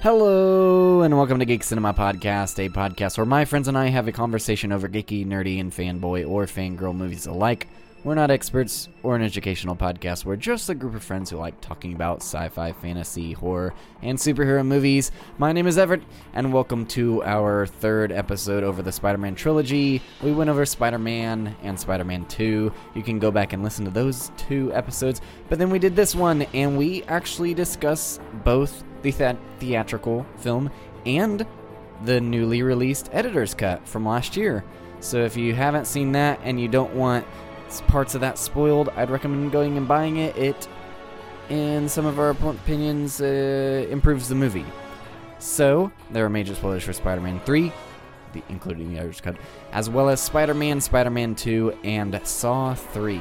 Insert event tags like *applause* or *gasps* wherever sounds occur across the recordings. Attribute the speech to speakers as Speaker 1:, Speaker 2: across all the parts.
Speaker 1: Hello, and welcome to Geek Cinema Podcast, a podcast where my friends and I have a conversation over geeky, nerdy, and fanboy or fangirl movies alike. We're not experts or an educational podcast. We're just a group of friends who like talking about sci fi, fantasy, horror, and superhero movies. My name is Everett, and welcome to our third episode over the Spider Man trilogy. We went over Spider Man and Spider Man 2. You can go back and listen to those two episodes. But then we did this one, and we actually discuss both the th- theatrical film and the newly released editor's cut from last year. So if you haven't seen that and you don't want s- parts of that spoiled, I'd recommend going and buying it. It, in some of our op- opinions, uh, improves the movie. So there are major spoilers for Spider-Man 3, the, including the editor's cut, as well as Spider-Man, Spider-Man 2, and Saw 3.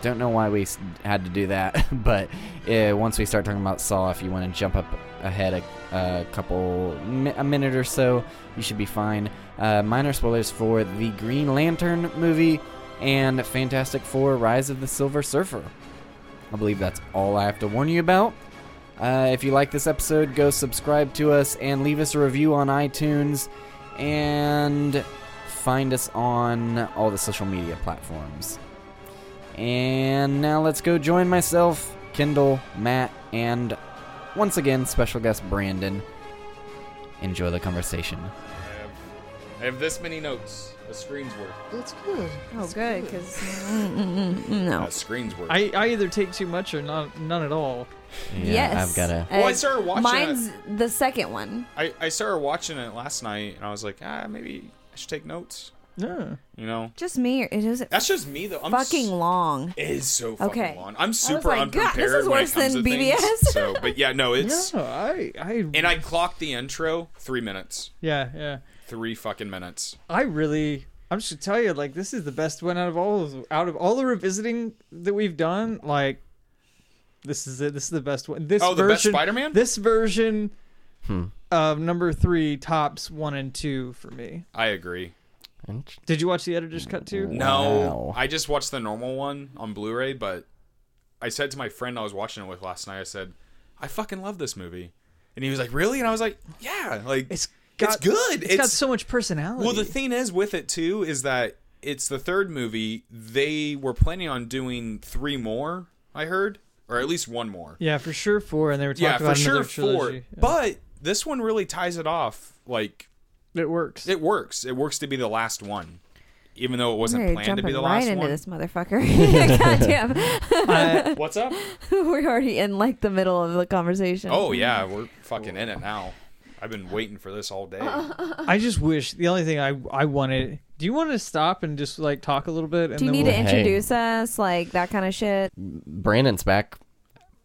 Speaker 1: Don't know why we s- had to do that, *laughs* but uh, once we start talking about Saw, if you want to jump up ahead a, a couple, mi- a minute or so, you should be fine. Uh, minor spoilers for the Green Lantern movie and Fantastic Four Rise of the Silver Surfer. I believe that's all I have to warn you about. Uh, if you like this episode, go subscribe to us and leave us a review on iTunes and find us on all the social media platforms. And now let's go join myself, Kendall, Matt, and once again, special guest Brandon. Enjoy the conversation.
Speaker 2: I have, I have this many notes. A screen's worth.
Speaker 3: That's good.
Speaker 4: Oh, good, because Oh.
Speaker 2: A screen's worth.
Speaker 5: I, I either take too much or not none at all.
Speaker 1: Yeah,
Speaker 4: yes,
Speaker 1: I've got to.
Speaker 2: Well, I
Speaker 4: Uh,
Speaker 2: started watching
Speaker 4: Mine's the second one.
Speaker 2: I, I started watching it last night, and I was like, ah, maybe I should take notes.
Speaker 5: No.
Speaker 2: You know,
Speaker 4: Just me. It was
Speaker 2: that's just me though. I'm
Speaker 4: fucking
Speaker 2: s-
Speaker 4: long.
Speaker 2: it is so fucking
Speaker 4: Okay.
Speaker 2: long. I'm super
Speaker 4: like, God, this
Speaker 2: unprepared.
Speaker 4: is
Speaker 2: when it
Speaker 4: worse
Speaker 2: comes
Speaker 4: than
Speaker 2: to things,
Speaker 4: BBS.
Speaker 2: so, but yeah, no, it's
Speaker 4: *laughs*
Speaker 5: No, I I
Speaker 2: and I clocked the intro three minutes,
Speaker 5: yeah yeah.
Speaker 2: three fucking minutes.
Speaker 5: I really I'm just gonna tell you like this is the best one out of all of, out of all the revisiting that we've done. Like this is it. This is the best one. This
Speaker 2: Oh, the best
Speaker 5: version,
Speaker 2: Spider-Man?
Speaker 5: This version of number three tops one and two for me.
Speaker 2: I agree.
Speaker 5: Did you watch the editor's cut too?
Speaker 2: No,
Speaker 1: Wow.
Speaker 2: I just watched the normal one on Blu-ray, but I said to my friend I was watching it with last night, I said, "I fucking love this movie," and he was like, "Really?" And I was like, "Yeah, like
Speaker 5: It's got
Speaker 2: good.
Speaker 5: it's got
Speaker 2: It's-
Speaker 5: so much personality.
Speaker 2: Well, the thing is with it too is that it's the third movie. They were planning on doing three more, I heard, or at least one more.
Speaker 5: yeah, for sure four, and they were talking
Speaker 2: Yeah, for
Speaker 5: about
Speaker 2: sure
Speaker 5: another
Speaker 2: four.
Speaker 5: trilogy. Yeah.
Speaker 2: But this one really ties it off. Like
Speaker 5: it works.
Speaker 2: it works. It works to be the last one, even though it wasn't
Speaker 4: We're
Speaker 2: planned to
Speaker 4: jumping
Speaker 2: be the
Speaker 4: right
Speaker 2: last
Speaker 4: into
Speaker 2: one.
Speaker 1: *laughs*
Speaker 4: this *laughs* motherfucker. *laughs* Goddamn,
Speaker 5: I-
Speaker 2: What's up?
Speaker 4: we're already in like the middle of the conversation.
Speaker 2: Oh yeah,
Speaker 4: *laughs*
Speaker 2: we're fucking in it now. I've been waiting for this all day.
Speaker 5: I just wish the only thing I I wanted. Do you want to stop and just like talk a little bit? And
Speaker 4: Do you need
Speaker 5: we'll,
Speaker 4: to introduce us, like that kind of shit?
Speaker 1: Brandon's back,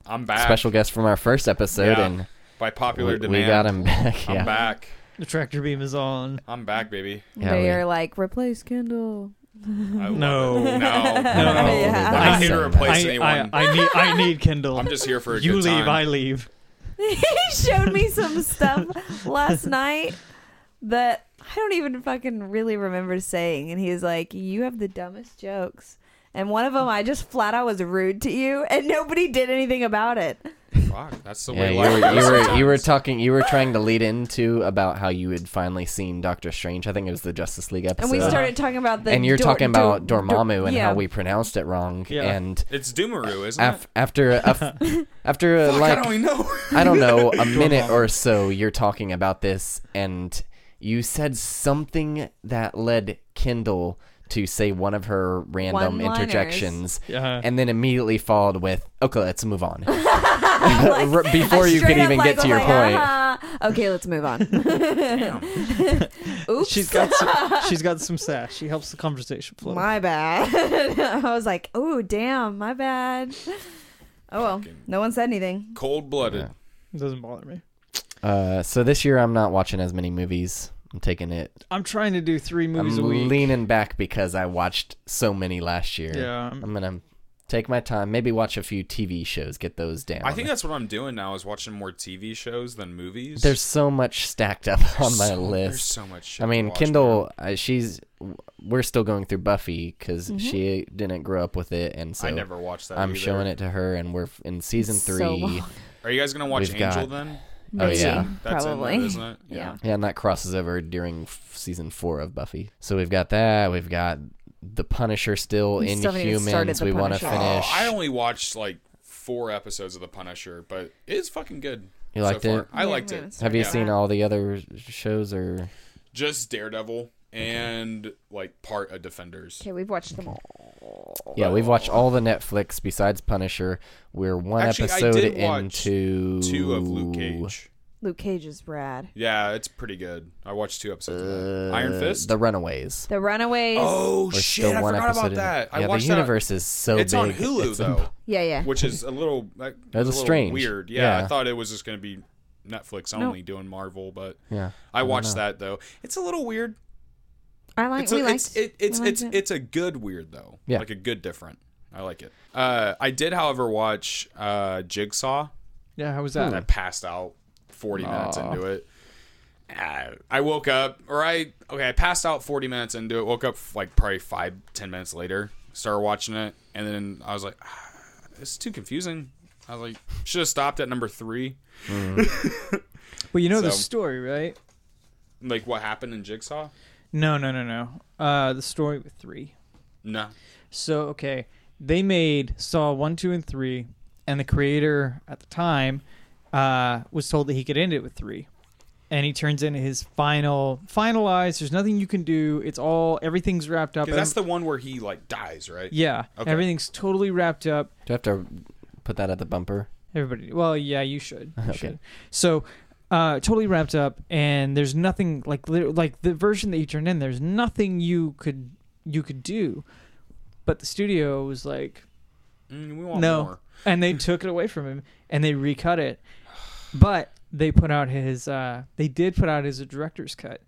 Speaker 2: I'm back.
Speaker 1: special guest from our first episode,
Speaker 2: Yeah.
Speaker 1: and
Speaker 2: by popular
Speaker 1: we, we
Speaker 2: demand.
Speaker 1: got him *laughs* back.
Speaker 2: I'm
Speaker 1: Yeah,
Speaker 2: back.
Speaker 5: the tractor beam is on?
Speaker 2: I'm back, baby.
Speaker 1: Yeah,
Speaker 4: Where
Speaker 1: we-
Speaker 4: you're like replace Kendall.
Speaker 2: I love
Speaker 5: No.
Speaker 2: it. *laughs* no,
Speaker 5: *laughs* No.
Speaker 4: Yeah.
Speaker 2: I'm not here to
Speaker 1: I-
Speaker 2: replace
Speaker 5: I, I,
Speaker 2: anyone.
Speaker 5: I need I need Kindle.
Speaker 2: I'm just here for a
Speaker 5: you
Speaker 2: good
Speaker 5: leave,
Speaker 2: time.
Speaker 5: I leave.
Speaker 4: *laughs* he showed me some stuff last night that I don't even fucking really remember saying. And he's like, You have the dumbest jokes. And one of them, I just flat out was rude to you, and nobody did anything about it.
Speaker 2: Fuck, that's the
Speaker 1: yeah.
Speaker 2: way
Speaker 1: You
Speaker 2: life
Speaker 1: were, you
Speaker 2: goes
Speaker 1: were you were
Speaker 2: sometimes.
Speaker 1: talking you were trying to lead into about how you had finally seen Doctor Strange. I think it was the Justice League episode.
Speaker 4: And we started talking about the.
Speaker 1: and you're
Speaker 4: Dor-
Speaker 1: talking about
Speaker 4: Dor-
Speaker 1: Dormammu
Speaker 4: Dor-
Speaker 1: and
Speaker 4: yeah.
Speaker 1: how we pronounced it wrong.
Speaker 5: Yeah.
Speaker 1: And
Speaker 2: It's Doomaroo, isn't it?
Speaker 1: af- after a,
Speaker 4: *laughs*
Speaker 1: f- after a,
Speaker 2: Fuck,
Speaker 1: like
Speaker 2: I don't even know.
Speaker 1: *laughs* I don't
Speaker 5: *laughs*
Speaker 1: know, a minute or so you're talking about this and you said something that led Kendall to say one of her random
Speaker 4: One-liners.
Speaker 1: interjections
Speaker 5: Yeah.
Speaker 1: and then immediately followed with, okay, let's move
Speaker 4: *laughs*
Speaker 1: on.
Speaker 4: *laughs*
Speaker 1: *laughs*
Speaker 4: Like,
Speaker 1: R- Before
Speaker 4: I
Speaker 1: you could
Speaker 4: straight up,
Speaker 1: even
Speaker 4: like, oh
Speaker 1: get
Speaker 4: was
Speaker 1: to your
Speaker 4: like,
Speaker 1: point.
Speaker 4: "Uh-huh. Okay, let's
Speaker 1: *laughs*
Speaker 4: move on. *laughs*
Speaker 2: Damn.
Speaker 4: Oops.
Speaker 5: She's
Speaker 4: *laughs*
Speaker 5: got some, she's got some sass. She helps the conversation flow.
Speaker 4: my bad. *laughs* I was like, Oh, damn, my bad. Oh, well.
Speaker 2: Fucking-
Speaker 4: No one said anything.
Speaker 2: Cold blooded.
Speaker 1: Yeah.
Speaker 5: It doesn't bother me.
Speaker 1: Uh, so this year I'm not watching as many movies. I'm taking it.
Speaker 5: I'm trying to do three movies
Speaker 1: I'm
Speaker 5: a week.
Speaker 1: leaning back because I watched so many last year.
Speaker 5: Yeah, I'm-
Speaker 1: I'm gonna take my time. Maybe watch a few TV shows. Get those down.
Speaker 2: I think that's what I'm doing now is watching more TV shows than movies.
Speaker 1: there's so much stacked up *laughs* on my
Speaker 2: so, There's
Speaker 1: list.
Speaker 2: so much shit.
Speaker 1: I mean,
Speaker 2: to watch,
Speaker 1: Kendall, uh, she's we're still going through Buffy because
Speaker 4: Mm-hmm.
Speaker 1: she didn't grow up with it, and so
Speaker 2: man. I never watched that.
Speaker 1: I'm
Speaker 2: either.
Speaker 1: showing it to her, and we're f- in season
Speaker 4: So
Speaker 1: three.
Speaker 4: long.
Speaker 2: Are you guys gonna watch
Speaker 1: We've
Speaker 2: Angel
Speaker 1: got-
Speaker 2: then?
Speaker 1: Oh,
Speaker 4: maybe,
Speaker 1: yeah.
Speaker 2: That's
Speaker 4: probably.
Speaker 2: in there,
Speaker 4: *laughs*
Speaker 2: isn't it?
Speaker 4: Yeah.
Speaker 1: *laughs* Yeah, and that crosses over during f- season four of Buffy. So we've got that. We've got the Punisher still
Speaker 4: We
Speaker 1: in
Speaker 4: still haven't even started
Speaker 1: humans.
Speaker 4: The
Speaker 1: We want to
Speaker 4: Punisher.
Speaker 1: finish.
Speaker 2: Oh, I only watched like four episodes of The Punisher, but it's fucking good.
Speaker 1: You
Speaker 2: so
Speaker 1: liked
Speaker 2: far.
Speaker 1: it?
Speaker 2: I
Speaker 4: Yeah,
Speaker 2: liked
Speaker 4: we
Speaker 2: it.
Speaker 4: haven't
Speaker 1: Have you
Speaker 2: Yeah.
Speaker 1: seen all the other shows or?
Speaker 2: Just Daredevil and like part of Defenders.
Speaker 4: Okay, we've watched them all.
Speaker 1: Yeah, we've watched all the Netflix besides Punisher. We're one
Speaker 2: Actually, I
Speaker 1: episode
Speaker 2: did watch
Speaker 1: into
Speaker 2: Two of Luke Cage.
Speaker 4: Luke Cage is rad.
Speaker 2: Yeah, it's pretty good. I watched two episodes. of that.
Speaker 1: uh,
Speaker 2: Iron Fist.
Speaker 1: The Runaways.
Speaker 4: The Runaways.
Speaker 2: oh
Speaker 1: We're
Speaker 2: shit! I forgot about
Speaker 1: in.
Speaker 2: that. I
Speaker 1: Yeah, the
Speaker 2: watched
Speaker 1: universe is so
Speaker 2: that. It's
Speaker 1: big.
Speaker 2: on Hulu
Speaker 1: It's
Speaker 2: though,
Speaker 4: Yeah, *laughs* yeah.
Speaker 2: which is a little like, it's a little
Speaker 1: strange.
Speaker 2: weird. Yeah,
Speaker 1: Yeah.
Speaker 2: I thought it was just gonna be Netflix only doing Marvel, but
Speaker 1: *laughs* yeah,
Speaker 2: I watched
Speaker 1: know.
Speaker 2: that though. It's a little weird.
Speaker 4: I like.
Speaker 2: It's
Speaker 4: we
Speaker 2: a,
Speaker 4: liked,
Speaker 2: it's it, it's
Speaker 4: we liked
Speaker 2: it's
Speaker 4: it.
Speaker 2: it's a good weird though.
Speaker 1: Yeah.
Speaker 2: like a good different. I like it. Uh, I did, however, watch uh, Jigsaw.
Speaker 5: Yeah, how was
Speaker 2: And I
Speaker 5: that?
Speaker 2: passed out 40 minutes into it. Uh, I woke up, or I okay, I passed out 40 minutes into it. Woke up like probably five, ten minutes later. Started watching it, and then I was like, ah, "It's too confusing." I was like, "Should have stopped at number three.
Speaker 5: Well, you know the
Speaker 2: So-
Speaker 5: story, right?
Speaker 2: Like what happened in Jigsaw?
Speaker 5: No, no, no, no. Uh, the story with three.
Speaker 2: No,
Speaker 5: So okay, they made Saw one, two, and three, and the creator at the time uh, was told that he could end it with three, and he turns in his final finalized. There's nothing you can do. It's all everything's wrapped up.
Speaker 2: 'Cause that's the one where he like dies, right?
Speaker 5: yeah,
Speaker 2: Okay.
Speaker 5: everything's totally wrapped up.
Speaker 1: Do I have to put that at the bumper?
Speaker 5: Everybody, well, yeah, you should. You
Speaker 1: Okay.
Speaker 5: should. So, uh, totally wrapped up, and there's nothing like lit- like the version that you turned in. There's nothing you could you could do, but the studio was like,
Speaker 2: Mm, we want
Speaker 5: No.
Speaker 2: more. *laughs*
Speaker 5: and they took it away from him and they recut it. But they put out his uh, they did put out his director's cut.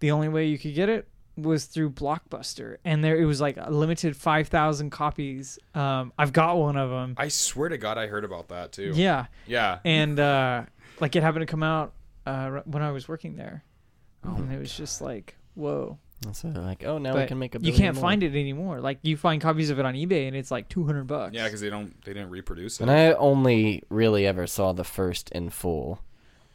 Speaker 5: The only way you could get it was through Blockbuster, and there it was like a limited five thousand copies. Um, I've got one of them.
Speaker 2: I swear to God, I heard about that too.
Speaker 5: Yeah,
Speaker 2: Yeah.
Speaker 5: and uh, like it happened to come out uh, r- when I was working there,
Speaker 2: Oh
Speaker 5: and it was just like, whoa!
Speaker 1: And So like, oh, now we
Speaker 5: But
Speaker 1: can make a.
Speaker 5: you
Speaker 1: billion
Speaker 5: can't
Speaker 1: more.
Speaker 5: find it anymore. Like you find copies of it on eBay, and it's like two hundred bucks.
Speaker 2: Yeah, because they don't they didn't reproduce it.
Speaker 1: And I only really ever saw the first in full,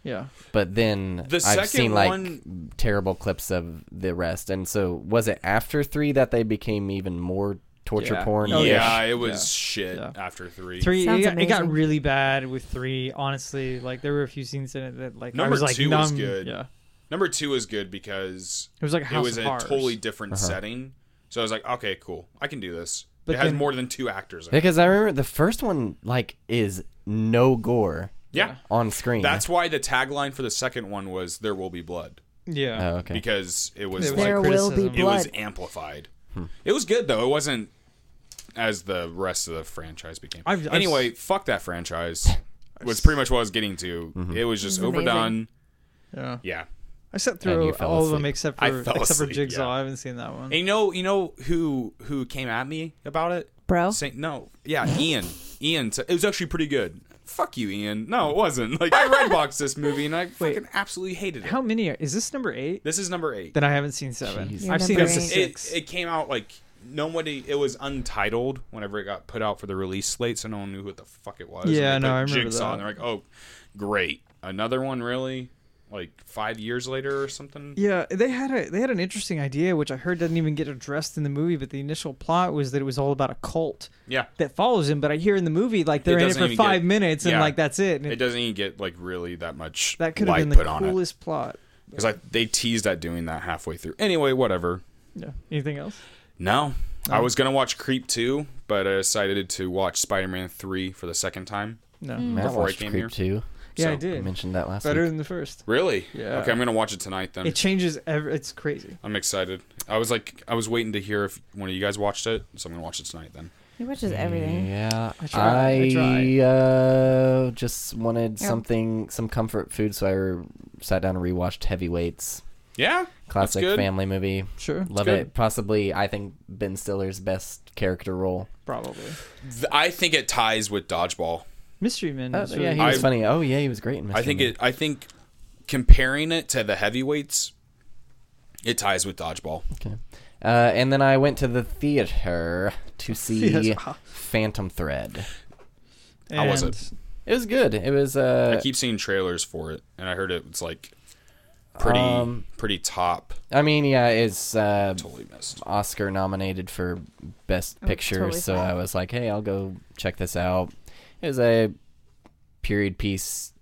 Speaker 5: yeah,
Speaker 1: but then
Speaker 2: The
Speaker 1: I've
Speaker 2: second
Speaker 1: seen like
Speaker 2: one-
Speaker 1: terrible clips of the rest. And so, was it after three that they became even more torture
Speaker 5: Yeah.
Speaker 1: porn?
Speaker 5: Oh,
Speaker 2: yeah,
Speaker 5: yeah.
Speaker 2: it was
Speaker 5: Yeah.
Speaker 2: shit
Speaker 5: Yeah.
Speaker 2: after three.
Speaker 5: three. It
Speaker 4: Sounds
Speaker 5: got, it got
Speaker 4: amazing.
Speaker 5: really bad with three. Honestly, like there were a few scenes in it that like I
Speaker 2: Number
Speaker 5: was like
Speaker 2: two
Speaker 5: numb.
Speaker 2: was good.
Speaker 5: Yeah,
Speaker 2: Number two is good because
Speaker 5: it was like a
Speaker 2: it
Speaker 5: House
Speaker 2: was
Speaker 5: of
Speaker 2: a
Speaker 5: Horrors.
Speaker 2: totally different
Speaker 1: Uh-huh.
Speaker 2: setting. So I was like, okay, cool, I can do this.
Speaker 5: But
Speaker 2: it has
Speaker 5: then-
Speaker 2: more than two actors. In it.
Speaker 1: Because I remember the first one like is no gore
Speaker 2: Yeah.
Speaker 1: on screen.
Speaker 2: that's why the tagline for the second one was "There will be blood"
Speaker 5: yeah.
Speaker 1: oh, okay.
Speaker 2: because it was
Speaker 5: It was
Speaker 2: like
Speaker 4: there
Speaker 5: like
Speaker 4: will be
Speaker 5: criticism.
Speaker 2: it was
Speaker 4: blood.
Speaker 2: amplified. It was good though. It wasn't as the rest of the franchise became.
Speaker 5: I've- I've-
Speaker 2: anyway, fuck that franchise. Was pretty much what I was getting to. It was just
Speaker 4: It was amazing.
Speaker 2: overdone.
Speaker 5: yeah.
Speaker 2: Yeah.
Speaker 5: I sat
Speaker 1: And
Speaker 5: through
Speaker 1: you fell
Speaker 5: all of them
Speaker 1: asleep.
Speaker 5: except for
Speaker 2: I fell
Speaker 5: except for
Speaker 2: asleep,
Speaker 5: Jigsaw.
Speaker 2: yeah.
Speaker 5: I haven't seen that one.
Speaker 2: And you know, you know who who came at me about it?
Speaker 4: Bro?
Speaker 2: Say- no, yeah, Ian. Ian, said- it was actually pretty good. Fuck you, Ian. No, it wasn't. *laughs* Like I
Speaker 4: *laughs*
Speaker 2: redboxed this movie and I fucking absolutely hated it.
Speaker 5: How many are, is this number eight?
Speaker 2: this is number eight.
Speaker 5: Then I haven't seen seven.
Speaker 1: Jeez.
Speaker 4: Yeah,
Speaker 5: I've seen
Speaker 4: number
Speaker 5: up to
Speaker 4: eight.
Speaker 5: six.
Speaker 2: It, it came out like nobody. It was untitled whenever it got put out for the release slate, so no one knew what the fuck it was. And
Speaker 5: Yeah,
Speaker 2: they
Speaker 5: no,
Speaker 2: put
Speaker 5: I remember
Speaker 2: Jigsaw, And
Speaker 5: that.
Speaker 2: they're like, oh, great, another one, really? Like five years later or something.
Speaker 5: Yeah, they had a they had an interesting idea, which I heard doesn't even get addressed in the movie. But the initial plot was that it was all about a cult
Speaker 2: Yeah,
Speaker 5: that follows him. But I hear in the movie like they're in it
Speaker 2: doesn't
Speaker 5: for
Speaker 2: even
Speaker 5: five
Speaker 2: get-
Speaker 5: minutes and
Speaker 2: yeah.
Speaker 5: like that's it. And
Speaker 2: it
Speaker 5: it-
Speaker 2: doesn't even get like really that much
Speaker 5: that could have
Speaker 2: light
Speaker 5: been
Speaker 2: put
Speaker 5: the
Speaker 2: on it.
Speaker 5: coolest plot.
Speaker 2: because I they teased at doing that halfway through. Anyway, whatever.
Speaker 5: Yeah. Anything else?
Speaker 2: No,
Speaker 5: Oh.
Speaker 2: I was gonna watch Creep two, but I decided to watch Spider Man three for the second time.
Speaker 5: No.
Speaker 1: Matt
Speaker 2: Before I
Speaker 1: watched
Speaker 2: came
Speaker 1: Creep
Speaker 2: here.
Speaker 1: too.
Speaker 2: So,
Speaker 5: Yeah, I
Speaker 1: Hmm. I
Speaker 5: did.
Speaker 1: mentioned that last
Speaker 5: Better
Speaker 1: week.
Speaker 5: than the first.
Speaker 2: Really?
Speaker 5: Yeah.
Speaker 2: Okay, I'm gonna watch it tonight then.
Speaker 5: It changes. Every, it's crazy.
Speaker 2: I'm excited. I was like, I was waiting to hear if one of you guys watched it, so I'm gonna watch it tonight then.
Speaker 4: He watches everything.
Speaker 1: Yeah,
Speaker 5: I try, I try.
Speaker 1: uh, just wanted
Speaker 4: Yeah.
Speaker 1: something, some comfort food, so I re- sat down and rewatched Heavyweights,
Speaker 2: Yeah,
Speaker 1: classic
Speaker 2: good.
Speaker 1: family movie.
Speaker 5: Sure.
Speaker 1: Love
Speaker 2: good.
Speaker 1: it. Possibly, I think Ben Stiller's best character role.
Speaker 5: Probably.
Speaker 2: Th- I think it ties with Dodgeball.
Speaker 5: Mystery Men.
Speaker 1: Oh,
Speaker 5: is
Speaker 1: yeah,
Speaker 5: really-
Speaker 1: he was
Speaker 2: Mm,
Speaker 5: *laughs*
Speaker 2: I-
Speaker 1: funny. Oh yeah, he was great in. Mr.
Speaker 2: I think
Speaker 1: Man.
Speaker 2: it. I think comparing it to the heavyweights, it ties with Dodgeball.
Speaker 1: Okay. Uh, and then I went to the
Speaker 2: *laughs*
Speaker 1: theater to see
Speaker 5: Yes.
Speaker 1: Phantom Thread.
Speaker 5: And
Speaker 2: How was it?
Speaker 1: It was good. It was uh,
Speaker 2: I keep seeing trailers for it, and I heard it was like pretty
Speaker 1: Um,
Speaker 2: pretty top.
Speaker 1: I mean, yeah, it's uh,
Speaker 2: Totally missed.
Speaker 1: Oscar nominated for Best
Speaker 4: Oh,
Speaker 1: Picture,
Speaker 4: totally
Speaker 1: so
Speaker 4: fine.
Speaker 1: I was like, hey, I'll go check this out. It was a period piece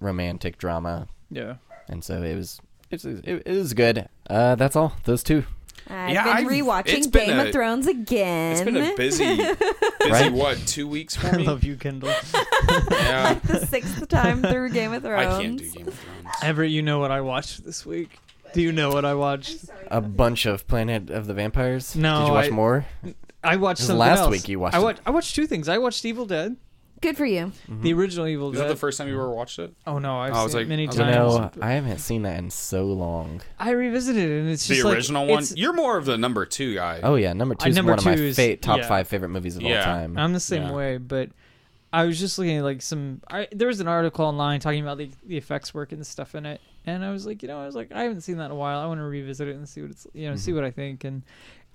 Speaker 1: romantic drama,
Speaker 5: Yeah.
Speaker 1: and so it was it was, it, it was good. Uh, that's all. Those two.
Speaker 4: I've
Speaker 2: Yeah,
Speaker 4: been
Speaker 2: I've- it's
Speaker 4: rewatching
Speaker 2: been
Speaker 4: Game
Speaker 2: a-
Speaker 4: of Thrones again.
Speaker 2: It's been a busy, busy
Speaker 1: Right?
Speaker 2: what two weeks for
Speaker 5: I
Speaker 2: me?
Speaker 5: love you, Kendall.
Speaker 2: yeah, *laughs*
Speaker 4: *laughs* like the sixth time through Game of
Speaker 2: I
Speaker 4: Thrones.
Speaker 2: can't do Game of Thrones.
Speaker 5: Everett, you know what I watched this week? Do you know what I watched?
Speaker 1: A bunch of Planet of the Vampires.
Speaker 5: No,
Speaker 1: Did you watch
Speaker 5: I-
Speaker 1: more?
Speaker 5: I watched
Speaker 1: This is
Speaker 5: something
Speaker 1: last
Speaker 5: else.
Speaker 1: week you watched
Speaker 5: I
Speaker 1: it.
Speaker 5: watched. I watched two things. I watched Evil Dead,
Speaker 4: Good for you.
Speaker 5: the
Speaker 1: Hmm.
Speaker 5: original Evil
Speaker 2: Is
Speaker 5: Dead.
Speaker 2: that the first time you ever watched it?
Speaker 5: oh no, I've
Speaker 2: I was
Speaker 5: seen
Speaker 2: like-
Speaker 5: it many
Speaker 2: I was
Speaker 5: times.
Speaker 1: You
Speaker 2: like,
Speaker 1: know, I haven't seen that in so long.
Speaker 5: I revisited it, and it's
Speaker 2: The
Speaker 5: just like,
Speaker 2: original one.
Speaker 5: it's-
Speaker 2: You're more of the number two guy.
Speaker 1: Oh yeah, number two is
Speaker 5: number
Speaker 1: one of my
Speaker 5: two is-
Speaker 1: fa- top
Speaker 5: yeah. Um,
Speaker 1: five favorite movies of all
Speaker 2: Yeah.
Speaker 1: time.
Speaker 5: I'm the same
Speaker 2: Yeah.
Speaker 5: way, but I was just looking at like some. I, there was an article online talking about the, the effects work and the stuff in it, and I was like, you know, I was like, I haven't seen that in a while. I want to revisit it and see what it's, you know, see
Speaker 2: Mm-hmm.
Speaker 5: what I think. And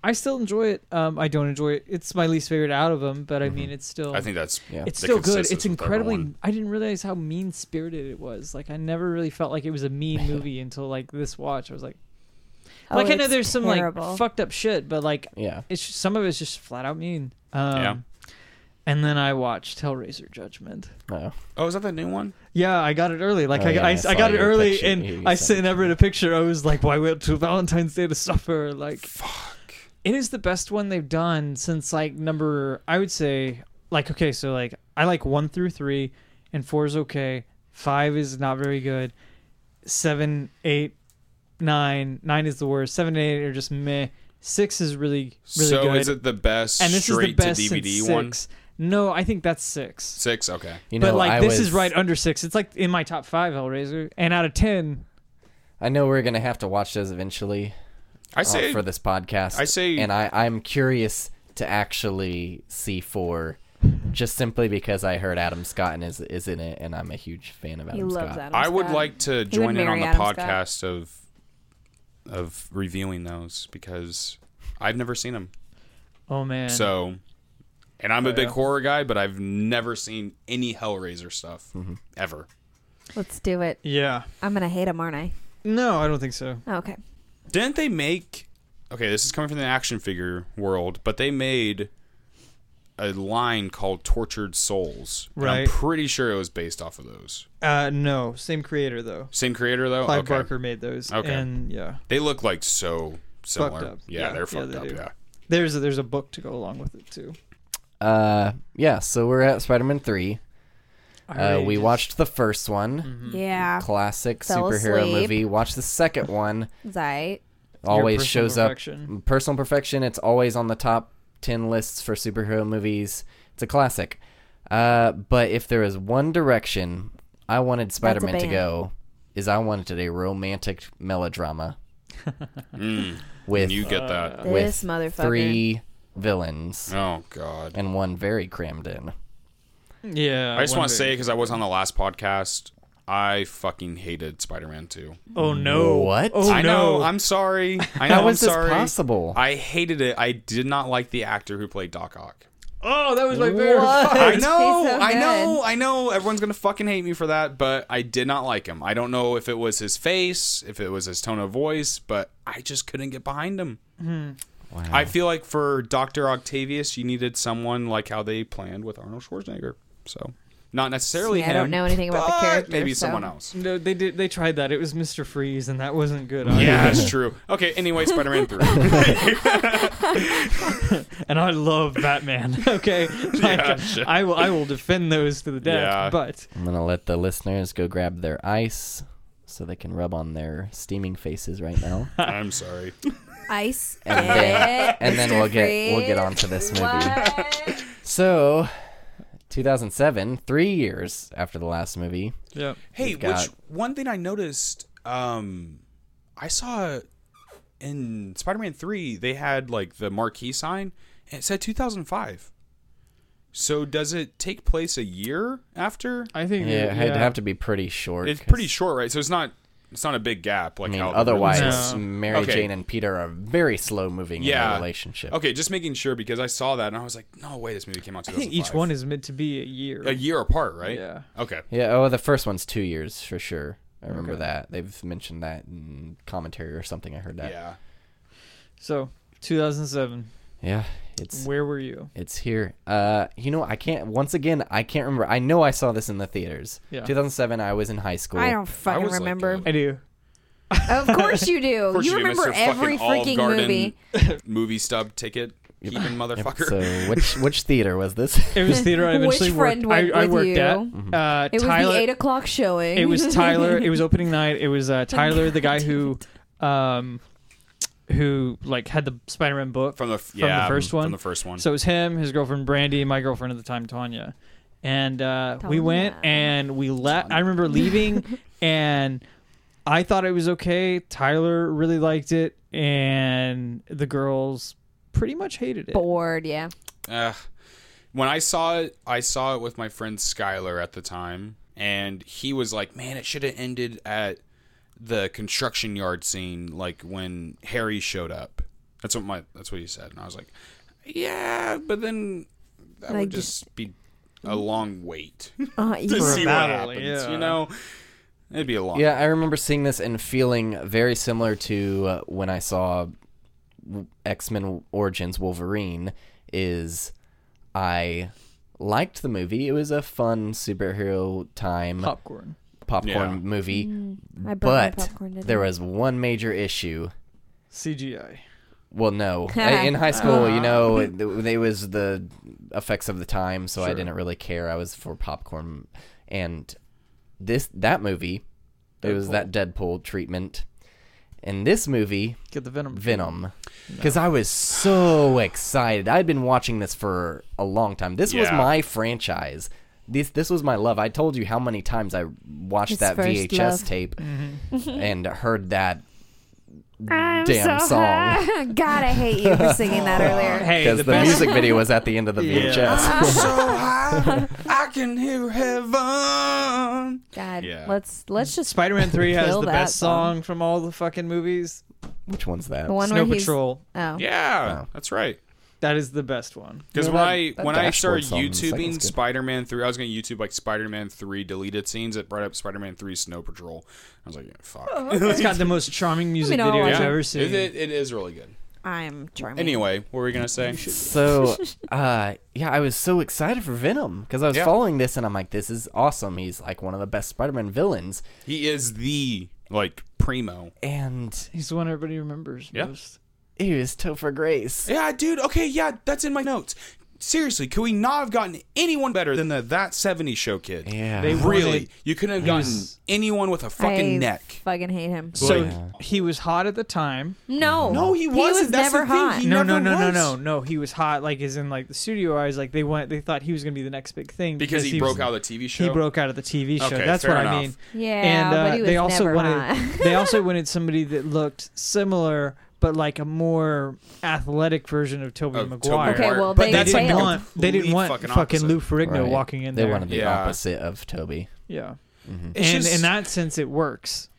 Speaker 5: I still enjoy it. Um, I don't enjoy it. It's my least favorite out of them, but I mean, it's still.
Speaker 2: Mm-hmm. I think that's
Speaker 1: Yeah.
Speaker 5: it's
Speaker 2: the
Speaker 5: still good.
Speaker 2: consensus
Speaker 5: It's
Speaker 2: with
Speaker 5: incredibly.
Speaker 2: everyone.
Speaker 5: I didn't realize how mean spirited it was. Like I never really felt like it was
Speaker 2: *laughs*
Speaker 5: a mean movie until like this watch. I was like,
Speaker 4: Oh,
Speaker 5: like I know
Speaker 4: it's
Speaker 5: there's some
Speaker 4: terrible.
Speaker 5: like fucked up shit, but like
Speaker 1: yeah.
Speaker 5: it's just, some of it's just flat out mean. Um,
Speaker 2: Yeah.
Speaker 5: And then I watched Hellraiser Judgment.
Speaker 1: No.
Speaker 2: Oh, is that the new one?
Speaker 5: Yeah, I got it early. Like
Speaker 1: Oh,
Speaker 5: I,
Speaker 1: yeah,
Speaker 5: I,
Speaker 1: I
Speaker 5: I,
Speaker 1: saw
Speaker 5: got it
Speaker 1: your
Speaker 5: early,
Speaker 1: picture. You- you
Speaker 5: and I
Speaker 1: sent
Speaker 5: sent
Speaker 1: it.
Speaker 5: Everett a picture. I was like, "Why wait till Valentine's Day to suffer?" Like,
Speaker 2: Fuck.
Speaker 5: it is the best one they've done since like number. I would say like okay, so like I like one through three, and four is okay. Five is not very good. Seven, eight, nine, nine is the worst. Seven, and eight are just meh. Six is really really
Speaker 2: so
Speaker 5: good.
Speaker 2: is it the best
Speaker 5: and this is the
Speaker 2: straight
Speaker 5: best
Speaker 2: to DVD
Speaker 5: since
Speaker 2: one?
Speaker 5: six. No, I think that's six.
Speaker 2: Six. Okay.
Speaker 1: You know,
Speaker 5: but like
Speaker 1: I
Speaker 5: this is
Speaker 1: was-
Speaker 5: right under six. It's like in my top five Hellraiser, and out of ten,
Speaker 1: I know we're gonna have to watch those eventually
Speaker 2: I
Speaker 5: Oh,
Speaker 1: uh,
Speaker 2: say
Speaker 1: for this podcast.
Speaker 2: I say-
Speaker 1: and I I'm curious to actually see four, just simply because I heard Adam Scott and is is in it, and I'm a huge fan of Adam
Speaker 4: He
Speaker 1: Scott.
Speaker 4: loves Adam
Speaker 2: I would
Speaker 4: Scott.
Speaker 2: like to join in on
Speaker 4: marry
Speaker 2: the
Speaker 4: Adam Scott.
Speaker 2: podcast of of reviewing those because I've never seen them.
Speaker 5: oh man.
Speaker 2: So, and I'm a
Speaker 5: Oh,
Speaker 2: big
Speaker 5: yeah.
Speaker 2: horror guy, but I've never seen any Hellraiser stuff
Speaker 5: Mm-hmm.
Speaker 2: ever.
Speaker 4: Let's do it.
Speaker 5: yeah.
Speaker 4: I'm gonna hate him, aren't I? Oh,
Speaker 5: No, I don't think so.
Speaker 4: Okay.
Speaker 2: Didn't they make? Okay, this is coming from the action figure world, but they made a line called Tortured Souls. and I'm
Speaker 5: Right.
Speaker 2: pretty sure it was based off of those.
Speaker 5: Uh, no, same creator though.
Speaker 2: Same creator though.
Speaker 5: Clive
Speaker 2: Oh, okay.
Speaker 5: Barker made those.
Speaker 2: Okay.
Speaker 5: And yeah,
Speaker 2: They look like so similar.
Speaker 5: up.
Speaker 2: Yeah,
Speaker 5: Yeah,
Speaker 2: they're
Speaker 5: yeah,
Speaker 2: fucked
Speaker 5: they
Speaker 2: up.
Speaker 5: do.
Speaker 2: Yeah.
Speaker 5: there's a, there's a book to go along with it too.
Speaker 1: Uh, yeah. So we're at Spider-Man three. Uh, we watched the first one,
Speaker 2: Hmm.
Speaker 4: Yeah.
Speaker 1: classic
Speaker 4: Mm-hmm. Fell
Speaker 1: superhero
Speaker 4: asleep.
Speaker 1: movie. Watched the second one.
Speaker 4: Zite.
Speaker 1: Always
Speaker 5: personal
Speaker 1: shows
Speaker 5: perfection.
Speaker 1: up. Personal perfection. It's always on the top ten lists for superhero movies. It's a classic. Uh, but if there is one direction I wanted Spider-Man to
Speaker 4: band.
Speaker 1: go, is I wanted a romantic melodrama
Speaker 2: Mm,
Speaker 1: with
Speaker 2: you get that.
Speaker 1: with
Speaker 4: This motherfucker.
Speaker 1: three villains
Speaker 2: Oh god.
Speaker 1: and one very crammed in.
Speaker 5: Yeah.
Speaker 2: I just
Speaker 5: one
Speaker 2: want to say
Speaker 5: big-
Speaker 2: because I was on the last podcast, I fucking hated Spider-Man 2.
Speaker 5: Oh no.
Speaker 1: What?
Speaker 5: Oh
Speaker 2: I
Speaker 5: no.
Speaker 2: know. I'm sorry. I know.
Speaker 1: How is
Speaker 2: I'm
Speaker 1: this
Speaker 2: sorry.
Speaker 1: possible?
Speaker 2: I hated it. I did not like the actor who played Doc Ock.
Speaker 5: oh, that was my favorite.
Speaker 1: What?
Speaker 2: I know.
Speaker 5: part.
Speaker 4: He's so
Speaker 2: I
Speaker 4: good.
Speaker 2: know. I know. Everyone's gonna fucking hate me for that, but I did not like him. I don't know if it was his face, if it was his tone of voice, but I just couldn't get behind him.
Speaker 1: Wow.
Speaker 2: I feel like for Doctor Octavius, you needed someone like how they planned with Arnold Schwarzenegger. So. Not necessarily
Speaker 4: See, I
Speaker 2: him.
Speaker 4: don't know anything about the
Speaker 2: but
Speaker 4: character,
Speaker 2: Maybe
Speaker 4: so-
Speaker 2: someone
Speaker 4: *laughs*
Speaker 2: else.
Speaker 5: *laughs* No, they did. They tried that. It was Mr. Freeze, and that wasn't good. either.
Speaker 2: Yeah, that's true. Okay, anyway, Spider Man 3.
Speaker 5: And I love Batman. *laughs* okay. Like,
Speaker 2: Yeah, sure.
Speaker 5: I will. I will defend those to the death.
Speaker 2: Yeah.
Speaker 5: But
Speaker 1: I'm gonna let the listeners go grab their ice so they can rub on their steaming faces right
Speaker 2: *laughs*
Speaker 1: now.
Speaker 2: I'm sorry.
Speaker 4: Ice.
Speaker 1: And then-
Speaker 4: it,
Speaker 1: and then we'll
Speaker 4: Mr.
Speaker 1: get we'll get
Speaker 4: Freeze.
Speaker 1: on to this movie.
Speaker 4: What?
Speaker 1: So 2007, three years after the last movie.
Speaker 5: yeah.
Speaker 2: Hey,
Speaker 1: We've got-
Speaker 2: which one thing I noticed, um, I saw in Spider Man 3, they had like the marquee sign and it said 2005. So does it take place a year after?
Speaker 5: I think.
Speaker 1: Yeah, it had to have to be pretty short.
Speaker 2: It's
Speaker 1: 'cause
Speaker 2: pretty short, right? So it's not It's not a big gap. Like
Speaker 1: I mean,
Speaker 2: how
Speaker 1: otherwise,
Speaker 5: No.
Speaker 1: Mary
Speaker 2: Okay.
Speaker 1: Jane and Peter are very slow moving in
Speaker 2: Yeah.
Speaker 1: their relationship.
Speaker 2: Okay, just making sure because I saw that and I was like, no way, this movie came out.
Speaker 5: I
Speaker 2: 2005.
Speaker 5: think each one is meant to be a year.
Speaker 2: a year apart, right?
Speaker 5: Yeah.
Speaker 2: Okay.
Speaker 1: Yeah. Oh, the first one's two years for sure. I remember
Speaker 5: Okay.
Speaker 1: that. They've mentioned that in commentary or something. I heard that.
Speaker 2: Yeah.
Speaker 5: So 2007.
Speaker 1: Yeah, it's
Speaker 5: Where were you?
Speaker 1: it's here. Uh, you know, I can't. Once again, I can't remember. I know I saw this in the theaters.
Speaker 5: Yeah.
Speaker 1: 2007. I was in high school.
Speaker 4: I don't
Speaker 2: I
Speaker 4: fucking
Speaker 2: was like,
Speaker 5: *laughs*
Speaker 4: remember.
Speaker 2: uh,
Speaker 5: I do.
Speaker 4: of course you do.
Speaker 2: course
Speaker 4: Oh,
Speaker 2: you
Speaker 4: you,
Speaker 2: do,
Speaker 4: remember
Speaker 2: Mr.
Speaker 4: every
Speaker 2: fucking Olive
Speaker 4: freaking
Speaker 2: Garden.
Speaker 4: movie.
Speaker 2: *laughs* Movie stub ticket, keeping
Speaker 1: Yep,
Speaker 2: motherfucker.
Speaker 1: So which which theater was this?
Speaker 5: It was theater. I
Speaker 4: *laughs* Which
Speaker 5: eventually
Speaker 4: friend
Speaker 5: worked.
Speaker 4: went
Speaker 5: I, I
Speaker 4: with
Speaker 5: worked
Speaker 4: you?
Speaker 5: at.
Speaker 1: Mhm.
Speaker 5: Uh,
Speaker 4: It was
Speaker 5: Tyler,
Speaker 4: the eight o'clock showing.
Speaker 5: It was Tyler. it was opening night. It was uh, Tyler, the guy who, um, who like had the Spider-Man book.
Speaker 2: From the f-
Speaker 5: From the
Speaker 2: yeah,
Speaker 5: first one?
Speaker 2: From the first one.
Speaker 5: So it was him, his girlfriend Brandy, my girlfriend at the time Tanya, and uh, we went
Speaker 4: Tanya.
Speaker 5: and we left. I remember leaving,
Speaker 4: *laughs*
Speaker 5: and I thought it was okay. Tyler really liked it, and the girls pretty much hated it.
Speaker 4: *laughs* bored. Yeah.
Speaker 2: Ugh. when I saw it, I saw it with my friend Skylar at the time, and he was like, "Man, it should have ended at the construction yard scene, like when Harry showed up." That's what my that's what he said, and I was like, "Yeah, but then that
Speaker 4: Like,
Speaker 2: would just be a long
Speaker 5: *laughs*
Speaker 2: wait
Speaker 4: Uh,
Speaker 2: to
Speaker 4: yeah.
Speaker 2: see what
Speaker 5: battle,
Speaker 2: happens."
Speaker 5: yeah.
Speaker 2: You know, it'd be a long.
Speaker 1: Yeah, I remember seeing this and feeling very similar to uh, when I saw X Men Origins Wolverine. Is I liked the movie. It was a fun superhero time
Speaker 5: Popcorn.
Speaker 1: popcorn
Speaker 2: Yeah.
Speaker 1: movie,
Speaker 4: Mm. I brought my
Speaker 1: but
Speaker 4: popcorn, didn't
Speaker 1: there
Speaker 4: I?
Speaker 1: was one major issue.
Speaker 5: CGI.
Speaker 1: Well,
Speaker 5: *laughs*
Speaker 1: no, I- in high school, you know, it, it was the effects of the time, so I
Speaker 5: Sure.
Speaker 1: didn't really care. I was for popcorn, and this that movie, it was
Speaker 5: Deadpool.
Speaker 1: that Deadpool treatment. And this movie,
Speaker 5: Get the venom.
Speaker 1: Venom because I was so excited. I'd been watching this for a long time. This was
Speaker 2: Yeah.
Speaker 1: my franchise. This this was my love. I told you how many times I watched
Speaker 4: His
Speaker 1: that
Speaker 4: first
Speaker 1: VHS
Speaker 4: love.
Speaker 1: tape
Speaker 5: Mm-hmm.
Speaker 1: and heard that damn song.
Speaker 4: *laughs* God, I hate you for singing that earlier.
Speaker 5: Hey,
Speaker 1: Because
Speaker 5: the,
Speaker 1: the,
Speaker 5: best- *laughs*
Speaker 1: music video was at the end of the
Speaker 5: Yeah.
Speaker 1: VHS.
Speaker 2: *laughs*
Speaker 5: *laughs*
Speaker 2: so high, I can
Speaker 1: *laughs*
Speaker 2: hear heaven.
Speaker 4: God,
Speaker 2: Yeah.
Speaker 4: let's let's just
Speaker 5: Spider-Man Three has
Speaker 4: Kill
Speaker 5: the
Speaker 4: that
Speaker 5: best
Speaker 4: song.
Speaker 5: song. from all the fucking movies.
Speaker 1: Which one's that?
Speaker 4: *laughs* the one
Speaker 5: Snow
Speaker 4: where
Speaker 5: Patrol.
Speaker 4: he's oh
Speaker 2: Yeah,
Speaker 1: Wow.
Speaker 2: that's right.
Speaker 5: That is the best
Speaker 2: *laughs*
Speaker 5: one.
Speaker 2: Because
Speaker 1: Yeah,
Speaker 2: when
Speaker 1: that-
Speaker 2: I
Speaker 1: that
Speaker 2: when I
Speaker 1: dashboard
Speaker 2: started
Speaker 1: song in the second's
Speaker 2: YouTubing
Speaker 1: good.
Speaker 2: Spider Man three, I was gonna YouTube like Spider Man three deleted scenes. It brought up Spider Man three Snow Patrol. I was like, yeah, fuck.
Speaker 5: It's got the most charming music
Speaker 4: I'll
Speaker 5: video
Speaker 4: watch
Speaker 5: I've
Speaker 4: it.
Speaker 5: ever seen.
Speaker 2: It, it- it is really good.
Speaker 4: I'm charming.
Speaker 2: Anyway, what were we gonna say?
Speaker 1: So, uh, yeah, I was so excited for Venom because I was
Speaker 2: Yeah.
Speaker 1: following this and I'm like, this is awesome. He's like one of the best Spider-Man villains,
Speaker 2: He is the like primo.
Speaker 1: and
Speaker 5: He's the one everybody remembers
Speaker 2: Yeah.
Speaker 5: most.
Speaker 1: it was Topher Grace.
Speaker 2: Yeah, dude. Okay, yeah, that's in my notes. Seriously, could we not have gotten anyone better than the that '70s show kid?
Speaker 1: Yeah.
Speaker 5: They-
Speaker 2: really,
Speaker 5: wanted-
Speaker 2: you couldn't have gotten
Speaker 5: was-
Speaker 2: anyone with a fucking
Speaker 4: I
Speaker 2: neck.
Speaker 4: Fucking hate him.
Speaker 5: So
Speaker 1: Yeah.
Speaker 5: he was hot at the time.
Speaker 4: No,
Speaker 2: No, he wasn't.
Speaker 4: Oh. He was
Speaker 2: That's the
Speaker 4: never
Speaker 2: thing.
Speaker 4: hot.
Speaker 2: He
Speaker 5: No, no,
Speaker 2: never
Speaker 5: no, no,
Speaker 2: was.
Speaker 5: no, no. He was hot, like as in like the studio eyes. Like they went, they thought he was gonna be the next big thing
Speaker 2: Because he, broke
Speaker 5: was-
Speaker 2: out of the TV show.
Speaker 5: He broke out of the TV show.
Speaker 2: Okay,
Speaker 5: That's
Speaker 2: fair
Speaker 5: what I
Speaker 2: enough.
Speaker 5: mean.
Speaker 4: yeah,
Speaker 5: and uh,
Speaker 4: but he was
Speaker 5: they also
Speaker 4: never
Speaker 5: wanted *laughs*
Speaker 4: hot. *laughs*
Speaker 5: they also wanted somebody that looked similar, but like a more athletic version of Toby
Speaker 2: Of Tobey
Speaker 5: Maguire.
Speaker 4: Okay,
Speaker 2: Maguire.
Speaker 4: well,
Speaker 5: But
Speaker 4: they
Speaker 5: they
Speaker 2: that's
Speaker 5: didn't
Speaker 2: like the
Speaker 4: failed.
Speaker 5: want they didn't
Speaker 2: complete
Speaker 5: want
Speaker 2: fucking
Speaker 5: fucking,
Speaker 2: opposite.
Speaker 5: Lou Ferrigno
Speaker 1: Right.
Speaker 5: walking in
Speaker 1: They
Speaker 5: there.
Speaker 1: wanted the
Speaker 2: Yeah.
Speaker 1: opposite of Toby.
Speaker 5: yeah,
Speaker 2: Mm-hmm. It's
Speaker 5: and
Speaker 2: just-
Speaker 5: in that sense, it works.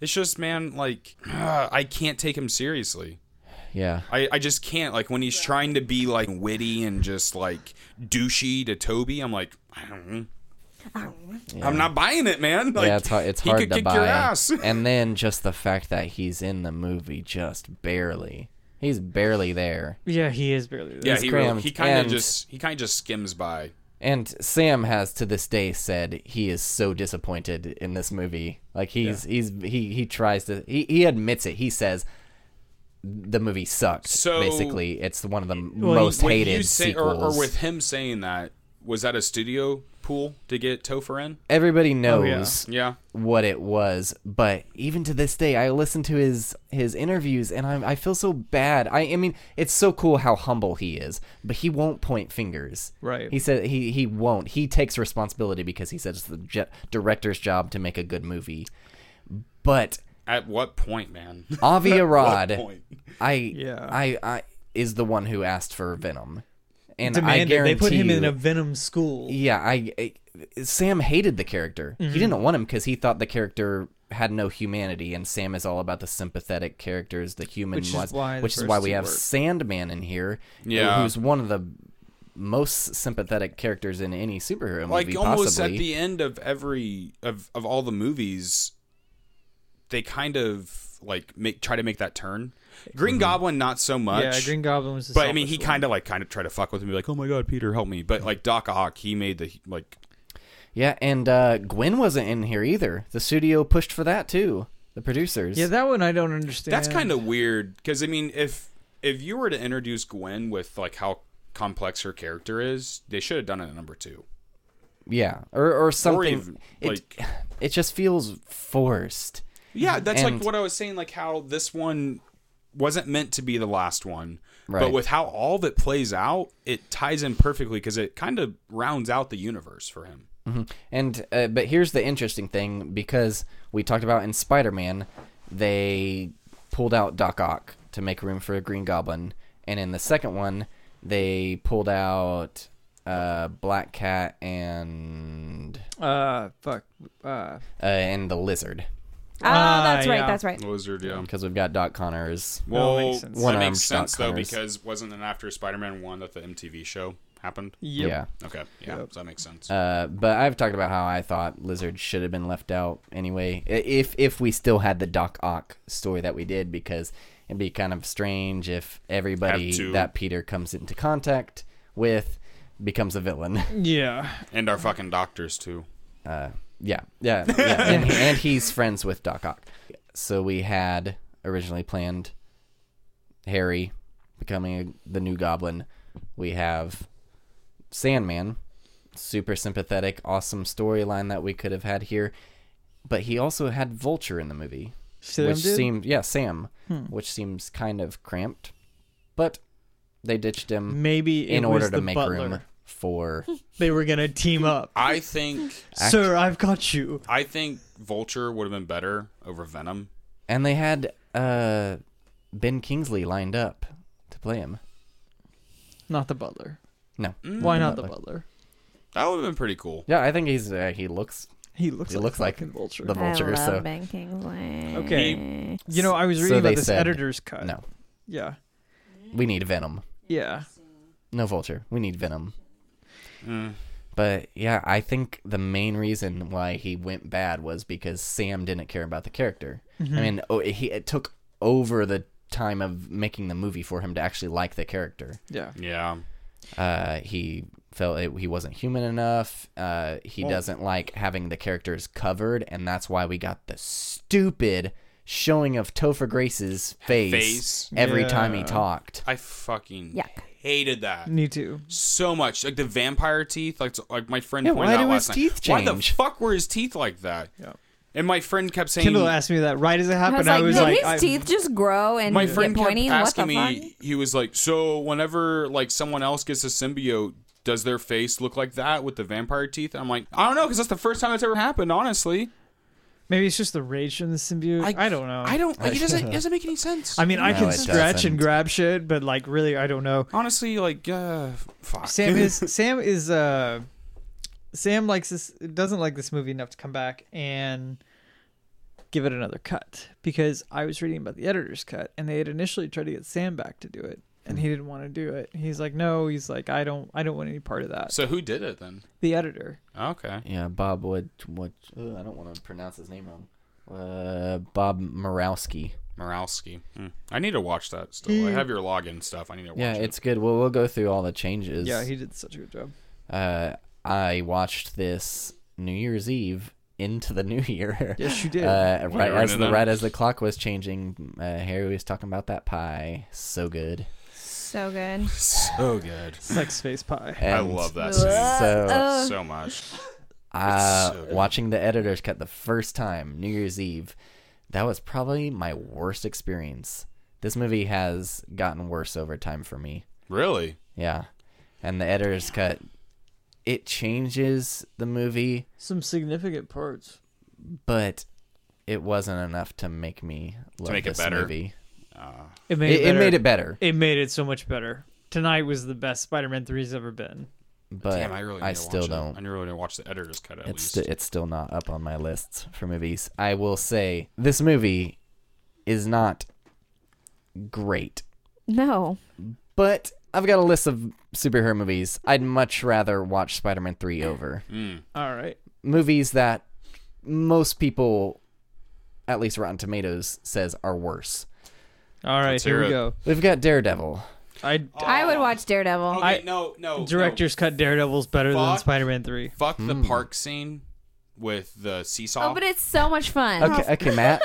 Speaker 2: It's just, man, like *sighs* uh, I can't take him seriously.
Speaker 1: Yeah.
Speaker 2: I, I just can't. Like when he's trying to be like witty and just like douchey to Toby, I'm like, I don't. I'm not buying it, man. Like,
Speaker 1: yeah, it's hard. It's
Speaker 2: he
Speaker 1: hard
Speaker 2: could
Speaker 1: to
Speaker 2: kick
Speaker 1: buy.
Speaker 2: your ass. *laughs*
Speaker 1: and then just the fact that he's in the movie just barely. He's barely there.
Speaker 5: Yeah, he is barely. There.
Speaker 2: yeah,
Speaker 1: he's
Speaker 2: he really,
Speaker 1: cramped
Speaker 2: he kind
Speaker 1: and-
Speaker 2: of just he kind of just skims by.
Speaker 1: And Sam has to this day said he is so disappointed in this movie. Like he's he's he he tries to he, he admits it. He says the movie sucked.
Speaker 2: So-
Speaker 1: basically, it's one of the m-
Speaker 5: he-
Speaker 1: most
Speaker 2: When
Speaker 1: hated
Speaker 2: you say, or,
Speaker 1: sequels.
Speaker 2: or with him saying that, was that a studio pool to get Topher in?
Speaker 1: Everybody
Speaker 5: yeah.
Speaker 1: knows
Speaker 2: Oh, Yeah,
Speaker 1: what it was but even to this day i listen to his his interviews and i, I feel so bad I, I mean it's so cool how humble he is but he won't point fingers
Speaker 5: Right.
Speaker 1: he said he he won't he takes responsibility because he says it's the je- director's job to make a good movie but
Speaker 2: at what point, man? *laughs*
Speaker 1: avi
Speaker 2: What
Speaker 1: arad
Speaker 2: point?
Speaker 1: i
Speaker 5: Yeah.
Speaker 1: i i is the one who asked for venom and i
Speaker 5: demanded
Speaker 1: guarantee
Speaker 5: they put him in
Speaker 1: you-
Speaker 5: a Venom school. Mm-hmm.
Speaker 1: yeah, I, I- Sam hated the character. He didn't want him because he thought the character had no humanity, and Sam is all about the sympathetic characters, the human
Speaker 5: Which is
Speaker 1: ones,
Speaker 5: why the
Speaker 1: which is
Speaker 5: first
Speaker 1: why we
Speaker 5: two
Speaker 1: have
Speaker 5: work.
Speaker 1: Sandman in here, who-
Speaker 2: Yeah.
Speaker 1: who's one of the most sympathetic characters in any superhero
Speaker 2: like
Speaker 1: movie,
Speaker 2: almost
Speaker 1: possibly.
Speaker 2: at the end of every of of all the movies they kind of like make try to make that turn green
Speaker 1: Mm-hmm.
Speaker 2: goblin not so much
Speaker 5: Yeah, Green Goblin was. The
Speaker 2: but i mean he
Speaker 5: selfish one.
Speaker 2: kind of like kind of tried to fuck with him be like oh my god peter help me but like doc ock he made the like
Speaker 1: yeah, and uh, Gwen wasn't in here either. The studio pushed for that too. The producers.
Speaker 5: Yeah, that one I don't understand.
Speaker 2: that's kind of weird because i mean if if you were to introduce gwen with like how complex her character is they should have done it in number two
Speaker 1: Yeah, or or something.
Speaker 2: even,
Speaker 1: it,
Speaker 2: like-
Speaker 1: *sighs* it just feels forced.
Speaker 2: Yeah, that's
Speaker 1: Mm-hmm. And-
Speaker 2: like what I was saying, like how this one wasn't meant to be the last one.
Speaker 1: Right.
Speaker 2: But with how all of it plays out, it ties in perfectly because it kind of rounds out the universe for him.
Speaker 1: And uh, but here's the interesting thing because we talked about in Spider-Man, they pulled out Doc Ock to make room for a Green Goblin, and in the second one, they pulled out uh, Black Cat and
Speaker 5: Uh, fuck. Uh,
Speaker 1: uh, and the Lizard
Speaker 4: Oh, that's
Speaker 5: Ah,
Speaker 4: right.
Speaker 5: yeah.
Speaker 4: That's right.
Speaker 2: Lizard, yeah.
Speaker 1: because we've got Doc Connors.
Speaker 2: Well,
Speaker 5: That makes sense.
Speaker 2: that
Speaker 1: One-armed
Speaker 2: makes sense
Speaker 1: Doc
Speaker 2: though
Speaker 1: Connors.
Speaker 2: because wasn't it after Spider-Man one that the MTV show happened?
Speaker 5: yep.
Speaker 1: Yeah.
Speaker 2: Okay, yeah,
Speaker 5: Yep.
Speaker 2: so that makes sense.
Speaker 1: Uh, but I've talked about how I thought Lizard should have been left out anyway. I- If if we still had the Doc Ock story that we did, because it'd be kind of strange if everybody
Speaker 2: Have to.
Speaker 1: that Peter comes into contact with becomes a villain. *laughs*
Speaker 5: Yeah.
Speaker 2: and our fucking doctors too.
Speaker 1: Uh, yeah, *laughs* yeah, yeah. and, he-
Speaker 5: *laughs*
Speaker 1: and he's friends with Doc Ock. So we had originally planned Harry becoming the new Goblin. We have Sandman, super sympathetic, awesome storyline that we could have had here. But he also had Vulture in the movie,
Speaker 5: Sam
Speaker 1: which
Speaker 5: did? Hmm.
Speaker 1: seems yeah Sam, which seems kind of cramped. But they ditched him
Speaker 5: Maybe it
Speaker 1: in
Speaker 5: was
Speaker 1: order to
Speaker 5: the
Speaker 1: make
Speaker 5: butler.
Speaker 1: room for
Speaker 5: They were gonna
Speaker 1: *laughs*
Speaker 5: team up.
Speaker 2: I think
Speaker 5: Sir, I've got you.
Speaker 2: I think Vulture would have been better over Venom.
Speaker 1: And they had uh, Ben Kingsley lined up to play him.
Speaker 5: Not the butler.
Speaker 1: No,
Speaker 5: Why not the butler?
Speaker 2: Mm, That would have been pretty cool.
Speaker 1: Yeah, I think he's uh, he looks.
Speaker 5: He looks.
Speaker 1: He
Speaker 5: like
Speaker 1: looks
Speaker 5: a
Speaker 1: like
Speaker 5: fucking vulture.
Speaker 1: the- Vulture,
Speaker 4: I love
Speaker 1: so-
Speaker 4: Ben Kingsley.
Speaker 5: Okay. you know, I was
Speaker 1: So
Speaker 5: reading
Speaker 1: they
Speaker 5: about this
Speaker 1: said-
Speaker 5: editor's cut.
Speaker 1: No,
Speaker 5: Yeah.
Speaker 1: we need Venom.
Speaker 5: Yeah.
Speaker 1: No Vulture. We need Venom.
Speaker 2: Mm.
Speaker 1: But yeah, I think the main reason why he went bad was because Sam didn't care about the character. I mean, oh, he it took over the time of making the movie for him to actually like the character.
Speaker 5: Yeah.
Speaker 2: Yeah,
Speaker 1: Uh, he felt it, he wasn't human enough. Uh, he
Speaker 2: Well-
Speaker 1: doesn't like having the characters covered, and that's why we got the stupid showing of Topher Grace's face,
Speaker 2: Face.
Speaker 1: every time he
Speaker 5: Yeah.
Speaker 1: talked.
Speaker 2: I fucking
Speaker 4: Yuck.
Speaker 2: hated that.
Speaker 5: Me too.
Speaker 2: so much. Like the vampire teeth. Like like my friend
Speaker 1: Yeah,
Speaker 2: pointed
Speaker 1: why
Speaker 2: out
Speaker 1: do his
Speaker 2: last night.
Speaker 1: teeth
Speaker 2: Why the
Speaker 1: change?
Speaker 2: fuck were his teeth like that?
Speaker 5: Yeah.
Speaker 2: And my friend kept saying.
Speaker 5: Kendall asked me that right as it
Speaker 4: I was
Speaker 5: happened.
Speaker 4: like,
Speaker 5: I was
Speaker 4: did
Speaker 5: like,
Speaker 4: his
Speaker 5: I-
Speaker 4: teeth just grow and
Speaker 2: my friend
Speaker 4: get
Speaker 2: kept
Speaker 4: pointy? What the
Speaker 2: asking
Speaker 4: fuck?
Speaker 2: me. He was like, "So whenever like someone else gets a symbiote." Does their face look like that with the vampire teeth? And I'm like, I don't know, because that's the first time that's ever happened. Honestly,
Speaker 5: *laughs* Maybe it's just the rage from the symbiote. I, don't know.
Speaker 2: I don't. Like, it doesn't.
Speaker 5: *laughs*
Speaker 2: It doesn't make any sense.
Speaker 5: I mean, I
Speaker 1: No,
Speaker 5: can
Speaker 1: it
Speaker 5: stretch
Speaker 1: doesn't.
Speaker 5: and grab shit, but like, really, I don't know.
Speaker 2: honestly, like, uh, fuck. *laughs*
Speaker 5: Sam is Sam is uh Sam likes this doesn't like this movie enough to come back and give it another cut because I was reading about the editor's cut and they had initially tried to get Sam back to do it and he didn't want to do it. He's like, no, he's like, I don't, I don't want any part of that.
Speaker 2: So who did it then?
Speaker 5: The editor,
Speaker 2: Okay.
Speaker 1: Yeah, Bob Wood. What? uh, I don't want to pronounce his name wrong. Uh, Bob Morowski.
Speaker 2: Moralski. Hmm. I need to watch that still. I have your login stuff. I need to watch
Speaker 1: Yeah,
Speaker 2: it.
Speaker 1: it's good. Well, we'll go through all the changes.
Speaker 5: yeah, he did such a good job.
Speaker 1: uh, I watched this New Year's Eve into the *laughs* new year.
Speaker 5: Yes, you did.
Speaker 1: Uh,
Speaker 2: We're
Speaker 1: right as
Speaker 2: running
Speaker 1: the
Speaker 2: out.
Speaker 1: right as the clock was changing, uh, Harry was talking about that pie, so good.
Speaker 4: So
Speaker 1: *laughs*
Speaker 4: good.
Speaker 2: so good.
Speaker 5: it's like space pie.
Speaker 2: I
Speaker 1: And,
Speaker 2: love that scene.
Speaker 1: So,
Speaker 4: Uh,
Speaker 2: so much.
Speaker 1: uh,
Speaker 2: so good.
Speaker 1: watching the editor's cut the first time, New Year's Eve, that was probably my worst experience. This movie has gotten worse over time for me.
Speaker 2: Really?
Speaker 1: Yeah, and the editor's cut, it changes the movie.
Speaker 5: Some significant parts.
Speaker 1: but it wasn't enough to make me love
Speaker 2: make it
Speaker 1: this
Speaker 2: better.
Speaker 1: movie.
Speaker 5: It
Speaker 1: It,
Speaker 5: made
Speaker 1: it,
Speaker 5: it, better.
Speaker 1: made it better.
Speaker 5: It made it so much better. Tonight was the best Spider-Man three's ever been.
Speaker 1: but
Speaker 2: Damn, I really need to
Speaker 1: still
Speaker 2: watch it.
Speaker 1: don't.
Speaker 2: I really need to watch the editor's cut at
Speaker 1: it's
Speaker 2: least.
Speaker 1: sti- it's still not up on my list for movies. I will say this movie is not great,
Speaker 4: No.
Speaker 1: but I've got a list of superhero movies I'd much rather watch Spider-Man 3 over.
Speaker 2: Mm.
Speaker 5: All right.
Speaker 1: movies that most people at least Rotten Tomatoes says are worse.
Speaker 5: All right.
Speaker 2: Let's
Speaker 5: Here
Speaker 2: hear
Speaker 5: we
Speaker 2: it.
Speaker 5: go.
Speaker 1: We've got Daredevil.
Speaker 5: I
Speaker 4: I would watch Daredevil.
Speaker 2: Okay,
Speaker 5: I-
Speaker 2: no, no. no.
Speaker 5: director's cut Daredevil's better than
Speaker 2: Fuck.
Speaker 5: Spider-Man Three.
Speaker 2: Fuck the
Speaker 1: Hmm.
Speaker 2: park scene with the seesaw. *laughs*
Speaker 4: Oh, but it's so much fun.
Speaker 1: Okay, okay, Matt.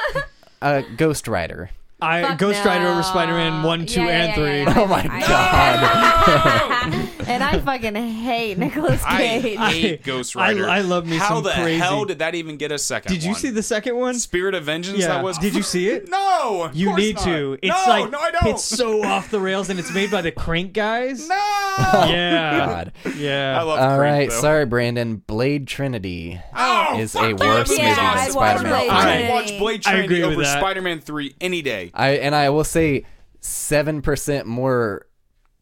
Speaker 1: Uh, Ghost Rider.
Speaker 5: I
Speaker 4: Fuck
Speaker 5: Ghost Rider over
Speaker 4: no.
Speaker 5: Spider-Man One, Two,
Speaker 4: Yeah, yeah,
Speaker 5: and
Speaker 4: yeah,
Speaker 5: Three.
Speaker 4: yeah, yeah.
Speaker 1: Oh my
Speaker 4: I-
Speaker 1: god.
Speaker 4: *laughs* and I fucking hate Nicolas
Speaker 2: I
Speaker 4: Cage.
Speaker 2: hate
Speaker 5: I-
Speaker 2: Ghost
Speaker 5: I-
Speaker 2: Rider.
Speaker 5: I love me
Speaker 2: How
Speaker 5: some
Speaker 2: the
Speaker 5: crazy-
Speaker 2: hell did that even get a second?
Speaker 5: Did you
Speaker 2: one?
Speaker 5: see the second one?
Speaker 2: Spirit of Vengeance?
Speaker 5: Yeah.
Speaker 2: That was.
Speaker 5: Did you see
Speaker 2: *laughs*
Speaker 5: it?
Speaker 2: No. of
Speaker 5: You
Speaker 2: course
Speaker 5: need
Speaker 2: not.
Speaker 5: to. It's
Speaker 2: no,
Speaker 5: like
Speaker 2: no, I don't.
Speaker 5: it's so off the rails, and it's made by the Crank guys.
Speaker 2: no.
Speaker 5: *laughs* Yeah.
Speaker 1: God.
Speaker 5: Yeah.
Speaker 2: I love.
Speaker 1: All
Speaker 2: Creep,
Speaker 1: right,
Speaker 2: though.
Speaker 1: sorry, Brandon. Blade Trinity.
Speaker 2: Oh,
Speaker 1: is
Speaker 2: fuck
Speaker 1: a
Speaker 2: you.
Speaker 1: worse
Speaker 4: Yeah, movie than I'd watch Spider-Man. Blade
Speaker 2: I
Speaker 5: Trinity.
Speaker 2: would watch Blade
Speaker 5: I
Speaker 2: Trinity
Speaker 5: agree with
Speaker 2: over
Speaker 5: that.
Speaker 2: Spider-Man Three any day.
Speaker 1: I and I will say, seven percent more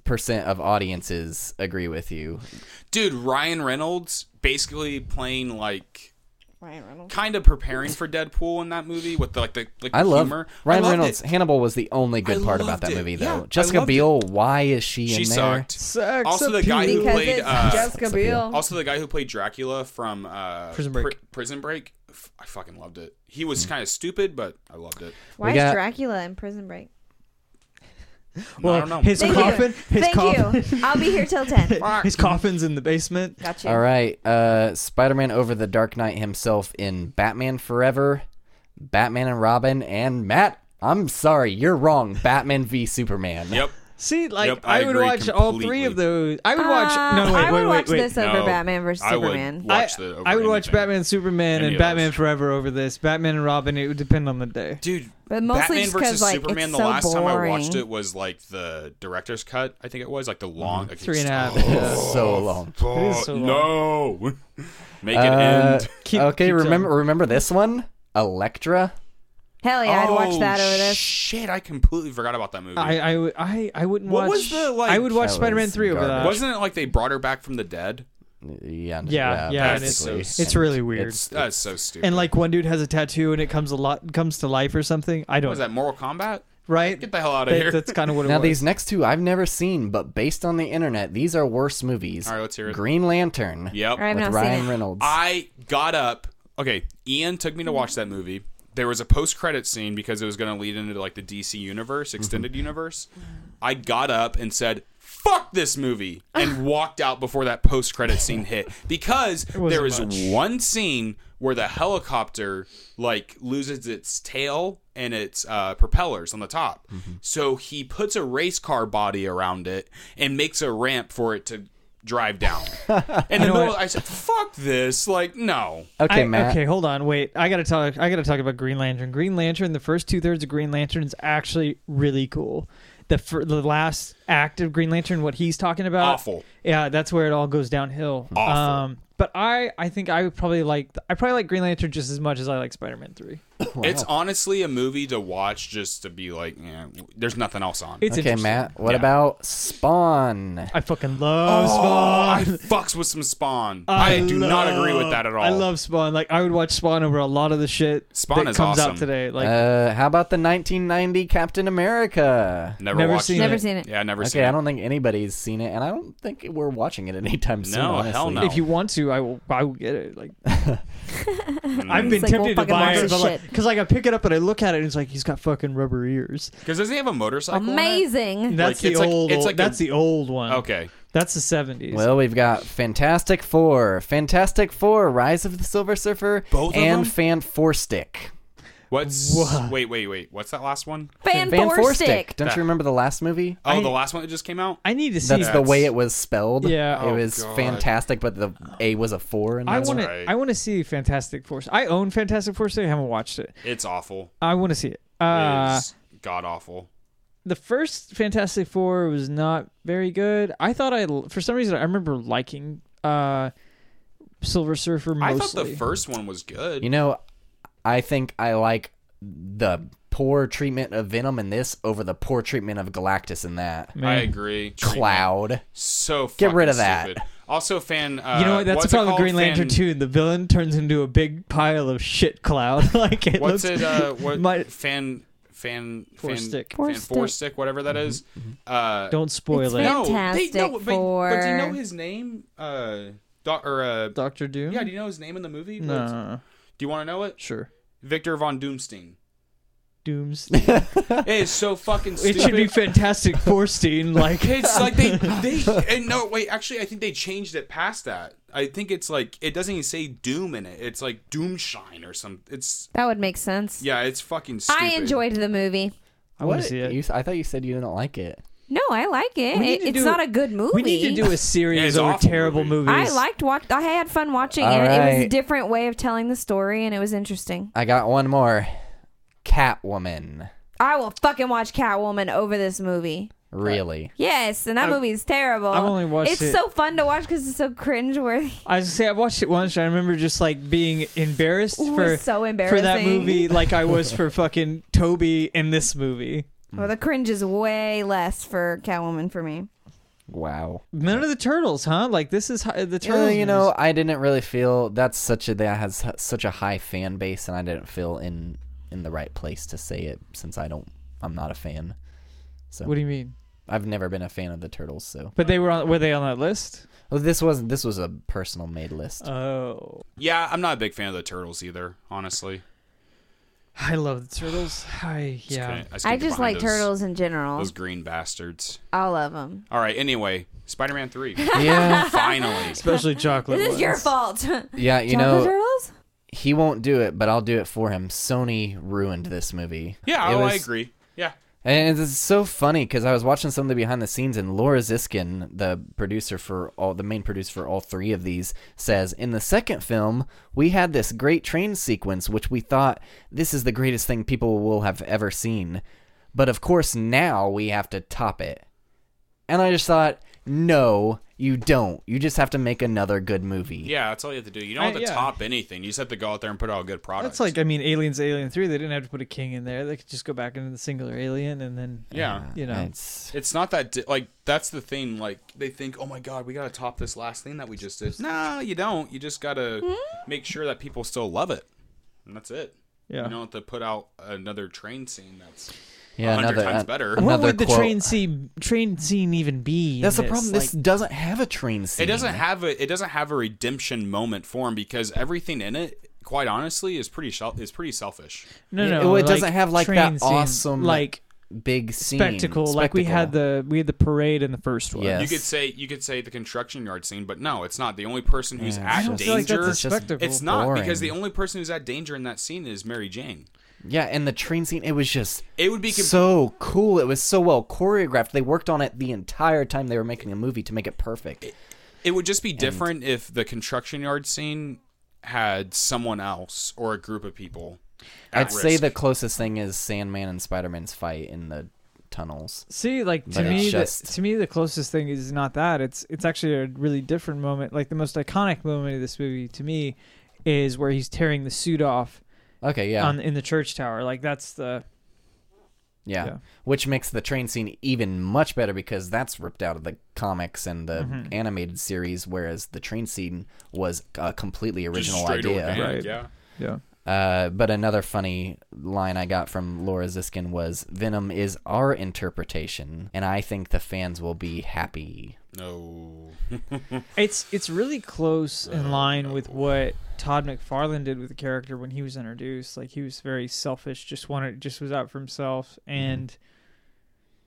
Speaker 1: percent of audiences agree with you.
Speaker 2: Dude, Ryan Reynolds basically playing like
Speaker 4: Ryan Reynolds.
Speaker 2: kind of preparing for Deadpool in that movie with the, like the like
Speaker 1: I
Speaker 2: the
Speaker 1: love
Speaker 2: humor. I
Speaker 1: Ryan
Speaker 2: loved
Speaker 1: Reynolds.
Speaker 2: it.
Speaker 1: Hannibal was the only good
Speaker 2: I
Speaker 1: part about that
Speaker 2: loved it.
Speaker 1: movie,
Speaker 2: Yeah,
Speaker 1: though.
Speaker 2: I
Speaker 1: Jessica
Speaker 2: loved it.
Speaker 1: Biel. Why is she,
Speaker 2: She
Speaker 1: in there?
Speaker 2: sucked.
Speaker 5: Sucks
Speaker 2: Also, the
Speaker 5: a
Speaker 2: guy who
Speaker 5: pee.
Speaker 4: Because
Speaker 2: played,
Speaker 4: it's
Speaker 2: uh,
Speaker 4: Jessica
Speaker 1: Sophia.
Speaker 4: Biel.
Speaker 2: Also, the guy who played Dracula from uh,
Speaker 5: Prison Break.
Speaker 2: Prison Break. F- I fucking loved it. He
Speaker 1: Hmm.
Speaker 2: was kind of stupid, but I loved it.
Speaker 1: We
Speaker 4: Why
Speaker 1: got-
Speaker 4: is Dracula in Prison Break?
Speaker 5: Well,
Speaker 2: I don't know.
Speaker 5: his
Speaker 4: Thank
Speaker 5: coffin.
Speaker 4: you.
Speaker 5: His
Speaker 4: Thank
Speaker 5: coffin.
Speaker 4: you. I'll be here till ten.
Speaker 5: His coffin's in the basement.
Speaker 4: Gotcha.
Speaker 1: All right, uh, Spider-Man over the Dark Knight himself in Batman Forever, Batman and Robin, and Matt. I'm sorry, you're wrong. Batman v Superman.
Speaker 2: Yep.
Speaker 5: See, like
Speaker 2: Yep,
Speaker 5: I,
Speaker 2: I
Speaker 5: would
Speaker 2: agree
Speaker 5: watch all three
Speaker 2: completely.
Speaker 5: of those. Uh, I would watch. no,
Speaker 4: Um,
Speaker 5: wait,
Speaker 4: I would
Speaker 5: wait,
Speaker 4: watch
Speaker 5: wait, wait.
Speaker 4: this over
Speaker 2: No.
Speaker 4: Batman versus
Speaker 2: I would
Speaker 4: Superman.
Speaker 2: wa- Watch the- over
Speaker 5: I, I would watch
Speaker 2: anything.
Speaker 5: Batman, Superman,
Speaker 2: Any
Speaker 5: and
Speaker 2: of
Speaker 5: Batman
Speaker 2: those.
Speaker 5: Forever over this. Batman and Robin. It would depend on the day.
Speaker 2: Dude,
Speaker 4: But mostly
Speaker 2: Batman
Speaker 4: just
Speaker 2: versus
Speaker 4: 'cause, like,
Speaker 2: Superman.
Speaker 4: it's
Speaker 2: the
Speaker 4: so
Speaker 2: last time I watched
Speaker 4: boring.
Speaker 2: it was like the director's cut. I think it was like the long like,
Speaker 5: Three and a half.
Speaker 2: it's-
Speaker 5: yeah.
Speaker 1: *laughs*
Speaker 2: Oh.
Speaker 1: so long.
Speaker 5: It is so long.
Speaker 2: No, *laughs* make it
Speaker 1: Uh,
Speaker 2: end.
Speaker 5: Keep-
Speaker 1: okay,
Speaker 5: keep
Speaker 1: remember
Speaker 5: going.
Speaker 1: remember this one, Electra.
Speaker 4: Hell yeah, I'd watch
Speaker 2: Oh,
Speaker 4: that over this.
Speaker 2: Shit, I completely forgot about that movie.
Speaker 5: I I would I, I wouldn't
Speaker 2: What
Speaker 5: watch.
Speaker 2: was the, like-
Speaker 5: I would
Speaker 1: That
Speaker 5: watch
Speaker 1: was
Speaker 5: Spider-Man three over
Speaker 1: garbage.
Speaker 5: that.
Speaker 2: Wasn't it like they brought her back from the dead?
Speaker 1: Yeah,
Speaker 5: Yeah,
Speaker 2: and
Speaker 5: yeah,
Speaker 2: it's-
Speaker 1: basically.
Speaker 2: it's-
Speaker 5: it's really weird.
Speaker 1: It's,
Speaker 2: That's so stupid.
Speaker 5: and like one dude has a tattoo and it comes a lot comes to life or something. I
Speaker 2: what
Speaker 5: don't
Speaker 2: was that Mortal Kombat?
Speaker 5: right.
Speaker 2: Get the hell out of
Speaker 5: That-
Speaker 2: here.
Speaker 5: That's kind of what it
Speaker 1: now
Speaker 5: was.
Speaker 1: these next two I've never seen, but based on the internet, these are worse movies.
Speaker 2: *laughs* All right, let's hear it.
Speaker 1: Green Lantern.
Speaker 2: Yep.
Speaker 4: Right. I've
Speaker 1: with
Speaker 4: not seen
Speaker 1: Ryan
Speaker 4: it.
Speaker 1: Reynolds.
Speaker 2: I got up. Okay, Ian took me to watch that movie. There was a post-credit scene because it was going to lead into like the DC universe, extended universe. I got up and said, "Fuck this movie," and walked out before that post-credit scene hit because there was
Speaker 5: much.
Speaker 2: one scene where the helicopter like loses its tail and its uh, propellers on the top. So he puts a race car body around it and makes a ramp for it to drive down. And then
Speaker 5: know
Speaker 2: I said, "Fuck this!" Like, no.
Speaker 1: okay,
Speaker 5: I-
Speaker 1: Matt.
Speaker 5: Okay, hold on. Wait, I gotta talk. I gotta talk about Green Lantern. Green Lantern. The first two thirds of Green Lantern is actually really cool. The fir- the last act of Green Lantern, what he's talking about,
Speaker 2: Awful.
Speaker 5: Yeah, that's where it all goes downhill.
Speaker 2: Awful.
Speaker 5: Um, but I I think I would probably like I probably like Green Lantern just as much as I like Spider Man three.
Speaker 2: It's honestly a movie to watch just to be like, yeah, there's nothing else on.
Speaker 5: It's
Speaker 1: Okay,
Speaker 5: interesting.
Speaker 1: Matt. What
Speaker 2: Yeah.
Speaker 1: about Spawn?
Speaker 5: I fucking love Spawn.
Speaker 2: I fucks with some Spawn. Oh, I, do not agree with that at all.
Speaker 5: I love Spawn. Like I would watch Spawn over a lot of the shit
Speaker 2: Spawn
Speaker 5: that
Speaker 2: is
Speaker 5: comes out
Speaker 2: awesome.
Speaker 5: today. Like
Speaker 1: Uh, how about the 1990 Captain America?
Speaker 2: Never,
Speaker 5: Never
Speaker 2: watched
Speaker 5: seen
Speaker 2: it.
Speaker 5: it.
Speaker 4: Never seen it.
Speaker 2: Yeah, I never seen
Speaker 1: Okay, I don't think anybody's seen it, and I don't think we're watching it *laughs* anytime soon.
Speaker 2: No,
Speaker 1: honestly.
Speaker 2: hell no.
Speaker 5: if you want to, I will. I will get it. Like
Speaker 2: it.
Speaker 5: I've been
Speaker 4: It's
Speaker 5: tempted
Speaker 4: like, we'll
Speaker 5: to
Speaker 4: fucking
Speaker 5: buy
Speaker 4: watch
Speaker 5: it,
Speaker 4: this
Speaker 5: but like,
Speaker 4: shit.
Speaker 5: Mm. because like I pick it up and I look at it, and it's like he's got fucking rubber ears.
Speaker 2: Because does he have a motorcycle? on it?
Speaker 5: *laughs*
Speaker 4: Amazing.
Speaker 2: Like,
Speaker 5: That's the
Speaker 2: it's like-
Speaker 5: old.
Speaker 2: it's
Speaker 5: old-
Speaker 2: like a-
Speaker 5: that's the old one.
Speaker 2: Okay.
Speaker 5: that's the seventies.
Speaker 1: Well, we've got Fantastic Four, Fantastic Four, Rise of the Silver Surfer,
Speaker 2: Both of
Speaker 1: and
Speaker 2: them?
Speaker 1: Fan Four Stick.
Speaker 2: What's
Speaker 5: What?
Speaker 2: wait, wait, wait? What's that last one?
Speaker 4: Fan
Speaker 1: Fan Four Stick.
Speaker 4: stick.
Speaker 1: Don't
Speaker 2: That-
Speaker 1: you remember the last movie?
Speaker 2: Oh,
Speaker 5: I-
Speaker 2: the last one that just came out.
Speaker 5: I need to see.
Speaker 1: That's the
Speaker 2: That's-
Speaker 1: way it was spelled.
Speaker 5: Yeah.
Speaker 1: it
Speaker 2: Oh,
Speaker 1: was
Speaker 2: God.
Speaker 1: fantastic, but the A was a four. And
Speaker 5: I
Speaker 1: that
Speaker 5: want
Speaker 1: one.
Speaker 5: to.
Speaker 2: right.
Speaker 5: I want to see Fantastic Force. I own Fantastic Force. I haven't watched it.
Speaker 2: It's awful.
Speaker 5: I want to see it.
Speaker 2: It
Speaker 5: Uh,
Speaker 2: is god awful.
Speaker 5: the first Fantastic Four was not very good. I thought I for some reason I remember liking uh Silver Surfer
Speaker 2: I
Speaker 5: mostly.
Speaker 2: thought the first one was good.
Speaker 1: You know, I think I like the poor treatment of Venom in this over the poor treatment of Galactus in that.
Speaker 5: Man.
Speaker 2: I agree. Treatment.
Speaker 1: Cloud.
Speaker 2: So
Speaker 1: Get rid
Speaker 2: fucking
Speaker 1: of that.
Speaker 2: stupid. Also, fan. Uh,
Speaker 5: you know what? That's
Speaker 2: what's
Speaker 5: the problem
Speaker 2: it
Speaker 5: with
Speaker 2: called?
Speaker 5: Green Lantern
Speaker 2: fan,
Speaker 5: too. The villain turns into a big pile of shit cloud. *laughs* like it
Speaker 2: What's
Speaker 5: looks
Speaker 2: it?
Speaker 5: *laughs*
Speaker 2: Uh, what
Speaker 5: my-
Speaker 2: fan fan
Speaker 5: Four
Speaker 2: fan
Speaker 5: stick.
Speaker 4: Four
Speaker 2: fan four
Speaker 4: stick.
Speaker 2: stick whatever that is.
Speaker 5: Mm-hmm.
Speaker 2: Uh,
Speaker 5: Don't spoil
Speaker 4: It's
Speaker 5: it.
Speaker 4: fan-
Speaker 2: no,
Speaker 4: Fantastic
Speaker 2: they, no, but, but do you know
Speaker 4: Four.
Speaker 2: his name? Uh, doc, or uh,
Speaker 5: Doctor Doom.
Speaker 2: yeah, do you know his name in the movie?
Speaker 5: no, no,
Speaker 2: What's-
Speaker 5: no, no.
Speaker 2: Do you want to know it?
Speaker 5: sure.
Speaker 2: Victor von Doomstein.
Speaker 5: Dooms.
Speaker 1: Mm-hmm.
Speaker 2: It is so fucking stupid.
Speaker 5: *laughs* it should be Fantastic Forstein. Like
Speaker 2: *laughs* It's like
Speaker 5: *laughs*
Speaker 2: they they and no wait actually I think they changed it past that. I think it's like it doesn't even say doom in it. It's like doomshine or some. It's
Speaker 4: That would make sense.
Speaker 2: yeah, it's fucking stupid.
Speaker 4: I enjoyed the movie.
Speaker 5: I want to see it.
Speaker 1: You, I thought you said you didn't like it.
Speaker 4: No, I like it.
Speaker 5: We need
Speaker 4: It-
Speaker 5: to
Speaker 4: it's
Speaker 5: do-
Speaker 4: not a good movie.
Speaker 5: We need to do a
Speaker 2: Yeah,
Speaker 5: series
Speaker 2: it's
Speaker 5: over
Speaker 2: awful
Speaker 5: terrible
Speaker 2: movie.
Speaker 5: movies.
Speaker 4: I liked watch. I had fun watching
Speaker 1: All
Speaker 4: it. It was a
Speaker 1: right.
Speaker 4: different way of telling the story, and it was interesting.
Speaker 1: I got one more. Catwoman.
Speaker 4: I will fucking watch Catwoman over this movie.
Speaker 1: Really?
Speaker 4: Yes, and that
Speaker 5: I've-
Speaker 4: movie is terrible.
Speaker 5: I've only watched
Speaker 4: It's
Speaker 5: it-
Speaker 4: so fun to watch because it's so cringeworthy. *laughs*
Speaker 5: I was gonna say I watched it once. and I remember just like being embarrassed
Speaker 4: Ooh,
Speaker 5: for
Speaker 4: it's so
Speaker 5: for
Speaker 4: embarrassing.
Speaker 5: that
Speaker 4: *laughs*
Speaker 5: movie, like I was for fucking Toby in this movie.
Speaker 4: Well, the cringe is way less for Catwoman for me.
Speaker 1: Wow.
Speaker 5: None of the turtles, huh? Like this is hi- the
Speaker 1: Yeah,
Speaker 5: turtles.
Speaker 1: you know, I didn't really feel that's such a that has hu- such a high fan base, and I didn't feel in in the right place to say it since I don't. I'm not a fan. So
Speaker 5: What do you mean?
Speaker 1: I've never been a fan of the turtles. So
Speaker 5: But they were on. Were they on that list?
Speaker 1: well, this wasn't. This was a personal made list.
Speaker 5: Oh,
Speaker 2: Yeah, I'm not a big fan of the turtles either. Honestly,
Speaker 5: I love
Speaker 2: *sighs*
Speaker 5: the turtles. I
Speaker 2: Just
Speaker 5: yeah.
Speaker 2: couldn't- just
Speaker 4: I
Speaker 2: couldn't get
Speaker 4: just like
Speaker 2: behind those-
Speaker 4: turtles in general.
Speaker 2: Those green bastards.
Speaker 4: All of them.
Speaker 2: All right. Anyway, Spider-Man
Speaker 4: *laughs*
Speaker 2: three.
Speaker 1: *laughs* yeah,
Speaker 2: Finally.
Speaker 5: Especially chocolate.
Speaker 4: This
Speaker 5: ones.
Speaker 4: is your fault. You *laughs*
Speaker 1: yeah. You know,
Speaker 4: turtles?
Speaker 1: he won't do it, but I'll do it for him. Sony ruined this movie.
Speaker 2: Yeah,
Speaker 1: It
Speaker 2: oh, I
Speaker 1: was-
Speaker 2: agree. Yeah.
Speaker 1: And it's so funny because I was watching some of the behind the scenes, and Laura Ziskin, the producer for all the main producer for all three of these, says in the second film we had this great train sequence, which we thought this is the greatest thing people will have ever seen, but of course now we have to top it. And I just thought, no, you don't. You just have to make another good movie.
Speaker 2: Yeah, that's all you have to do. You don't
Speaker 5: I-
Speaker 2: have to
Speaker 5: yeah.
Speaker 2: top anything. You just have to go out there and put out a good product.
Speaker 5: That's like I mean, Aliens, Alien Three. They didn't have to put a king in there. They could just go back into the singular alien and then
Speaker 2: yeah.
Speaker 5: you know.
Speaker 1: Uh, It's
Speaker 2: It's not that di- like that's the thing. Like they think, oh my god, we gotta top this last thing that we just did. No, you don't. You just gotta
Speaker 4: Hmm?
Speaker 2: make sure that people still love it, and that's it.
Speaker 5: Yeah.
Speaker 2: You don't have to put out another train scene that's
Speaker 1: yeah,
Speaker 2: 100
Speaker 1: another
Speaker 2: times
Speaker 1: uh,
Speaker 2: better.
Speaker 1: another
Speaker 5: what would the
Speaker 1: quote.
Speaker 5: train scene train scene even be? in
Speaker 1: That's the
Speaker 5: this?
Speaker 1: problem.
Speaker 5: Like,
Speaker 1: This doesn't have a train scene.
Speaker 2: it doesn't have a it doesn't have a redemption moment for him because everything in it, quite honestly, is pretty shel- is pretty selfish.
Speaker 5: no,
Speaker 1: Yeah,
Speaker 5: no.
Speaker 1: well, it
Speaker 5: like,
Speaker 1: doesn't have, like,
Speaker 5: train
Speaker 1: that
Speaker 5: scene,
Speaker 1: awesome
Speaker 5: like
Speaker 1: big scene
Speaker 5: spectacle, like we had
Speaker 1: Spectacle.
Speaker 5: the we had the parade in the first one.
Speaker 1: Yes.
Speaker 2: You could say you could say the construction yard scene, but no, it's not the only person who's
Speaker 1: Yeah,
Speaker 2: at
Speaker 5: I don't
Speaker 2: danger.
Speaker 5: feel like that's a
Speaker 1: It's just-
Speaker 5: spectacle.
Speaker 2: it's not because the
Speaker 1: boring.
Speaker 2: only person who's at danger in that scene is Mary Jane.
Speaker 1: Yeah, and the train scene, it was just
Speaker 2: It would be com-
Speaker 1: so cool. It was so well choreographed. They worked on it the entire time they were making a movie to make it perfect.
Speaker 2: It would just be different if the construction yard scene had someone else or a group of people.
Speaker 1: I'd
Speaker 2: at
Speaker 1: say
Speaker 2: risk.
Speaker 1: the closest thing is Sandman and Spider Man's fight in the tunnels.
Speaker 5: See, like to
Speaker 1: But it's
Speaker 5: me, the,
Speaker 1: just-
Speaker 5: to me, the closest thing is not that. It's it's actually a really different moment. Like the most iconic moment of this movie to me is where he's tearing the suit off
Speaker 1: Okay, yeah.
Speaker 5: on in the church tower. Like that's the
Speaker 1: yeah.
Speaker 5: yeah.
Speaker 1: Which makes the train scene even much better because that's ripped out of the comics and the animated series, whereas the train scene was a completely
Speaker 2: Just
Speaker 1: original
Speaker 2: straight
Speaker 1: idea.
Speaker 2: organic,
Speaker 5: Right.
Speaker 2: Yeah.
Speaker 5: yeah.
Speaker 1: Uh, but another funny line I got from Laura Ziskin was Venom is our interpretation, and I think the fans will be happy.
Speaker 2: No.
Speaker 5: It's it's really close in
Speaker 2: Uh,
Speaker 5: line with what Todd McFarlane did with the character when he was introduced. Like he was very selfish, just wanted just was out for himself
Speaker 2: Mm-hmm.
Speaker 5: and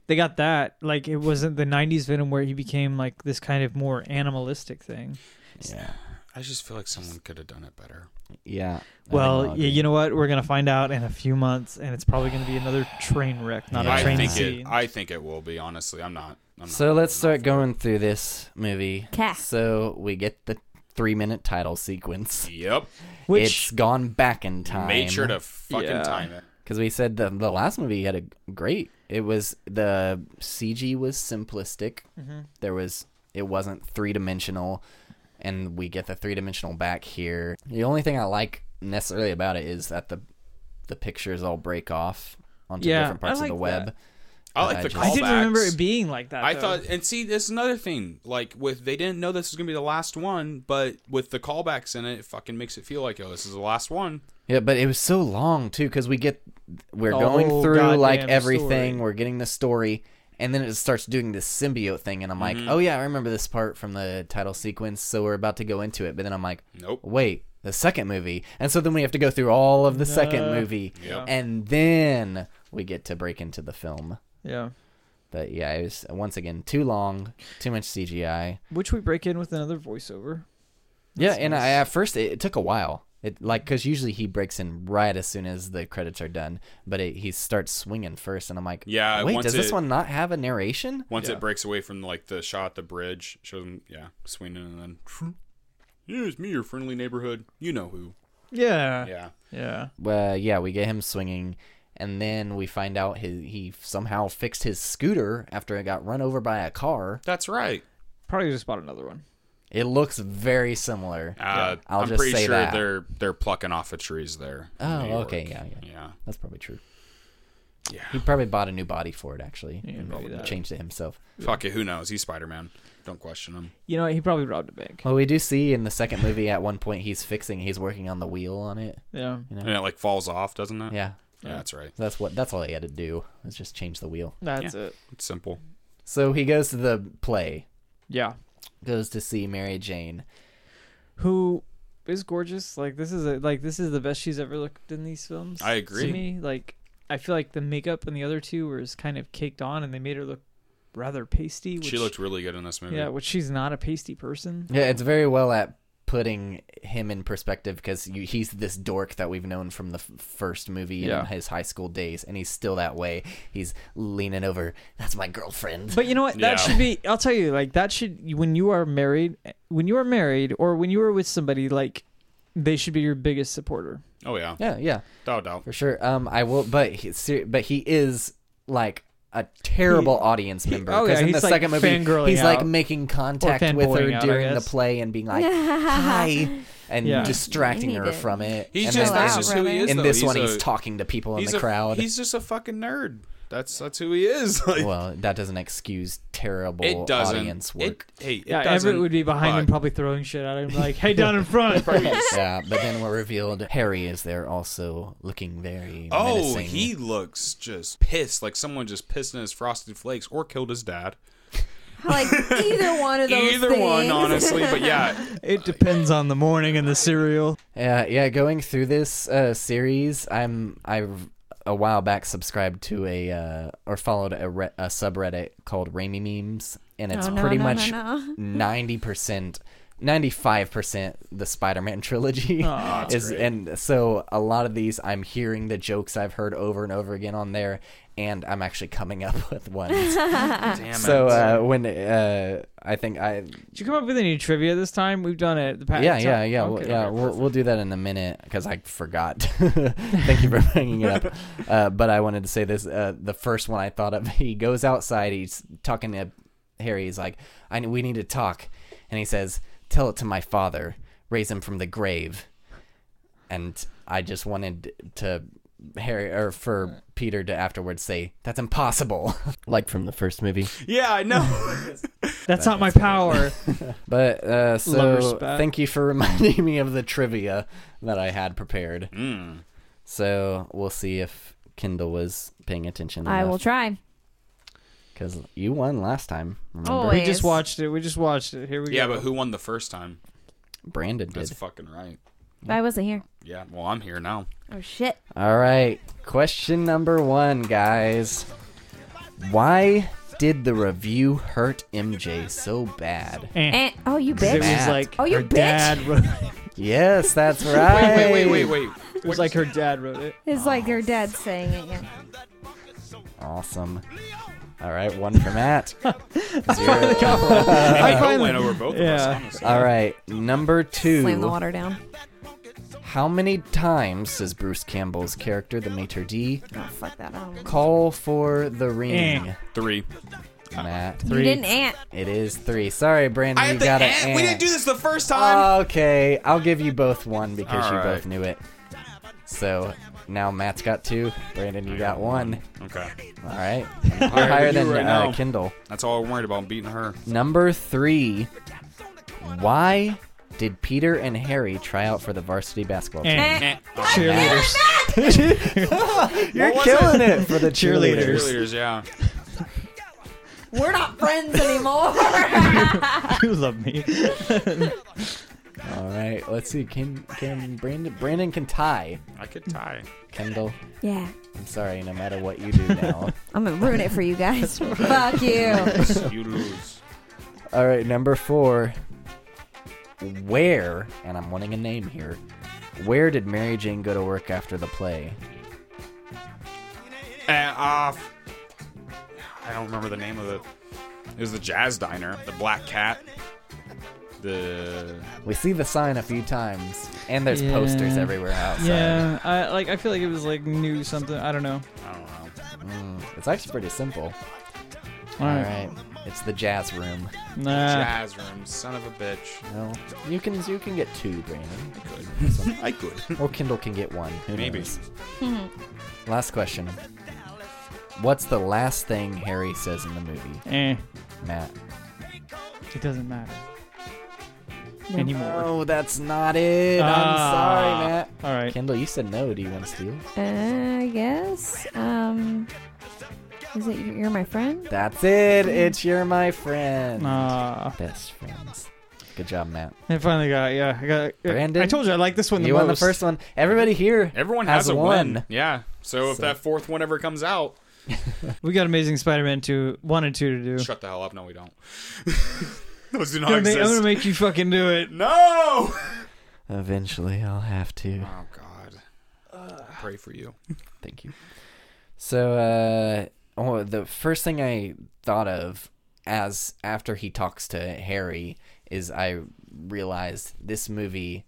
Speaker 5: they got that. Like it wasn't the 90s Venom where he became like this kind of more animalistic thing.
Speaker 1: Yeah.
Speaker 2: I just feel like someone could have done it better.
Speaker 1: Yeah.
Speaker 5: well, y- you know what? We're going to find out in a few months and it's probably going to be another train wreck, not
Speaker 1: Yeah.
Speaker 5: a
Speaker 2: I
Speaker 5: train
Speaker 2: think
Speaker 5: scene.
Speaker 2: it. I think it will be. Honestly, I'm not. I'm not
Speaker 1: So let's start going through this movie.
Speaker 4: 'Kay.
Speaker 1: So we get the three minute title sequence.
Speaker 2: Yep.
Speaker 1: it's gone back in time.
Speaker 2: Made sure to fucking
Speaker 5: Yeah.
Speaker 2: time it.
Speaker 1: Because we said the, the last movie had a great. It was. The CG was simplistic.
Speaker 5: Mm-hmm.
Speaker 1: There was. It wasn't three dimensional. And we get the three dimensional back here. The only thing I like necessarily about it is that the the pictures all break off onto
Speaker 5: Yeah,
Speaker 1: different parts
Speaker 5: I
Speaker 1: of the
Speaker 5: like that.
Speaker 1: web.
Speaker 2: I like
Speaker 1: I
Speaker 2: the
Speaker 1: just-
Speaker 2: callbacks.
Speaker 1: I
Speaker 5: I didn't remember it being like that.
Speaker 2: I
Speaker 5: though.
Speaker 2: thought, and see, this is another thing. Like with they didn't know this was gonna be the last one, but with the callbacks in it, it fucking makes it feel like oh, this is the last one.
Speaker 1: Yeah, but it was so long too because we get we're
Speaker 5: The
Speaker 1: going
Speaker 5: whole
Speaker 1: through
Speaker 5: goddamn
Speaker 1: like everything.
Speaker 5: story.
Speaker 1: We're getting the story, and then it starts doing this symbiote thing, and I'm like,
Speaker 5: Mm-hmm.
Speaker 1: oh yeah, I remember this part from the title sequence. So we're about to go into it, but then I'm like,
Speaker 2: Nope.
Speaker 1: wait, the second movie, and so then we have to go through all of the second
Speaker 5: No.
Speaker 1: movie,
Speaker 2: Yeah.
Speaker 1: and then we get to break into the film.
Speaker 5: yeah,
Speaker 1: But yeah, it was once again too long, too much CGI.
Speaker 5: which we break in with another voiceover.
Speaker 1: Yeah, and I, at first it, it took a while. It like because usually he breaks in right as soon as the credits are done, but it, he starts swinging first, and I'm like,
Speaker 2: Yeah,
Speaker 1: wait,
Speaker 2: once
Speaker 1: does this
Speaker 2: it-
Speaker 1: one not have a narration?
Speaker 2: Once
Speaker 5: Yeah.
Speaker 2: it breaks away from like the shot, the bridge shows them, yeah, swinging, and then yeah, it's me, your friendly neighborhood. You know who?
Speaker 5: Yeah,
Speaker 2: Yeah.
Speaker 5: yeah.
Speaker 1: Well, yeah, we get him swinging, and then we find out his, he somehow fixed his scooter after it got run over by a car.
Speaker 2: That's right.
Speaker 5: Probably just bought another one.
Speaker 1: It looks very similar.
Speaker 2: Uh,
Speaker 1: I'll
Speaker 2: I'm
Speaker 1: just
Speaker 2: pretty
Speaker 1: say
Speaker 2: sure
Speaker 1: that.
Speaker 2: they're they're plucking off of trees there. in
Speaker 1: Oh,
Speaker 2: New York.
Speaker 1: okay, yeah, yeah.
Speaker 2: yeah.
Speaker 1: That's probably true.
Speaker 2: Yeah.
Speaker 1: He probably bought a new body for it actually,
Speaker 5: Yeah,
Speaker 1: and
Speaker 5: probably that.
Speaker 1: changed it himself.
Speaker 2: Fuck it, who knows? He's Spider Man. Don't question him.
Speaker 5: You know, what? he probably robbed a bank.
Speaker 1: Well, we do see in the second movie at one point he's fixing, he's working on the wheel on it.
Speaker 5: Yeah,
Speaker 2: And it like falls off, doesn't it?
Speaker 1: Yeah,
Speaker 2: Yeah, that's right.
Speaker 1: That's what. That's all he had to do was just change the wheel.
Speaker 5: that's it.
Speaker 2: It's simple.
Speaker 1: So he goes to the play,
Speaker 5: Yeah,
Speaker 1: goes to see Mary Jane.
Speaker 5: who is gorgeous. Like this is a, like this is the best she's ever looked in these films.
Speaker 2: I agree.
Speaker 5: To me, like I feel like the makeup and the other two were just kind of caked on, and they made her look rather pasty. Which,
Speaker 2: she looked really good in this movie.
Speaker 5: yeah, which she's not a
Speaker 1: *laughs*
Speaker 5: pasty person.
Speaker 1: Yeah, it's very well at putting him in perspective because you, he's this dork that we've known from the f- first movie
Speaker 5: Yeah.
Speaker 1: in his high school days, and he's still that way. He's leaning over. That's my girlfriend.
Speaker 5: But you know what? That
Speaker 2: Yeah.
Speaker 5: should be. I'll tell you, like that should when you are married, when you are married, or when you are with somebody, like they should be your biggest supporter.
Speaker 2: Oh yeah.
Speaker 1: *laughs* yeah, yeah,
Speaker 2: Doubt doubt.
Speaker 1: for sure. Um, I will. But he, ser- but he is like. A terrible audience member
Speaker 5: oh, yeah,
Speaker 1: in the
Speaker 5: he's, like,
Speaker 1: second movie
Speaker 5: fangirling
Speaker 1: he's like
Speaker 5: out.
Speaker 1: making contact with her
Speaker 5: fanboying out, I
Speaker 1: during the
Speaker 5: guess.
Speaker 1: play and being like *laughs* hi and
Speaker 5: Yeah.
Speaker 1: distracting
Speaker 4: He
Speaker 1: her
Speaker 4: did.
Speaker 1: from it.
Speaker 2: He's
Speaker 1: and
Speaker 2: just
Speaker 1: then
Speaker 2: that's
Speaker 4: Wow,
Speaker 2: just who he
Speaker 4: really?
Speaker 2: is.
Speaker 1: in
Speaker 2: though.
Speaker 1: this
Speaker 2: He's
Speaker 1: one,
Speaker 2: a-
Speaker 1: he's talking to people in
Speaker 2: he's
Speaker 1: the
Speaker 2: a-
Speaker 1: crowd.
Speaker 2: He's just a fucking nerd. That's that's who he is. *laughs* Like,
Speaker 1: well, that doesn't excuse terrible
Speaker 2: it doesn't.
Speaker 1: audience work.
Speaker 2: It, hey, it
Speaker 5: yeah,
Speaker 2: doesn't,
Speaker 5: Everett would be behind him,
Speaker 2: but-
Speaker 5: probably throwing shit at him, like, "Hey, down in front."
Speaker 1: *laughs* yeah, but then we're revealed Harry is there also looking very
Speaker 2: Oh,
Speaker 1: menacing.
Speaker 2: he looks just pissed, like someone just pissed in his frosted flakes or killed his dad.
Speaker 4: *laughs* Like either one of those.
Speaker 2: Either one,
Speaker 4: things.
Speaker 2: honestly. But
Speaker 5: *laughs*
Speaker 2: yeah,
Speaker 5: it depends on the morning and the cereal.
Speaker 1: Yeah, yeah. Going through this uh, series, I'm I a while back subscribed to a uh, or followed a, re- a subreddit called Raimi memes, and it's
Speaker 4: Oh, no,
Speaker 1: pretty
Speaker 4: no, no,
Speaker 1: much
Speaker 4: no. *laughs*
Speaker 1: ninety percent. 95% the Spider-Man trilogy
Speaker 2: Oh,
Speaker 5: Aw,
Speaker 1: is and so a lot of these I'm hearing the jokes I've heard over and over again on there and I'm actually coming up *laughs* with ones.
Speaker 2: damn it.
Speaker 1: so uh, when uh, I think I
Speaker 5: Did you come up with any trivia this time? We've done it. The past
Speaker 1: yeah, yeah, yeah,
Speaker 5: Okay,
Speaker 1: we'll, yeah.
Speaker 5: okay,
Speaker 1: we'll, we'll do that in a minute because I forgot. *laughs* Thank
Speaker 5: *laughs*
Speaker 1: you for bringing it up. Uh, but I wanted to say this: uh, the first one I thought of. *laughs* He goes outside. He's talking to Harry. He's like, "I we need to talk," and he says, "Tell it to my father. Raise him from the grave." And I just wanted to Harry or for Peter to afterwards say, "That's impossible," *laughs* like from the first movie.
Speaker 2: yeah, I know.
Speaker 5: That's not my power.
Speaker 1: But uh,
Speaker 5: Lover
Speaker 1: so
Speaker 5: spat.
Speaker 1: thank you for *laughs* reminding me of the trivia that I had prepared.
Speaker 2: *laughs* Mm.
Speaker 1: So we'll see if Kendall was paying attention.
Speaker 4: *laughs* I will try.
Speaker 1: because you won last time. Remember?
Speaker 5: *laughs*
Speaker 4: Oh.
Speaker 5: we just
Speaker 4: Always.
Speaker 5: watched it. We just watched it. Here we
Speaker 2: Yeah,
Speaker 5: go.
Speaker 2: but who won the first time?
Speaker 1: Brandon
Speaker 2: That's
Speaker 1: did.
Speaker 2: fucking right.
Speaker 4: I wasn't here.
Speaker 2: Yeah, well, I'm here now.
Speaker 4: Oh shit.
Speaker 1: All right, question number one, guys. Why did the review hurt MJ so bad?
Speaker 5: Eh.
Speaker 4: *laughs* And oh, you
Speaker 5: 'Cause it
Speaker 4: bitch.
Speaker 5: was like
Speaker 4: Oh, you
Speaker 5: her
Speaker 4: bitch.
Speaker 5: dad wrote. It
Speaker 1: Yes, that's right.
Speaker 2: *laughs* Wait, wait, wait, wait.
Speaker 5: was like her dad wrote it.
Speaker 4: It's like your dad saying it. Yeah.
Speaker 1: Awesome. All right, one for
Speaker 2: *laughs*
Speaker 1: Matt. Zero.
Speaker 2: Uh,
Speaker 5: I
Speaker 2: I
Speaker 5: finally.
Speaker 2: went over both of
Speaker 5: yeah.
Speaker 2: us, honestly.
Speaker 1: All right, number two.
Speaker 4: Slam the water down.
Speaker 1: How many times does Bruce Campbell's character, the maitre d,
Speaker 4: Oh fuck that. I don't-
Speaker 1: call for the ring?
Speaker 5: Eh.
Speaker 2: Three.
Speaker 1: Matt,
Speaker 4: You didn't ant.
Speaker 1: it is three. Sorry, Brandon,
Speaker 2: I
Speaker 1: you
Speaker 2: had the
Speaker 1: got it.
Speaker 2: ant. We didn't do this the first time.
Speaker 1: Okay, I'll give you both one because
Speaker 2: All
Speaker 1: you
Speaker 2: right.
Speaker 1: both knew it. So Now Matt's got two. Brandon, you got one.
Speaker 2: Okay.
Speaker 1: All
Speaker 2: *laughs*
Speaker 1: right. You're
Speaker 2: than
Speaker 1: higher
Speaker 2: you
Speaker 1: than
Speaker 2: right
Speaker 1: uh,
Speaker 2: now.
Speaker 1: Kindle.
Speaker 2: That's all I'm worried about. I'm beating her.
Speaker 1: Number three. Why did Peter and Harry try out for the varsity basketball team?
Speaker 5: Eh.
Speaker 2: Eh.
Speaker 5: Cheerleaders.
Speaker 1: You're
Speaker 2: What was
Speaker 1: killing it? for the
Speaker 5: Cheerleaders.
Speaker 1: cheerleaders.
Speaker 2: Cheerleaders, yeah.
Speaker 4: We're not
Speaker 5: *laughs*
Speaker 4: friends anymore.
Speaker 5: you love me.
Speaker 1: All right. Let's see. Can can Brandon Brandon can tie
Speaker 2: I could tie.
Speaker 1: Kendall?
Speaker 4: yeah.
Speaker 1: I'm sorry. No matter what you do
Speaker 5: *laughs*
Speaker 1: now.
Speaker 4: I'm gonna ruin it for you guys. Fuck you.
Speaker 2: You lose.
Speaker 1: All right, number four. Where, and I'm wanting a name here, where did Mary Jane go to work after the play?
Speaker 2: And Eh, off. I don't remember the name of it. It was the Jazz Diner, the Black Cat, the
Speaker 1: We see the sign a few times, and there's
Speaker 5: Yeah.
Speaker 1: posters everywhere outside.
Speaker 5: Yeah, I like. I feel like it was like new something. I don't know.
Speaker 2: I don't know.
Speaker 1: Mm, it's actually pretty simple.
Speaker 5: All
Speaker 1: All
Speaker 5: right.
Speaker 1: right, it's the jazz room.
Speaker 5: Nah.
Speaker 2: Jazz Room, son of a bitch.
Speaker 1: Well, you can you can get two, Brandon,
Speaker 2: I could. *laughs* I could.
Speaker 1: or Kindle can get one. Who
Speaker 2: Maybe.
Speaker 1: knows? Last question. What's the last thing Harry says in the movie,
Speaker 5: Eh.
Speaker 1: Matt?
Speaker 5: It doesn't matter anymore.
Speaker 1: Oh, that's not it. I'm
Speaker 5: Ah.
Speaker 1: sorry, Matt.
Speaker 5: All right.
Speaker 1: Kendall, you said no. Do you want to steal?
Speaker 4: Uh, I guess. Um, is it you're my friend?
Speaker 1: That's it. It's you're my friend.
Speaker 5: Ah.
Speaker 1: Best friends. Good job, Matt.
Speaker 5: I finally got. it, Yeah, I got. it.
Speaker 1: Brandon,
Speaker 5: I told you I like this one the
Speaker 1: you
Speaker 5: most.
Speaker 1: won the first one. Everybody
Speaker 2: *laughs*
Speaker 1: here.
Speaker 2: Everyone
Speaker 1: Has
Speaker 2: has, a win.
Speaker 1: one.
Speaker 2: Yeah. So if
Speaker 1: So-
Speaker 2: that fourth one ever comes out,
Speaker 5: We got Amazing Spider-Man two, one and two to do.
Speaker 2: shut the hell up. No,
Speaker 1: *laughs*
Speaker 2: we don't. Those do
Speaker 5: I'm
Speaker 2: not
Speaker 5: gonna, make,
Speaker 2: exist.
Speaker 5: I'm gonna make you fucking do it.
Speaker 2: no.
Speaker 1: Eventually, I'll have to.
Speaker 2: Oh God. I pray for you.
Speaker 1: Thank you. So, uh, oh, the first thing I thought of as after he talks to Harry is I realized this movie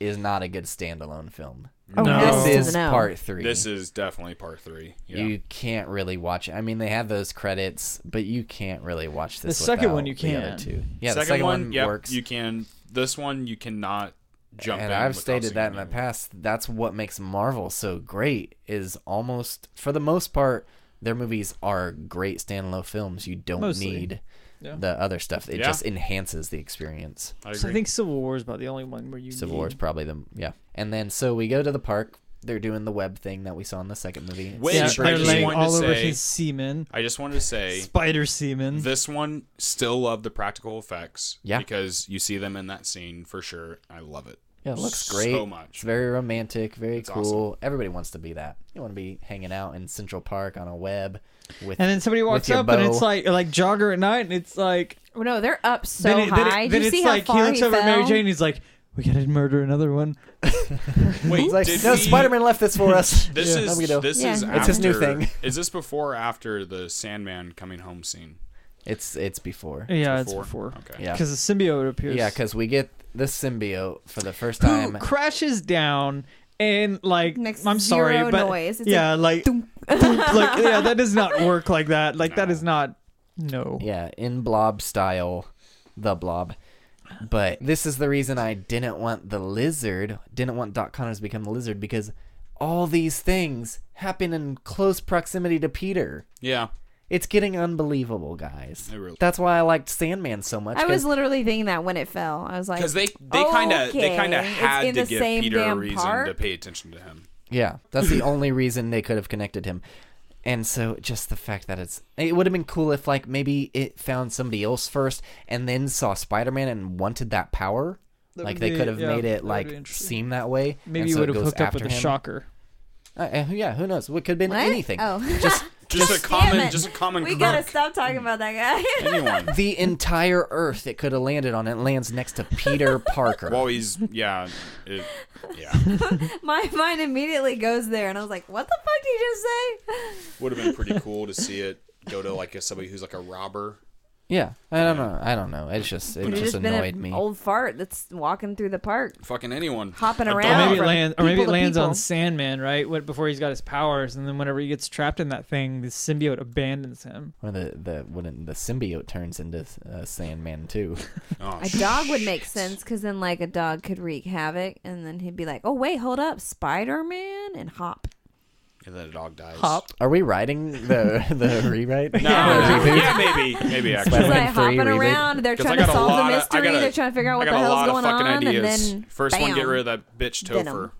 Speaker 1: is not a good standalone film.
Speaker 4: Oh,
Speaker 5: No.
Speaker 4: yes to
Speaker 1: This
Speaker 4: the
Speaker 1: is
Speaker 4: no.
Speaker 1: part three.
Speaker 2: This is definitely part three. Yeah.
Speaker 1: you can't really watch it. I mean, they have those credits, but you can't really watch this.
Speaker 5: The second one
Speaker 1: without
Speaker 5: you
Speaker 1: the other
Speaker 5: can.
Speaker 1: two. Yeah, the second one,
Speaker 2: yep,
Speaker 1: works.
Speaker 2: You can. This one you cannot jump.
Speaker 1: and
Speaker 2: in
Speaker 1: I've
Speaker 2: without
Speaker 1: stated
Speaker 2: seeing
Speaker 1: that in the
Speaker 2: movie.
Speaker 1: past. That's what makes Marvel so great. Is almost for the most part, their movies are great standalone films. You don't
Speaker 5: Mostly.
Speaker 1: need
Speaker 5: Yeah.
Speaker 1: the other stuff. It
Speaker 2: Yeah.
Speaker 1: just enhances the experience.
Speaker 2: I agree.
Speaker 5: So I think Civil War is about the only one where you
Speaker 1: Civil
Speaker 5: need-
Speaker 1: War is probably the yeah. And then so we go to the park. They're doing the web thing that we saw in the second movie. It's
Speaker 2: Which
Speaker 5: Yeah,
Speaker 2: Which
Speaker 1: super
Speaker 5: they're
Speaker 2: I just
Speaker 1: cute.
Speaker 5: laying
Speaker 2: wanted to
Speaker 5: all over
Speaker 2: say-
Speaker 5: his semen,
Speaker 2: I just wanted to say
Speaker 5: spider semen.
Speaker 2: this one still love the practical effects.
Speaker 1: Yeah.
Speaker 2: Because you see them in that scene for sure. I love it.
Speaker 1: Yeah, it looks
Speaker 2: so
Speaker 1: great.
Speaker 2: much.
Speaker 1: It's very romantic, very
Speaker 2: It's
Speaker 1: cool. Everybody wants to be that. You want to be hanging out in Central Park on a web with
Speaker 5: and then somebody walks
Speaker 1: your
Speaker 5: up and it's
Speaker 1: bow.
Speaker 5: like like jogger at night, and it's like
Speaker 4: Well, Oh, no, they're up so
Speaker 5: then, it, then, it-
Speaker 4: high.
Speaker 5: then
Speaker 4: Did you
Speaker 5: it's
Speaker 4: see
Speaker 5: like
Speaker 4: how far
Speaker 5: he looks
Speaker 4: he
Speaker 5: over at Mary
Speaker 4: fell?
Speaker 5: Jane. He's like, "We gotta murder another one."
Speaker 2: Wait,
Speaker 1: *laughs* It's like,
Speaker 2: did
Speaker 1: no,
Speaker 2: we-
Speaker 1: Spider Man left this for us.
Speaker 2: *laughs* This
Speaker 1: Yeah, no big
Speaker 2: is
Speaker 1: deal.
Speaker 2: this
Speaker 4: Yeah.
Speaker 2: is after,
Speaker 1: It's his new thing. *laughs*
Speaker 2: Is this before or after the Sandman coming home scene?
Speaker 1: It's it's before.
Speaker 5: Yeah, it's before
Speaker 2: Okay.
Speaker 1: Yeah,
Speaker 5: because the symbiote appears.
Speaker 1: yeah, because we get the symbiote for the first
Speaker 4: *gasps* Oh,
Speaker 5: who
Speaker 1: time.
Speaker 5: crashes down and like
Speaker 4: Makes
Speaker 5: I'm sorry,
Speaker 4: zero
Speaker 5: but
Speaker 4: noise. It's
Speaker 5: yeah, like
Speaker 4: Doom.
Speaker 5: doop, like yeah, that does not work like that. Like that is not no.
Speaker 1: Yeah, in blob style, the blob. But this is the reason I didn't want the lizard, didn't want Doc Connors to become the lizard because all these things happen in close proximity to Peter.
Speaker 2: Yeah.
Speaker 1: It's getting unbelievable, guys.
Speaker 2: It really-
Speaker 1: That's why I liked Sandman so much.
Speaker 4: I was
Speaker 1: 'cause
Speaker 4: literally thinking that when it fell. I was like,
Speaker 2: Because they they kind of they kind of
Speaker 4: okay, it's
Speaker 2: had
Speaker 4: in
Speaker 2: to
Speaker 4: the
Speaker 2: give
Speaker 4: same
Speaker 2: Peter a
Speaker 4: damn
Speaker 2: reason
Speaker 4: park.
Speaker 2: to pay attention to
Speaker 4: *laughs*
Speaker 2: him.
Speaker 1: yeah, that's
Speaker 5: *laughs*
Speaker 1: the only reason they could have connected him. And so just the fact that it's it would have been cool if like maybe it found somebody else first and then saw Spider-Man and wanted that power.
Speaker 5: That
Speaker 1: like
Speaker 5: would
Speaker 1: they
Speaker 5: be-
Speaker 1: could have
Speaker 5: yeah,
Speaker 1: made
Speaker 5: that
Speaker 1: it
Speaker 5: would be
Speaker 1: like
Speaker 5: interesting.
Speaker 1: seem that way.
Speaker 5: Maybe
Speaker 1: and
Speaker 5: you
Speaker 1: so
Speaker 5: would
Speaker 1: it
Speaker 5: have
Speaker 1: goes
Speaker 5: hooked up with
Speaker 1: after
Speaker 5: a
Speaker 1: him.
Speaker 5: shocker.
Speaker 1: Uh, uh, yeah, who knows? It could have been
Speaker 4: What?
Speaker 1: anything.
Speaker 4: Oh.
Speaker 5: *laughs*
Speaker 1: Just
Speaker 2: Just, a
Speaker 4: Damn
Speaker 2: common
Speaker 4: it.
Speaker 2: just a common
Speaker 4: we gotta
Speaker 2: crook.
Speaker 4: stop talking about that guy.
Speaker 2: *laughs*
Speaker 4: *laughs*
Speaker 2: anyone.
Speaker 1: the entire Earth it could have landed on. It lands next to
Speaker 5: *laughs*
Speaker 1: Peter Parker.
Speaker 2: Well, he's yeah, it, yeah.
Speaker 4: *laughs* My mind immediately goes there, and I was like, "What the fuck did you just say?"
Speaker 2: Would have been pretty cool to see it go to like a, somebody who's like a robber.
Speaker 1: yeah, I don't know. I don't know. It's just it
Speaker 4: Could have
Speaker 1: just
Speaker 4: just been
Speaker 1: annoyed
Speaker 4: an
Speaker 1: me.
Speaker 4: old fart that's walking through the park,
Speaker 2: Fucking anyone
Speaker 4: Hopping
Speaker 2: A dog.
Speaker 4: around.
Speaker 5: Or maybe it
Speaker 4: from
Speaker 5: lands, or maybe
Speaker 4: people
Speaker 5: it
Speaker 4: to
Speaker 5: lands on
Speaker 4: people.
Speaker 5: Sandman, right? When, before he's got his powers, and then whenever he gets trapped in that thing, the symbiote abandons him.
Speaker 1: Or the the when the symbiote turns into uh, Sandman too.
Speaker 2: Oh, *laughs*
Speaker 4: a dog would make sense because then, like, a dog could wreak havoc, and then he'd be like, "Oh wait, hold up, Spider Man." Kevin and
Speaker 1: *laughs*
Speaker 4: Hop.
Speaker 2: and then a dog dies.
Speaker 5: Hop.
Speaker 1: Are we writing the *laughs* the rewrite?
Speaker 2: No,
Speaker 1: The *laughs* reboot?
Speaker 2: yeah, maybe, maybe
Speaker 4: It's
Speaker 1: Spider-Man
Speaker 2: actually.
Speaker 4: like hopping
Speaker 1: three remake.
Speaker 4: around. They're
Speaker 2: 'Cause
Speaker 4: trying
Speaker 2: I
Speaker 4: to
Speaker 2: got a
Speaker 4: solve the
Speaker 2: lot of- I
Speaker 4: mystery.
Speaker 2: gotta-
Speaker 4: They're trying to figure out
Speaker 2: I
Speaker 4: what the
Speaker 2: got a
Speaker 4: hell's
Speaker 2: lot of
Speaker 4: going
Speaker 2: fucking
Speaker 4: on.
Speaker 2: ideas.
Speaker 4: And then
Speaker 2: First one, get
Speaker 4: bam.
Speaker 2: rid of that bitch
Speaker 4: Venom.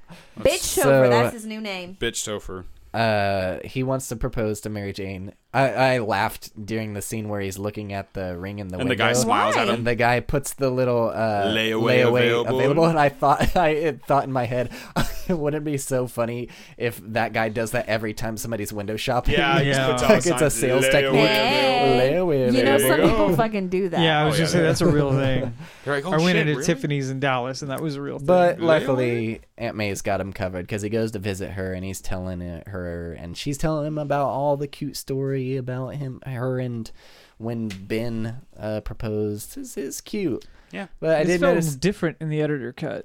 Speaker 2: Topher.
Speaker 4: Bitch
Speaker 1: So-
Speaker 4: Topher, that's his new name.
Speaker 2: Bitch Topher.
Speaker 1: uh, he wants to propose to Mary Jane. I, I laughed during the scene where he's looking at the ring in the
Speaker 2: And the
Speaker 1: window.
Speaker 2: guy smiles at
Speaker 4: Why?
Speaker 2: him.
Speaker 1: And the guy puts the little uh,
Speaker 2: Layaway available.
Speaker 1: and I thought *laughs* I it thought in my head, *laughs* wouldn't it be so funny if that guy does that every time somebody's window shopping? *laughs*
Speaker 2: Yeah, he just
Speaker 5: Yeah.
Speaker 2: puts out
Speaker 1: like
Speaker 2: a
Speaker 1: it's a
Speaker 2: sign,
Speaker 1: sales
Speaker 2: "Layaway
Speaker 1: technique.
Speaker 4: Hey.
Speaker 1: Layaway
Speaker 4: You know,
Speaker 2: There you
Speaker 1: available.
Speaker 4: some
Speaker 2: go.
Speaker 4: people fucking do that.
Speaker 5: Yeah, I
Speaker 2: Oh,
Speaker 5: was
Speaker 2: yeah,
Speaker 5: just saying
Speaker 2: they-
Speaker 5: that's a real
Speaker 1: *laughs*
Speaker 5: thing.
Speaker 2: They're like, oh,
Speaker 5: I went
Speaker 2: shit,
Speaker 5: into
Speaker 2: really?
Speaker 5: Tiffany's in Dallas, and that was a real thing.
Speaker 1: But
Speaker 2: Really?
Speaker 1: luckily, Aunt May's got him covered because he goes to visit her and he's telling it- her, and she's telling him about all the cute story about him, her, and when Ben uh, proposed. This is cute.
Speaker 2: Yeah.
Speaker 1: But I
Speaker 5: This
Speaker 1: did
Speaker 5: felt
Speaker 1: notice
Speaker 5: different in the editor cut.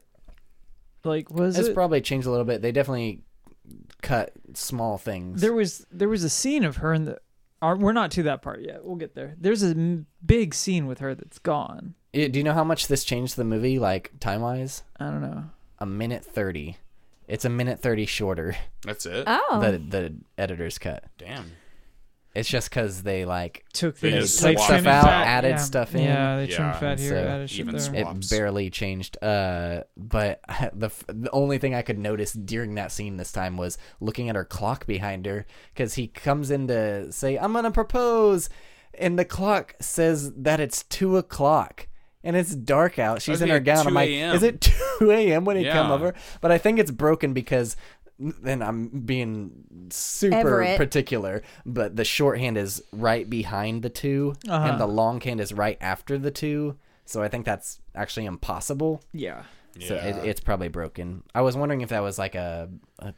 Speaker 5: Like was
Speaker 1: it's
Speaker 5: it?
Speaker 1: probably changed a little bit. They definitely cut small things.
Speaker 5: there was there was a scene of her in the. Are, we're not to that part yet. We'll get there. There's a m- big scene with her that's gone.
Speaker 1: Eh, Do you know how much this changed the movie, like time wise?
Speaker 5: I don't know.
Speaker 1: A minute 30. It's a minute 30 shorter,
Speaker 2: That's it.
Speaker 4: Oh.
Speaker 1: the, the editor's cut.
Speaker 2: Damn.
Speaker 1: It's just because they, like,
Speaker 5: Took
Speaker 2: They
Speaker 5: the
Speaker 2: just
Speaker 5: they
Speaker 2: swapped
Speaker 5: trimmed
Speaker 2: stuff out,
Speaker 5: fat,
Speaker 1: added
Speaker 5: yeah.
Speaker 1: stuff in.
Speaker 5: Yeah, they trimmed
Speaker 2: Yeah,
Speaker 5: fat here,
Speaker 1: so
Speaker 5: added shit
Speaker 2: even
Speaker 5: there.
Speaker 2: smaller.
Speaker 1: it
Speaker 2: Swaps.
Speaker 1: barely changed uh but *laughs* the f- the only thing i could notice during that scene this time was looking at her clock behind her cuz he comes in to say i'm gonna propose and the clock says that it's two o'clock and it's dark out she's
Speaker 2: was
Speaker 1: in
Speaker 2: gonna
Speaker 1: her gown i'm
Speaker 2: 2
Speaker 1: like
Speaker 2: a.m..
Speaker 1: is it *laughs* 2 a.m when he come
Speaker 2: Yeah.
Speaker 1: over but i think it's broken because then i'm being super
Speaker 4: Everett.
Speaker 1: particular but the shorthand is right behind the 2
Speaker 5: Uh-huh.
Speaker 1: and the longhand is right after the two. So I think that's actually impossible.
Speaker 5: Yeah.
Speaker 1: So
Speaker 2: Yeah.
Speaker 1: it, it's probably broken. I was wondering if that was like a, a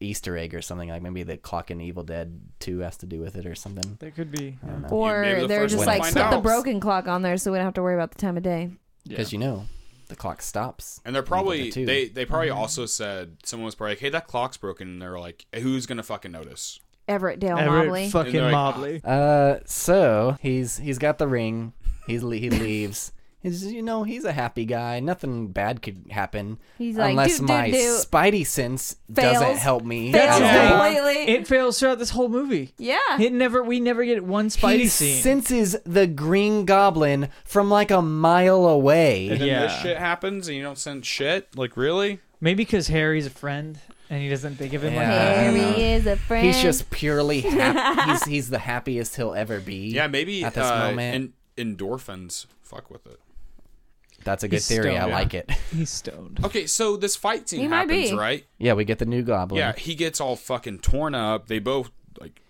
Speaker 1: Easter egg or something. Like maybe the clock in Evil Dead Two has to do with it or something.
Speaker 5: That could be.
Speaker 1: I don't know.
Speaker 2: Maybe
Speaker 4: Or
Speaker 2: the
Speaker 4: they're
Speaker 2: first
Speaker 4: just
Speaker 1: one
Speaker 4: like
Speaker 1: to
Speaker 4: put
Speaker 1: find
Speaker 4: the
Speaker 2: out.
Speaker 4: broken clock on there so we don't have to worry about the time of day.
Speaker 1: Because you know, the clock stops.
Speaker 2: And they're
Speaker 1: in Evil Dead
Speaker 2: probably
Speaker 1: 2.
Speaker 2: they they
Speaker 4: Mm-hmm.
Speaker 2: probably also said someone was probably like, hey, that clock's broken, and they're like, who's gonna fucking notice?
Speaker 4: Everett Dale
Speaker 5: Everett
Speaker 4: Mobley.
Speaker 5: fucking
Speaker 2: And they're like,
Speaker 5: Mobley.
Speaker 1: Uh, so he's he's got the ring. He's le- he *laughs* leaves. He's you know he's a happy guy. Nothing bad could happen.
Speaker 4: He's like,
Speaker 1: unless
Speaker 4: "Doo, doo,
Speaker 1: my
Speaker 4: doo."
Speaker 1: spidey sense doesn't
Speaker 4: Fails.
Speaker 1: help me.
Speaker 4: Fails
Speaker 1: at all.
Speaker 5: That's the thing.
Speaker 4: Yeah. Completely.
Speaker 5: It fails throughout this whole movie.
Speaker 4: yeah.
Speaker 5: It never. We never get one Spidey
Speaker 1: he
Speaker 5: scene.
Speaker 1: senses the green goblin from like a mile
Speaker 2: And
Speaker 1: away.
Speaker 2: then this
Speaker 5: Yeah.
Speaker 2: shit happens, and you don't send shit. Like really?
Speaker 5: Maybe because Harry's a friend and he doesn't think of him like
Speaker 1: Yeah.
Speaker 5: that.
Speaker 4: Harry is a friend.
Speaker 1: He's just purely
Speaker 4: *laughs*
Speaker 1: happy. he's he's the happiest he'll ever be.
Speaker 2: Yeah, maybe
Speaker 1: at this
Speaker 2: uh,
Speaker 1: moment.
Speaker 2: en- endorphins fuck with it.
Speaker 1: That's a good
Speaker 5: He's
Speaker 1: theory. I
Speaker 5: stoned.
Speaker 1: like it.
Speaker 5: He's stoned.
Speaker 2: Okay, so this fight scene
Speaker 4: He might
Speaker 2: happens,
Speaker 4: be.
Speaker 2: right?
Speaker 1: Yeah, we get the new goblin.
Speaker 2: Yeah, he gets all fucking torn up. They both like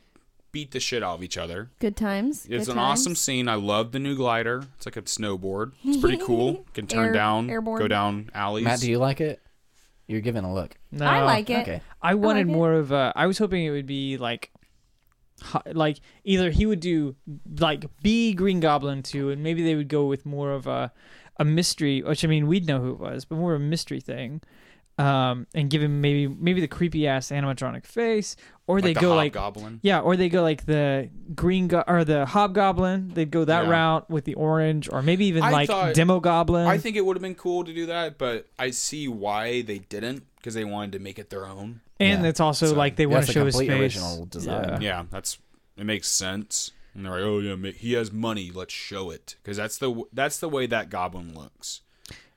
Speaker 2: beat the shit out of each other.
Speaker 4: good times.
Speaker 2: It's
Speaker 4: good
Speaker 2: an
Speaker 4: times.
Speaker 2: awesome scene. I love the new glider. It's like a snowboard. It's
Speaker 4: *laughs*
Speaker 2: pretty cool. Can turn
Speaker 4: Air-
Speaker 2: down,
Speaker 4: airborne.
Speaker 2: go down alleys.
Speaker 1: Matt, do you like it? You're giving a look.
Speaker 5: No,
Speaker 4: I like it.
Speaker 1: Okay.
Speaker 5: I wanted
Speaker 4: like it.
Speaker 5: more of. A, I was hoping it would be like, hi- like either he would do like B Green Goblin two, and maybe they would go with more of a a mystery. Which I mean, we'd know who it was, but more of a mystery thing. Um, and give him maybe maybe the creepy ass animatronic face, or
Speaker 2: Like
Speaker 5: they
Speaker 2: the
Speaker 5: go like
Speaker 2: Hobgoblin.
Speaker 5: yeah, or they go like the green go- or the hobgoblin. They'd go that
Speaker 2: Yeah.
Speaker 5: route with the orange, or maybe even
Speaker 2: I
Speaker 5: like
Speaker 2: thought-
Speaker 5: demo goblin.
Speaker 2: I think it would have been cool to do that, but I see why they didn't because they wanted to make it their own.
Speaker 5: and
Speaker 1: Yeah.
Speaker 5: it's also
Speaker 2: So,
Speaker 5: like they
Speaker 1: yeah,
Speaker 5: want
Speaker 1: it's
Speaker 5: to
Speaker 1: a
Speaker 5: show his
Speaker 1: complete
Speaker 5: face.
Speaker 1: original design.
Speaker 5: Yeah.
Speaker 2: Yeah, that's it makes sense. And they're like, oh yeah, ma- he has money. Let's show it because that's the w- that's the way that goblin looks.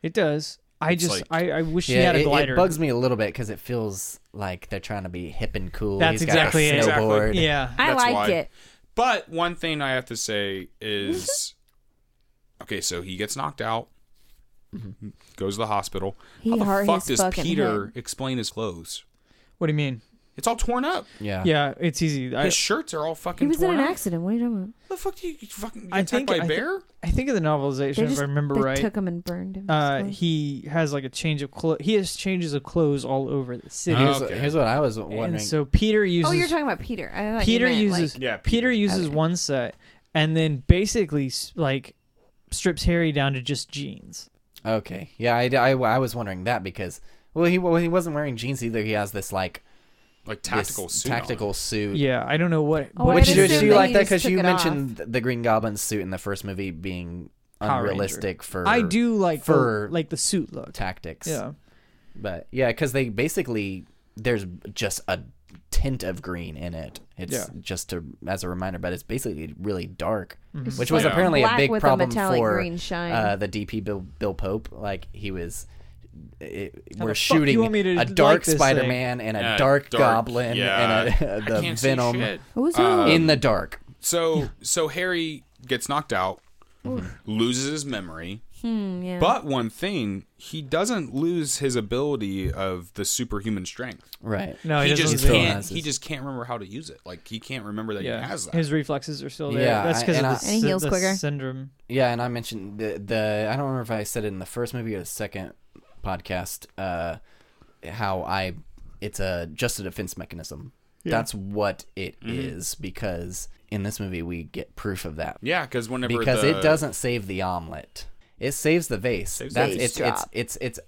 Speaker 5: It does. I
Speaker 2: It's
Speaker 5: just
Speaker 2: like-
Speaker 5: I, I wish he
Speaker 1: Yeah,
Speaker 5: had a
Speaker 1: it,
Speaker 5: glider.
Speaker 1: it bugs me a little bit because it feels like they're trying to be hip and cool.
Speaker 5: That's
Speaker 1: He's
Speaker 5: exactly
Speaker 1: got
Speaker 5: it.
Speaker 1: a
Speaker 2: Exactly.
Speaker 1: snowboard.
Speaker 5: Yeah.
Speaker 4: I
Speaker 2: That's
Speaker 4: like
Speaker 2: why.
Speaker 4: it.
Speaker 2: But one thing I have to say
Speaker 4: *laughs*
Speaker 2: is, okay, so he gets knocked out, goes to the hospital.
Speaker 4: Mm-hmm. He
Speaker 2: How the
Speaker 4: hurt
Speaker 2: fuck
Speaker 4: his
Speaker 2: does
Speaker 4: fucking
Speaker 2: Peter
Speaker 4: head.
Speaker 2: explain his clothes?
Speaker 5: What do you mean?
Speaker 2: It's all torn up.
Speaker 1: Yeah.
Speaker 5: Yeah, it's easy. I,
Speaker 2: His shirts are all
Speaker 4: He
Speaker 2: fucking
Speaker 4: was in
Speaker 2: torn
Speaker 4: an
Speaker 2: up.
Speaker 4: accident. What are you talking about?
Speaker 2: The fuck do you you fucking get
Speaker 5: I
Speaker 2: attacked
Speaker 5: think
Speaker 2: by
Speaker 5: I
Speaker 2: a
Speaker 5: thi-
Speaker 2: bear?
Speaker 5: I think in the novelization,
Speaker 4: They just
Speaker 5: if I remember
Speaker 4: they
Speaker 5: right,
Speaker 4: took him and burned him.
Speaker 5: uh,
Speaker 4: It's
Speaker 5: he has like a change of clothes. He has changes of clothes all over the city.
Speaker 2: Oh,
Speaker 1: Here's,
Speaker 2: Okay.
Speaker 1: here's what I was wondering.
Speaker 5: and so Peter
Speaker 4: fine.
Speaker 5: uses
Speaker 4: oh, you're talking about Peter. I thought you
Speaker 5: Peter
Speaker 4: meant, like-
Speaker 5: uses
Speaker 2: Yeah,
Speaker 5: Peter uses
Speaker 4: Okay.
Speaker 5: one set and then basically s- like strips Harry down to just jeans.
Speaker 1: Okay. Yeah, I, I, I was wondering that because well he well, he wasn't wering jeans either. He has this like
Speaker 2: like
Speaker 1: this
Speaker 2: tactical suit. on.
Speaker 1: tactical suit.
Speaker 5: Yeah, I don't know what.
Speaker 4: Oh,
Speaker 5: what
Speaker 4: I
Speaker 1: Which
Speaker 4: I'd
Speaker 1: do,
Speaker 4: assume
Speaker 1: do you
Speaker 4: that
Speaker 1: like
Speaker 4: he
Speaker 1: that
Speaker 4: just
Speaker 1: because
Speaker 4: took
Speaker 1: you
Speaker 4: it
Speaker 1: mentioned the Green Goblin's suit in the first movie being
Speaker 5: Power Ranger.
Speaker 1: unrealistic for
Speaker 5: I do like
Speaker 1: for
Speaker 5: the, like the suit look.
Speaker 1: tactics.
Speaker 5: Yeah,
Speaker 1: But yeah, because they basically there's just a tint of green in it. It's
Speaker 5: Yeah.
Speaker 1: just to as a reminder, but it's basically really dark,
Speaker 5: Mhm.
Speaker 1: which was
Speaker 2: like
Speaker 1: apparently a
Speaker 4: black
Speaker 1: big
Speaker 4: with a
Speaker 1: problem
Speaker 4: metallic
Speaker 1: for
Speaker 4: green shine.
Speaker 1: Uh, the DP Bill, Bill Pope. Like he was. It,
Speaker 5: How
Speaker 1: we're
Speaker 5: the fuck you
Speaker 1: shooting
Speaker 5: want me to
Speaker 1: a
Speaker 5: like
Speaker 1: dark
Speaker 5: this thing?
Speaker 1: Spider-Man and a
Speaker 2: Yeah,
Speaker 1: dark, Goblin
Speaker 2: yeah.
Speaker 1: and
Speaker 2: I
Speaker 1: a, *laughs* the
Speaker 2: can't see
Speaker 1: Venom
Speaker 2: shit.
Speaker 4: Who's
Speaker 2: Uh,
Speaker 1: in the dark.
Speaker 2: So so Harry gets knocked out, loses his memory.
Speaker 4: Hmm, yeah.
Speaker 2: But one thing, he doesn't lose his ability of the superhuman strength.
Speaker 1: Right.
Speaker 5: No, he,
Speaker 2: he
Speaker 5: doesn't
Speaker 2: just
Speaker 5: lose
Speaker 1: Oh,
Speaker 5: it.
Speaker 1: still
Speaker 2: can't.
Speaker 1: has
Speaker 2: He
Speaker 1: his-
Speaker 2: just can't remember how to use it. Like he can't remember that
Speaker 5: Yeah,
Speaker 2: he has that.
Speaker 5: his reflexes are still there.
Speaker 1: Yeah,
Speaker 5: that's
Speaker 1: I-
Speaker 5: because of
Speaker 1: and
Speaker 5: the,
Speaker 1: I-
Speaker 5: sy-
Speaker 4: And he heals
Speaker 5: the
Speaker 4: quicker.
Speaker 5: syndrome.
Speaker 1: Yeah, and I mentioned the the I don't remember if I said it in the first movie or the second podcast uh how I it's a just a defense mechanism. That's what it is
Speaker 2: Mm-hmm.
Speaker 1: because in this movie we get proof of that.
Speaker 2: Yeah, because whenever
Speaker 1: Because
Speaker 2: the,
Speaker 1: it doesn't save the omelet. It saves the vase.
Speaker 2: the
Speaker 1: That's
Speaker 4: vase.
Speaker 1: it's, it's
Speaker 4: Drop.
Speaker 1: it's it's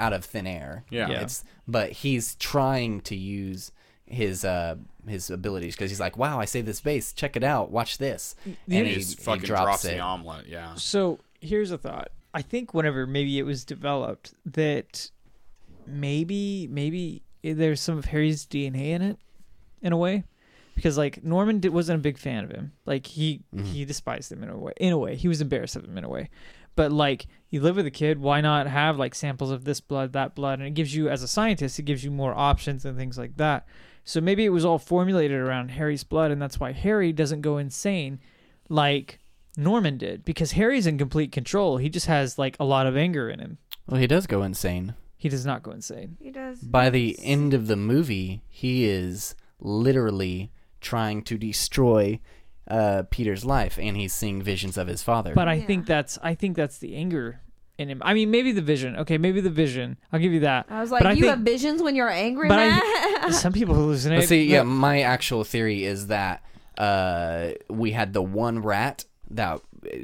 Speaker 1: out of thin air.
Speaker 2: Yeah. Yeah.
Speaker 1: It's but he's trying to use his uh his abilities because he's like, "Wow, I saved this vase. Check it out. Watch this."
Speaker 2: he,
Speaker 1: And he,
Speaker 2: just
Speaker 1: he
Speaker 2: fucking
Speaker 1: drops,
Speaker 2: drops,
Speaker 1: it.
Speaker 2: the omelet. Yeah,
Speaker 5: So here's a thought. I think whenever maybe it was developed that maybe maybe there's some of Harry's DNA in it, in a way, because like Norman did, wasn't a big fan of him. Like he he despised him in a way. In a way, he was embarrassed of him in a way. But like you live with a kid, why not have like samples of this blood, that blood, and it gives you as a scientist, it gives you more options and things like that. So maybe it was all formulated around Harry's blood, and that's why Harry doesn't go insane like Norman did because Harry's in complete control. He just has like a lot of anger in him.
Speaker 1: Well, he does go insane.
Speaker 5: He does not go insane.
Speaker 4: he does.
Speaker 1: By the end of the movie, he is literally trying to destroy uh, Peter's life, and he's seeing visions of his father.
Speaker 5: But I
Speaker 4: Yeah.
Speaker 5: think that's I think that's the anger in him. I mean, maybe the vision. Okay, maybe the vision. I'll give you that.
Speaker 4: I was
Speaker 5: But
Speaker 4: like, you
Speaker 5: think-
Speaker 4: have visions when you're
Speaker 5: *laughs*
Speaker 4: angry,
Speaker 5: But
Speaker 4: man.
Speaker 5: I some people hallucinate.
Speaker 1: but see, yeah, my actual theory is that uh, we had the one rat that uh,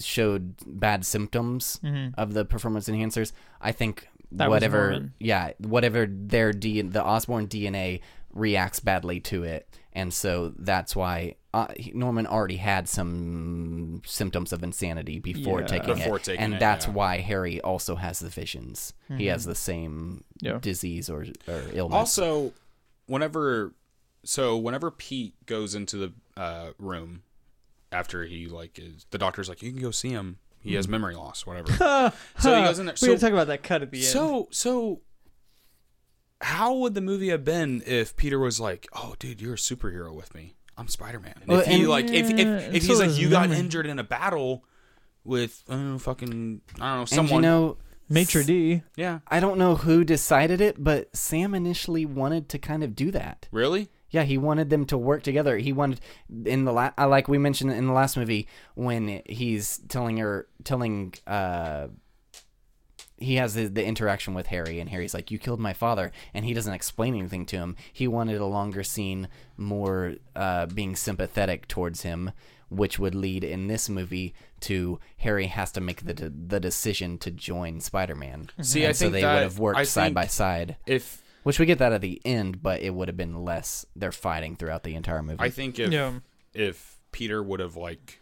Speaker 1: showed bad symptoms of the performance enhancers. I think
Speaker 5: Mm-hmm. That was
Speaker 1: whatever,
Speaker 5: Norman.
Speaker 1: yeah, whatever their D, the Osborne DNA reacts badly to it, and so that's why. Uh, he- Norman already had some symptoms of insanity before
Speaker 5: Yeah.
Speaker 1: taking
Speaker 2: Before
Speaker 1: it,
Speaker 2: taking
Speaker 1: and
Speaker 2: it,
Speaker 1: that's
Speaker 2: yeah.
Speaker 1: why Harry also has the visions. He has the same
Speaker 5: Mm-hmm. Yeah.
Speaker 1: disease or, or illness.
Speaker 2: Also, whenever so whenever Pete goes into the uh, room after he like is the doctor's like you can go see him. He
Speaker 1: Hmm.
Speaker 2: has memory loss, whatever. so he goes in there.
Speaker 5: *laughs* we
Speaker 2: So,
Speaker 5: gotta talk about that cut at the end.
Speaker 2: so so how would the movie have been if Peter was like, "Oh, dude, you're a superhero with me. I'm Spider Man."
Speaker 1: Well,
Speaker 2: If he
Speaker 1: and-
Speaker 2: like if if, if
Speaker 5: so
Speaker 2: he's like,
Speaker 5: does
Speaker 2: "You got
Speaker 5: Norman.
Speaker 2: injured in a battle with I don't know, fucking I don't know
Speaker 1: and
Speaker 2: someone."
Speaker 1: you know,
Speaker 5: Maitre D.
Speaker 2: yeah,
Speaker 1: I don't know who decided it, but Sam initially wanted to kind of do that.
Speaker 2: really?
Speaker 1: Yeah, he wanted them to work together. He wanted in the la- I- like we mentioned in the last movie when he's telling her telling uh he has the, the interaction with Harry and Harry's like you killed my father and he doesn't explain anything to him. He wanted a longer scene more uh being sympathetic towards him which would lead in this movie to Harry has to make the de- the decision to join Spider-Man.
Speaker 2: See,
Speaker 1: and
Speaker 2: I
Speaker 1: so
Speaker 2: think
Speaker 1: they
Speaker 2: that-
Speaker 1: would have worked
Speaker 2: I
Speaker 1: side
Speaker 2: think-
Speaker 1: by side.
Speaker 2: If
Speaker 1: Which we get that at the end, but it would have been less. They're fighting throughout the entire movie.
Speaker 2: I think if
Speaker 5: Yeah.
Speaker 2: if Peter would have like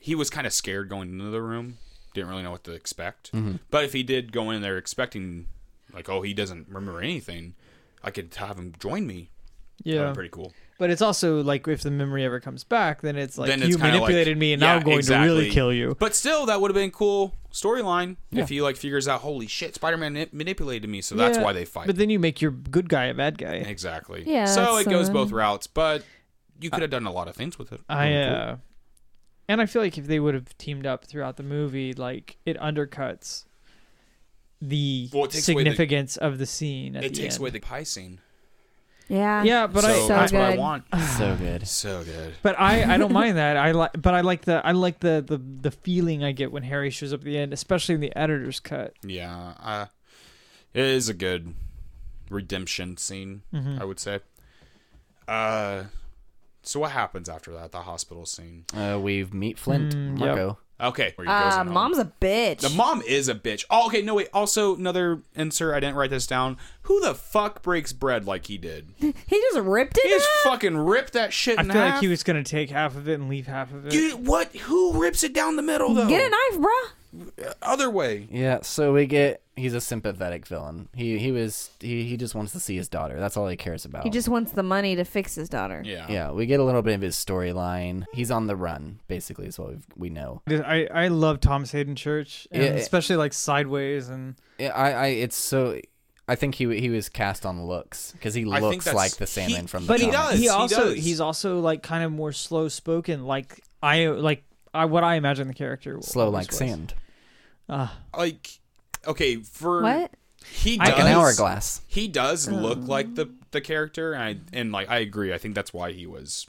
Speaker 2: he was kind of scared going into the room, didn't really know what to expect.
Speaker 1: Mm-hmm.
Speaker 2: But if he did go in there expecting like, "Oh, he doesn't remember anything," I could have him join me. That'd
Speaker 5: Yeah.
Speaker 2: be pretty cool.
Speaker 5: But it's also like if the memory ever comes back, then it's like
Speaker 2: Then it's
Speaker 5: you
Speaker 2: kinda
Speaker 5: manipulated
Speaker 2: like-
Speaker 5: me and
Speaker 2: yeah,
Speaker 5: now I'm going to really
Speaker 2: exactly.
Speaker 5: kill you.
Speaker 2: But still, that would have been cool storyline if he like figures out, "Holy shit, Spider-Man nip- manipulated me," so that's
Speaker 5: Yeah,
Speaker 2: why they fight.
Speaker 5: But then you make your good guy a bad guy.
Speaker 2: exactly.
Speaker 4: Yeah,
Speaker 2: So it
Speaker 4: that's
Speaker 2: goes
Speaker 5: uh,
Speaker 4: something.
Speaker 2: both routes, but you could have done a lot of things with it.
Speaker 5: I uh, and I feel like if they would have teamed up throughout the movie, like it undercuts the
Speaker 2: Well, it takes away the-
Speaker 5: significance of the scene. At
Speaker 2: it
Speaker 5: the
Speaker 2: takes
Speaker 5: end.
Speaker 2: away the pie scene.
Speaker 4: yeah.
Speaker 5: Yeah, but
Speaker 2: so
Speaker 5: I-
Speaker 4: So
Speaker 2: that's what I
Speaker 4: good.
Speaker 2: want.
Speaker 1: so good.
Speaker 2: So good.
Speaker 5: But I, I don't
Speaker 4: *laughs*
Speaker 5: mind that. I like, but I like the I like the, the the feeling I get when Harry shows up at the end, especially in the editor's cut.
Speaker 2: Yeah, uh, it is a good redemption scene,
Speaker 5: Mm-hmm.
Speaker 2: I would say. Uh, so what happens after that? The hospital scene. *sighs*
Speaker 1: Uh, we meet Flint,
Speaker 5: Mm,
Speaker 1: Marco.
Speaker 2: Okay, where he goes
Speaker 4: Uh,
Speaker 2: and all-
Speaker 4: mom's a bitch.
Speaker 2: the mom is a bitch. Oh, okay, no wait. Also, another insert. I didn't write this down. Who the fuck breaks bread like he did? He
Speaker 4: he just ripped it.
Speaker 2: just
Speaker 4: up.
Speaker 2: fucking ripped that shit.
Speaker 5: I
Speaker 2: in
Speaker 5: feel
Speaker 2: half.
Speaker 5: like he was gonna take half of it and leave half of it.
Speaker 2: Dude, what? Who rips it down the middle though?
Speaker 4: Get a knife, bruh.
Speaker 2: Other way.
Speaker 1: Yeah, so we get he's a sympathetic villain. He he was he, he just wants to see his daughter. That's all he cares about.
Speaker 4: He just wants the money to fix his daughter.
Speaker 2: Yeah.
Speaker 1: yeah. We get a little bit of his storyline. He's on the run, basically, is what we've, we know.
Speaker 5: I, I love Thomas Hayden Church, and
Speaker 1: Yeah.
Speaker 5: especially like Sideways and
Speaker 1: Yeah, I I it's so. I think he he was cast on looks because he
Speaker 2: I think
Speaker 1: looks
Speaker 2: that's-
Speaker 1: like the
Speaker 2: he-
Speaker 1: salmon from the
Speaker 5: but he,
Speaker 2: he
Speaker 1: comics.
Speaker 2: does, he
Speaker 5: also
Speaker 2: does.
Speaker 5: he's also like kind of more slow spoken like I like I what I imagine the character
Speaker 1: slow
Speaker 5: was-
Speaker 1: like
Speaker 5: was.
Speaker 1: sand,
Speaker 5: Uh,
Speaker 2: Like, okay, for
Speaker 4: What?
Speaker 2: he does,
Speaker 5: I-
Speaker 1: like an hourglass.
Speaker 2: He does look like the the character, and I and like I agree. I think that's why he was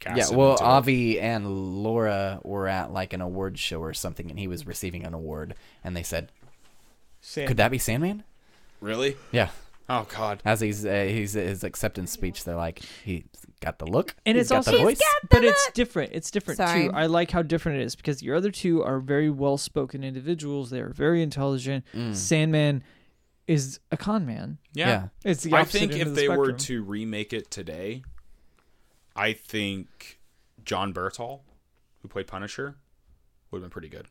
Speaker 2: cast.
Speaker 1: Yeah,
Speaker 2: in
Speaker 1: well,
Speaker 2: into it.
Speaker 1: Avi and Laura were at like an award show or something, and he was receiving an award, and they said,
Speaker 5: Sam.
Speaker 1: "Could that be Sandman?"
Speaker 2: really.
Speaker 1: Yeah,
Speaker 2: Oh God.
Speaker 1: as he's uh, he's his acceptance speech, they're like, "He got the look,
Speaker 5: and
Speaker 1: he's
Speaker 5: it's
Speaker 1: got
Speaker 5: also
Speaker 1: the voice."
Speaker 5: but it's different it's different
Speaker 4: Sorry.
Speaker 5: too i like how different it is because your other two are very well spoken individuals they are very intelligent
Speaker 1: Mm.
Speaker 5: sandman is a con man
Speaker 2: Yeah.
Speaker 1: Yeah.
Speaker 5: it's the
Speaker 2: I
Speaker 5: opposite
Speaker 2: think
Speaker 5: end
Speaker 2: if
Speaker 5: of the
Speaker 2: they were
Speaker 5: spectrum.
Speaker 2: to remake it today, I think John Bertal, who played Punisher, would have been pretty good.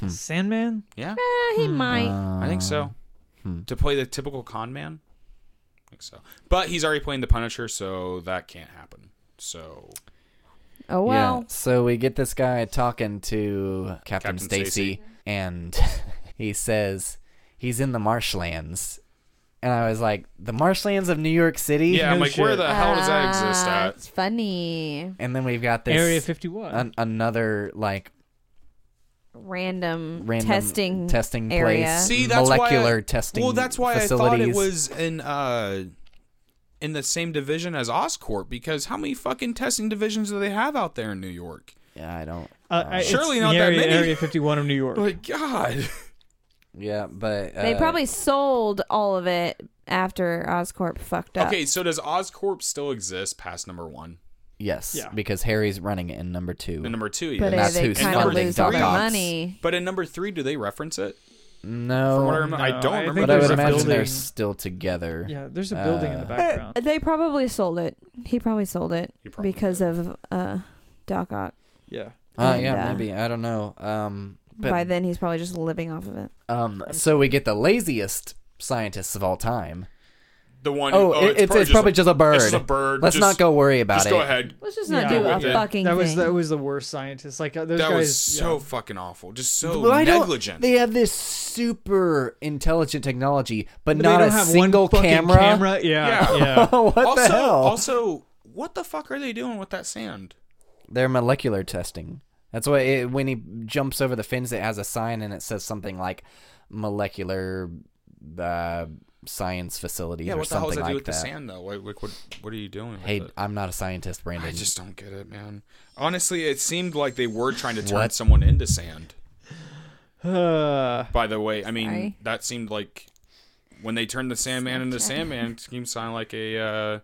Speaker 1: Hmm.
Speaker 5: sandman
Speaker 2: Yeah,
Speaker 4: Eh, he
Speaker 5: Oh,
Speaker 4: might.
Speaker 1: Uh,
Speaker 2: I think so. Uh,
Speaker 5: Hmm.
Speaker 2: To play the typical con man, I think so. But he's already playing the Punisher, so that can't happen. So
Speaker 4: oh well.
Speaker 1: Yeah. So we get this guy talking to Captain,
Speaker 2: Captain
Speaker 1: Stacy,
Speaker 2: Stacy.
Speaker 1: and *laughs* he says he's in the marshlands. And I was like, the marshlands of New York City?
Speaker 2: yeah, I'm
Speaker 5: no
Speaker 2: like, where
Speaker 5: shit.
Speaker 2: the hell does that
Speaker 4: Ah,
Speaker 2: exist
Speaker 4: It's
Speaker 2: at?
Speaker 4: funny.
Speaker 1: And then we've got this
Speaker 5: area 51
Speaker 1: an- another like
Speaker 4: Random,
Speaker 1: random
Speaker 4: testing.
Speaker 1: testing
Speaker 4: area.
Speaker 1: place,
Speaker 2: See, that's why I-
Speaker 1: molecular testing.
Speaker 2: Well, that's why
Speaker 1: facilities.
Speaker 2: I thought it was in uh in the same division as Oscorp because how many fucking testing divisions do they have out there in New York?
Speaker 1: Yeah, I don't.
Speaker 5: uh, I- it's
Speaker 2: Surely
Speaker 5: the
Speaker 2: not that
Speaker 5: area,
Speaker 2: many.
Speaker 5: area 51 of new york
Speaker 2: Like God,
Speaker 1: Yeah, but uh,
Speaker 4: They probably sold all of it after Oscorp fucked up.
Speaker 2: Okay, so does Oscorp still exist past number one?
Speaker 1: yes,
Speaker 5: Yeah.
Speaker 1: because Harry's running it in number two.
Speaker 2: And number two, even.
Speaker 4: but
Speaker 1: And
Speaker 4: are
Speaker 1: that's
Speaker 4: they
Speaker 1: who's
Speaker 4: kind of
Speaker 1: funding
Speaker 4: lose all
Speaker 1: Doc
Speaker 4: their
Speaker 1: Ock.
Speaker 4: money?
Speaker 2: but in number three, do they reference it?
Speaker 1: no,
Speaker 2: From what I remember, I
Speaker 5: No,
Speaker 2: don't
Speaker 5: I
Speaker 2: remember.
Speaker 5: think
Speaker 1: but I would
Speaker 5: there's a
Speaker 1: imagine they're
Speaker 5: building.
Speaker 1: still together.
Speaker 5: yeah there's a building in the
Speaker 1: Uh,
Speaker 5: background
Speaker 4: They probably sold it. He probably sold it
Speaker 2: He probably
Speaker 4: because
Speaker 2: did.
Speaker 4: of uh, Doc Ock.
Speaker 5: yeah
Speaker 1: Uh,
Speaker 4: And,
Speaker 1: yeah,
Speaker 4: uh,
Speaker 1: maybe I don't know. Um, but
Speaker 4: By then, he's probably just living off of it.
Speaker 1: Um, so we get the laziest scientists of all time.
Speaker 2: the one.
Speaker 1: Oh, it- it's, it's, probably just a bird.
Speaker 2: it's just a bird.
Speaker 1: Let's
Speaker 2: Just-
Speaker 1: not go worry about
Speaker 2: Just
Speaker 1: it.
Speaker 2: go ahead.
Speaker 4: Let's just
Speaker 5: Yeah,
Speaker 4: not
Speaker 5: with
Speaker 4: do a
Speaker 2: it.
Speaker 4: fucking
Speaker 5: that was
Speaker 4: thing.
Speaker 5: that was the worst scientist like uh, those
Speaker 2: That
Speaker 5: guys
Speaker 2: was so
Speaker 5: yeah.
Speaker 2: fucking awful. Just so
Speaker 1: Well, I don't-
Speaker 2: negligent.
Speaker 1: They have this super intelligent technology, but,
Speaker 5: They
Speaker 1: not
Speaker 5: don't
Speaker 1: a
Speaker 5: have one
Speaker 1: single
Speaker 5: fucking
Speaker 1: camera.
Speaker 5: camera yeah
Speaker 2: Yeah.
Speaker 5: yeah
Speaker 1: *laughs* what
Speaker 2: also,
Speaker 1: the hell?
Speaker 2: also, what the fuck are they doing with that sand?
Speaker 1: They're molecular testing. That's why it, when he jumps over the fence, it has a sign and it says something like molecular uh, science facilities
Speaker 2: Yeah,
Speaker 1: or
Speaker 2: what the hell
Speaker 1: something
Speaker 2: does that
Speaker 1: like
Speaker 2: do with
Speaker 1: that.
Speaker 2: the sand though? Like, like, what, what are you doing? With
Speaker 1: Hey,
Speaker 2: it?
Speaker 1: I'm not a scientist, Brandon.
Speaker 2: I just don't get it, man. Honestly, it seemed like they were trying to turn
Speaker 1: What?
Speaker 2: someone into sand.
Speaker 5: Uh,
Speaker 2: By the way, I mean
Speaker 4: Sorry.
Speaker 2: that seemed like when they turned the Sandman into Sandman, it seemed sound like a uh,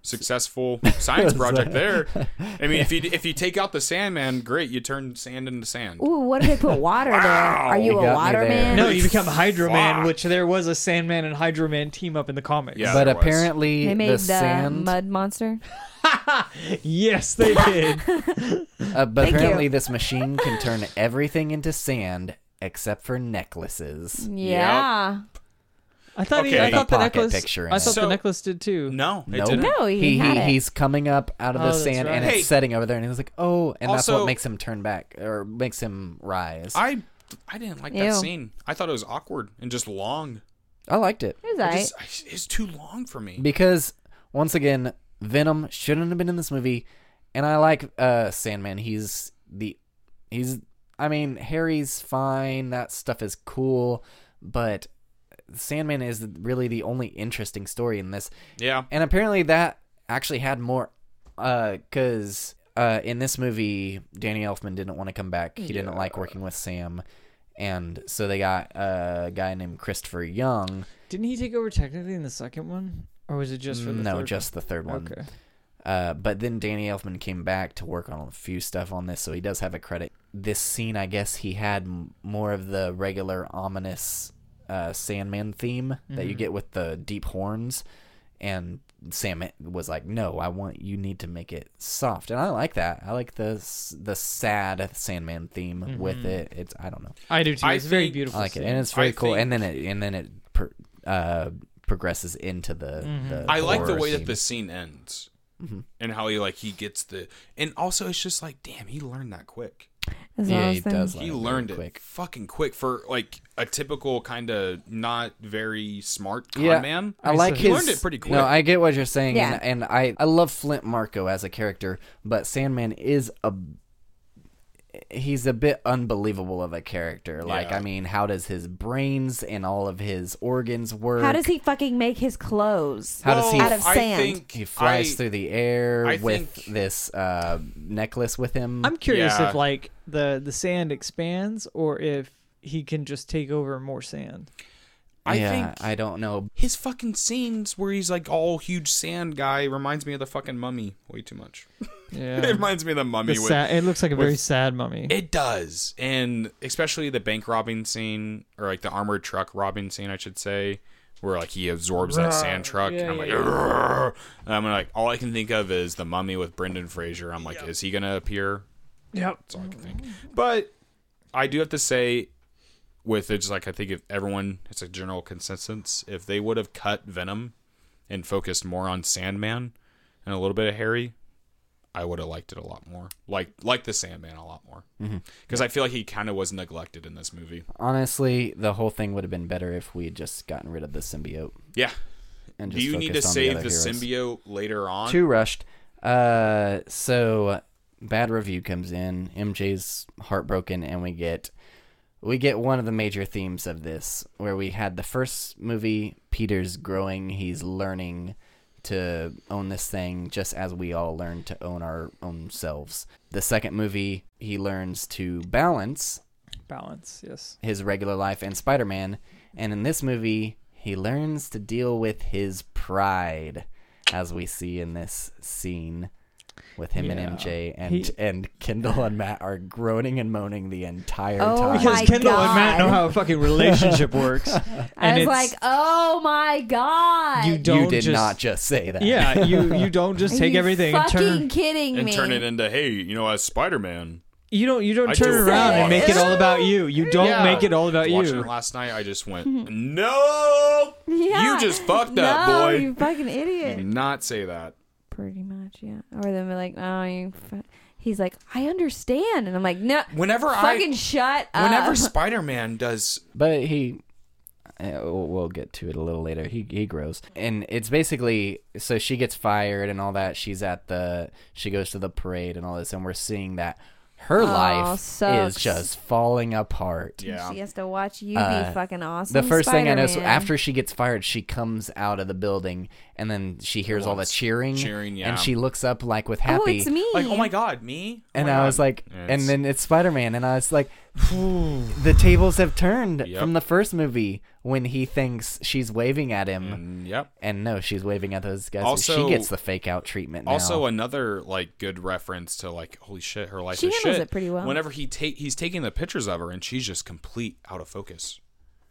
Speaker 2: successful
Speaker 4: *laughs*
Speaker 2: science project there. I mean, if you if you take out the Sandman, great, you turn sand into sand.
Speaker 4: Ooh, what if they put water there? Are you,
Speaker 1: You got
Speaker 4: a
Speaker 1: me
Speaker 4: waterman?
Speaker 5: no, you become Hydro Man,
Speaker 2: Fuck.
Speaker 5: which there was a Sandman and Hydro Man team up in the comics.
Speaker 2: Yeah.
Speaker 1: but
Speaker 2: there was.
Speaker 1: apparently,
Speaker 4: They made
Speaker 1: the
Speaker 4: the,
Speaker 1: sand
Speaker 4: mud monster.
Speaker 5: *laughs* Yes, they
Speaker 1: *laughs*
Speaker 5: did.
Speaker 1: Uh, but
Speaker 4: Thank
Speaker 1: apparently,
Speaker 4: you.
Speaker 1: this machine can turn everything into sand except for necklaces.
Speaker 4: Yeah.
Speaker 5: I thought he,
Speaker 2: Okay.
Speaker 5: I thought the
Speaker 1: Pocket
Speaker 5: necklace.
Speaker 1: picture in
Speaker 5: I
Speaker 1: it.
Speaker 5: thought the
Speaker 2: So-
Speaker 5: necklace did too.
Speaker 2: No, it
Speaker 1: Nope.
Speaker 2: didn't.
Speaker 4: No, he,
Speaker 1: He,
Speaker 4: had
Speaker 1: he
Speaker 4: it.
Speaker 1: he's coming up out of
Speaker 5: Oh,
Speaker 1: the
Speaker 5: that's
Speaker 1: sand and
Speaker 5: right.
Speaker 2: Hey.
Speaker 1: it's setting over there, and he's like, "Oh," and that's what
Speaker 2: Also-
Speaker 1: makes him turn back or makes him rise. I,
Speaker 2: I I didn't like
Speaker 4: Ew.
Speaker 2: that scene. I thought it was awkward and just long.
Speaker 1: liked it
Speaker 4: It was
Speaker 2: I
Speaker 4: alright.
Speaker 2: just- I- it's too long for me.
Speaker 1: because once again, Venom shouldn't have been in this movie, and I like uh, Sandman. He's the he's I mean Harry's fine. That stuff is cool, but Sandman is really the only interesting story in this.
Speaker 2: Yeah.
Speaker 1: And apparently that actually had more because uh, in this movie Danny Elfman didn't want to come back. He didn't like working with Sam. And so they got uh, a guy named Christopher Young.
Speaker 5: Didn't he take over technically in the second one, or was it just for the
Speaker 1: no,
Speaker 5: third
Speaker 1: just the third
Speaker 5: one?
Speaker 1: one.
Speaker 5: Okay.
Speaker 1: Uh, but then Danny Elfman came back to work on a few stuff on this, so he does have a credit. This scene, I guess, he had m- more of the
Speaker 2: Mm-hmm.
Speaker 1: regular ominous uh, Sandman theme that you get with the deep horns, And Sam was like, "No, I want you need to make it soft." And I like that. I like the s- the sad Sandman theme with it. It's I don't know.
Speaker 5: I do too.
Speaker 2: I
Speaker 5: it's very
Speaker 2: think-
Speaker 5: beautiful.
Speaker 1: I like it,
Speaker 5: scene.
Speaker 1: and it's very
Speaker 2: Mm-hmm. I
Speaker 1: cool.
Speaker 2: think-
Speaker 1: And then it and then it per, uh, progresses into the. the
Speaker 2: I like the
Speaker 1: horror
Speaker 2: way
Speaker 1: scene.
Speaker 2: that
Speaker 1: Mm-hmm.
Speaker 2: the scene ends, and how he like he gets the, and also it's just like, damn, he learned that quick.
Speaker 4: That's what I
Speaker 1: yeah
Speaker 4: was
Speaker 1: he
Speaker 4: thinking.
Speaker 1: does.
Speaker 2: he
Speaker 1: learn
Speaker 2: learned it
Speaker 1: really quick.
Speaker 2: fucking quick for like a typical kind of not very smart con
Speaker 1: Yeah,
Speaker 2: man.
Speaker 1: I like
Speaker 2: he
Speaker 1: his.
Speaker 2: learned it pretty quick.
Speaker 1: No, I get what you're saying,
Speaker 4: Yeah.
Speaker 1: and, and I I love Flint Marco as a character, but Sandman is a he's a bit unbelievable of a character. Like,
Speaker 2: Yeah.
Speaker 1: I mean, how does his brains and all of his organs work?
Speaker 4: How does he fucking make his clothes?
Speaker 1: How does he-
Speaker 4: out of
Speaker 2: I
Speaker 4: sand?
Speaker 2: think
Speaker 1: he flies
Speaker 2: I-
Speaker 1: through the air
Speaker 2: I
Speaker 1: with
Speaker 2: think-
Speaker 1: this uh, necklace with him?
Speaker 5: I'm curious
Speaker 2: Yeah.
Speaker 5: if like the the sand expands or if he can just take over more sand.
Speaker 2: I
Speaker 1: yeah,
Speaker 2: think
Speaker 1: I don't know.
Speaker 2: his fucking scenes where he's like all huge sand guy reminds me of the fucking mummy way too much. *laughs*
Speaker 5: Yeah.
Speaker 1: Um,
Speaker 2: it reminds me of the
Speaker 5: The
Speaker 2: mummy. with,
Speaker 5: sa- it looks like a very
Speaker 2: with-
Speaker 5: sad mummy.
Speaker 2: It does, and especially the bank robbing scene, or like the armored truck robbing scene, I should say, where like he absorbs that sand truck,
Speaker 5: Yeah,
Speaker 2: and I'm
Speaker 5: yeah,
Speaker 2: like,
Speaker 5: yeah.
Speaker 2: "Argh." and I'm like, all I can think of is the mummy with Brendan Fraser. I'm like, is he gonna appear?
Speaker 5: yep.
Speaker 2: That's all I can think. But I do have to say, with it, just like I think if everyone, it's a general consensus, if they would have cut Venom and focused more on Sandman and a little bit of Harry, I would have liked it a lot more. Like like the Sandman a lot more, because
Speaker 1: Mm-hmm.
Speaker 2: I feel like he kind of was neglected in this movie.
Speaker 1: Honestly, the whole thing would have been better if we had just gotten rid of the symbiote.
Speaker 2: Yeah.
Speaker 1: And
Speaker 2: Do
Speaker 1: just
Speaker 2: you need to
Speaker 1: focused on
Speaker 2: save
Speaker 1: other
Speaker 2: the,
Speaker 1: heroes.
Speaker 2: symbiote later on?
Speaker 1: too rushed. Uh, so bad review comes in. MJ's heartbroken, and we get we get one of the major themes of this, where we had the first movie. Peter's growing. He's learning to own this thing, just as we all learn to own our own selves. The second movie, he learns to balance
Speaker 5: Balance. Yes.
Speaker 1: his regular life and Spider Man. And in this movie, he learns to deal with his pride, as we see in this scene with him
Speaker 5: Yeah.
Speaker 1: and MJ. And,
Speaker 5: He-
Speaker 1: and Kendall and Matt are groaning and moaning the entire
Speaker 4: Oh
Speaker 1: time.
Speaker 5: Because
Speaker 4: my
Speaker 5: Kendall and Matt
Speaker 4: God.
Speaker 5: know how a fucking relationship
Speaker 4: *laughs*
Speaker 5: works.
Speaker 4: I
Speaker 5: and
Speaker 4: was
Speaker 5: it's-
Speaker 4: like, oh my god.
Speaker 5: you don't
Speaker 1: you did
Speaker 5: just,
Speaker 1: not just say that.
Speaker 5: Yeah, you you don't
Speaker 4: *laughs* Are
Speaker 5: just take
Speaker 4: you
Speaker 5: everything and
Speaker 4: fucking
Speaker 5: turn
Speaker 4: kidding
Speaker 2: and
Speaker 4: me.
Speaker 2: turn it into hey, you know, as Spider Man.
Speaker 5: you don't you don't
Speaker 2: I
Speaker 5: turn
Speaker 2: just
Speaker 5: around and
Speaker 2: want
Speaker 5: make it all
Speaker 2: it.
Speaker 5: about you. You don't
Speaker 2: Yeah.
Speaker 5: make it all about
Speaker 2: Watching
Speaker 5: you.
Speaker 2: it last night, I just
Speaker 4: *laughs*
Speaker 2: went, no,
Speaker 4: *laughs* Yeah.
Speaker 2: you just fucked
Speaker 4: no,
Speaker 2: up, boy. Mm-hmm.
Speaker 4: You fucking
Speaker 2: You did
Speaker 4: idiot.
Speaker 2: not say that.
Speaker 4: Pretty much, yeah. Or then we're like, oh, you. Fu-. He's like, I understand, and I'm like, no.
Speaker 2: Whenever
Speaker 4: fucking shut
Speaker 2: I, whenever
Speaker 4: *laughs* up.
Speaker 2: Spider Man does,
Speaker 1: But he. uh, We'll we'll get to it a little later. He he grows, and it's basically so she gets fired and all that. She's at the she goes to the parade and all this, and we're seeing that her life
Speaker 4: sucks.
Speaker 1: is just falling apart.
Speaker 2: yeah,
Speaker 4: She has to watch you
Speaker 1: Uh,
Speaker 4: be fucking awesome.
Speaker 1: the first thing I know, so
Speaker 4: Spider-Man.
Speaker 1: after she gets fired, she comes out of the building and then she hears all the
Speaker 2: Lots.
Speaker 1: cheering,
Speaker 2: Cheering, yeah.
Speaker 1: and she looks up like with happy.
Speaker 4: oh, it's me.
Speaker 2: like oh my god, me. Oh
Speaker 1: And
Speaker 2: my
Speaker 1: I
Speaker 2: God.
Speaker 1: was like,
Speaker 2: It's-
Speaker 1: and then it's Spider Man, and I was
Speaker 2: *sighs*
Speaker 1: like, the tables have turned
Speaker 2: Yep.
Speaker 1: from the first movie when he thinks she's waving at him,
Speaker 2: Mm, yep.
Speaker 1: and no, she's waving at those guys.
Speaker 2: Also-
Speaker 1: she gets the fake out treatment. Now.
Speaker 2: Also, uh, another like good reference to like, holy shit, her life
Speaker 4: She
Speaker 2: is
Speaker 4: handles
Speaker 2: shit.
Speaker 4: it pretty well.
Speaker 2: Whenever he take, he's taking the pictures of her, and she's just complete out of focus.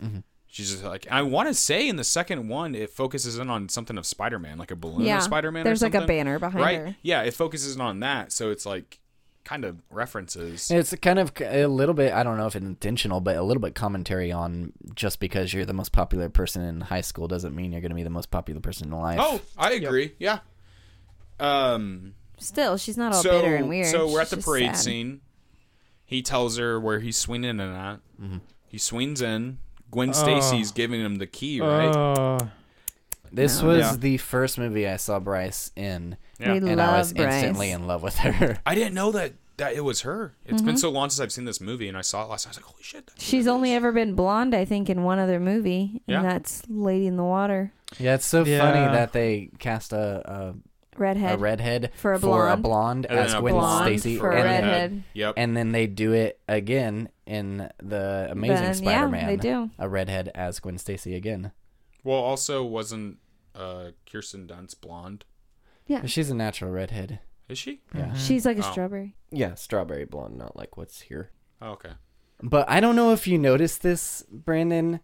Speaker 4: Mm-hmm.
Speaker 2: She's just like, I want to say in the second one, it focuses in on something of Spider Man, like a balloon
Speaker 4: Yeah.
Speaker 2: of Spider Man.
Speaker 4: There's, like, a
Speaker 2: something,
Speaker 4: banner behind
Speaker 2: right?
Speaker 4: her.
Speaker 2: Yeah, it focuses in on that, so it's like kind of references.
Speaker 1: It's kind of a little bit, I don't know if it's intentional, but a little bit commentary on just because you're the most popular person in high school doesn't mean you're going to be the most popular person in life.
Speaker 2: Oh, I agree. Yeah. Um.
Speaker 4: Still, she's not all
Speaker 2: so
Speaker 4: Oh, bitter and weird.
Speaker 2: so we're at
Speaker 4: She's
Speaker 2: the
Speaker 4: just
Speaker 2: parade
Speaker 4: sad.
Speaker 2: scene. He tells her where he's swinging and at.
Speaker 1: Mm-hmm.
Speaker 2: He swings in. Gwen
Speaker 1: Uh.
Speaker 2: Stacy's giving him the key, right?
Speaker 5: Oh,
Speaker 1: This was
Speaker 2: Yeah.
Speaker 1: the first movie I saw Bryce in,
Speaker 2: Yeah.
Speaker 4: We
Speaker 1: and
Speaker 4: love
Speaker 1: I was
Speaker 4: Bryce.
Speaker 1: instantly in love with her. *laughs*
Speaker 2: I didn't know that that it was her. It's
Speaker 4: Mm-hmm.
Speaker 2: been so long since I've seen this movie, and I saw it last. night. I was like, holy shit. that's who
Speaker 4: She's
Speaker 2: that
Speaker 4: only
Speaker 2: is.
Speaker 4: ever been blonde, I think, in one other movie,
Speaker 2: Yeah.
Speaker 4: and that's Lady in the Water,
Speaker 1: Yeah, it's so
Speaker 5: Yeah.
Speaker 1: funny that they cast a a,
Speaker 4: redhead,
Speaker 1: a redhead
Speaker 4: For a blonde.
Speaker 2: And
Speaker 1: as
Speaker 2: then a
Speaker 1: Gwen
Speaker 4: blonde
Speaker 1: Stacy,
Speaker 4: for a
Speaker 1: and,
Speaker 2: redhead.
Speaker 4: redhead.
Speaker 2: Yep.
Speaker 1: and then they do it again in the Amazing
Speaker 4: Then, yeah,
Speaker 1: Spider-Man.
Speaker 4: they do.
Speaker 1: a redhead as Gwen Stacy again.
Speaker 2: well, also wasn't uh, Kirsten Dunst blonde?
Speaker 1: She's a natural redhead.
Speaker 2: Is she?
Speaker 4: She's like a
Speaker 2: Oh.
Speaker 4: strawberry.
Speaker 1: Yeah, strawberry blonde, not like what's here.
Speaker 2: Oh, okay.
Speaker 1: But I don't know if you noticed this, Brandon,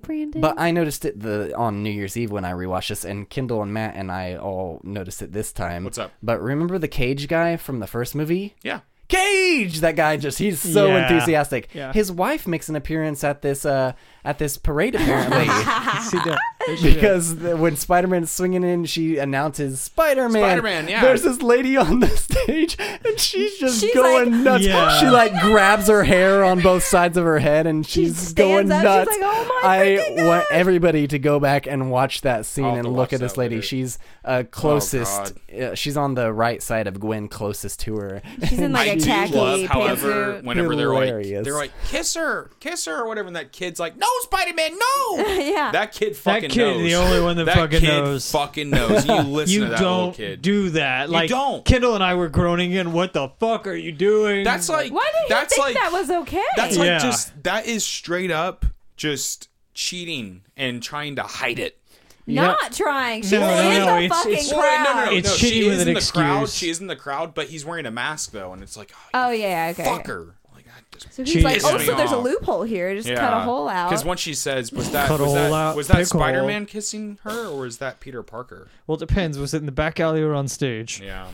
Speaker 4: Brandon.
Speaker 1: But I noticed it the on New Year's Eve when I rewatched this, and Kendall and Matt and I all noticed it this time.
Speaker 2: What's up?
Speaker 1: But remember the Cage guy from the first movie?
Speaker 2: Yeah.
Speaker 1: Cage! That guy just he's so
Speaker 5: Yeah.
Speaker 1: enthusiastic.
Speaker 5: Yeah.
Speaker 1: His wife makes an appearance at this uh at this
Speaker 4: *laughs*
Speaker 1: parade apparently.
Speaker 5: Oh. See that?
Speaker 1: Because the, when Spider Man's swinging in, she announces Spider Man.
Speaker 2: Spider-Man, yeah.
Speaker 1: There's this lady on the *laughs* stage, and she's just
Speaker 4: She's
Speaker 1: going
Speaker 4: like,
Speaker 1: nuts.
Speaker 5: Yeah.
Speaker 1: She like grabs her hair on both sides of her head, and
Speaker 4: She
Speaker 1: she's
Speaker 4: stands
Speaker 1: going
Speaker 4: up, she's
Speaker 1: nuts.
Speaker 4: like, "Oh my
Speaker 1: I
Speaker 4: freaking
Speaker 1: want
Speaker 4: God."
Speaker 1: everybody to go back and watch that scene
Speaker 2: I'll have
Speaker 1: and
Speaker 2: to
Speaker 1: look
Speaker 2: watch
Speaker 1: at this
Speaker 2: that
Speaker 1: lady.
Speaker 2: later.
Speaker 1: She's
Speaker 4: Oh,
Speaker 1: uh, closest. uh, she's on the right side of Gwen, closest to her. *laughs*
Speaker 4: She's in like
Speaker 2: I
Speaker 4: a
Speaker 2: do
Speaker 4: tacky
Speaker 2: love, however,
Speaker 4: pantsuit.
Speaker 2: whenever they're
Speaker 1: Hilarious.
Speaker 2: like, they're like, kiss her, kiss her, or whatever, and that kid's like, no, Spider Man, no.
Speaker 4: *laughs* yeah.
Speaker 2: That kid
Speaker 5: That
Speaker 2: fucking
Speaker 5: kid,
Speaker 2: knows.
Speaker 5: the only one that,
Speaker 2: that
Speaker 5: fucking
Speaker 2: kid
Speaker 5: knows.
Speaker 2: fucking knows.
Speaker 5: *laughs*
Speaker 2: You listen
Speaker 5: you
Speaker 2: to that little
Speaker 5: don't
Speaker 2: kid.
Speaker 5: do that. Like
Speaker 2: don't.
Speaker 5: Kendall and I were groaning in. What the fuck are you doing?
Speaker 2: That's like
Speaker 4: Why did he
Speaker 2: that's
Speaker 4: think
Speaker 2: like
Speaker 4: that was okay?
Speaker 2: that's like
Speaker 5: Yeah.
Speaker 2: just that is straight up just cheating and trying to hide it.
Speaker 4: not trying. She's
Speaker 5: No, no,
Speaker 4: in
Speaker 5: no,
Speaker 4: the
Speaker 5: it's-
Speaker 4: fucking
Speaker 5: it's-
Speaker 2: Well,
Speaker 4: crowd.
Speaker 2: no, no, no,
Speaker 5: It's
Speaker 2: no,
Speaker 5: cheating
Speaker 2: she
Speaker 5: with
Speaker 2: is
Speaker 5: an
Speaker 2: in the crowd.
Speaker 5: excuse.
Speaker 2: She is in the crowd, but he's wearing a mask though, and it's like, oh,
Speaker 4: Oh yeah, okay.
Speaker 2: fucker. Like, I just
Speaker 4: So he's like,
Speaker 5: Jeez.
Speaker 4: oh, so there's a
Speaker 2: Yeah.
Speaker 4: loophole here. Just cut a hole out.
Speaker 2: Because once she says, was that
Speaker 5: Cut a
Speaker 2: was
Speaker 5: hole
Speaker 2: that,
Speaker 5: out,
Speaker 2: was that
Speaker 5: pick a hole.
Speaker 2: Spider-Man kissing her, or was that Peter Parker?
Speaker 5: well, it depends. Was it in the back alley or on stage?
Speaker 2: Yeah.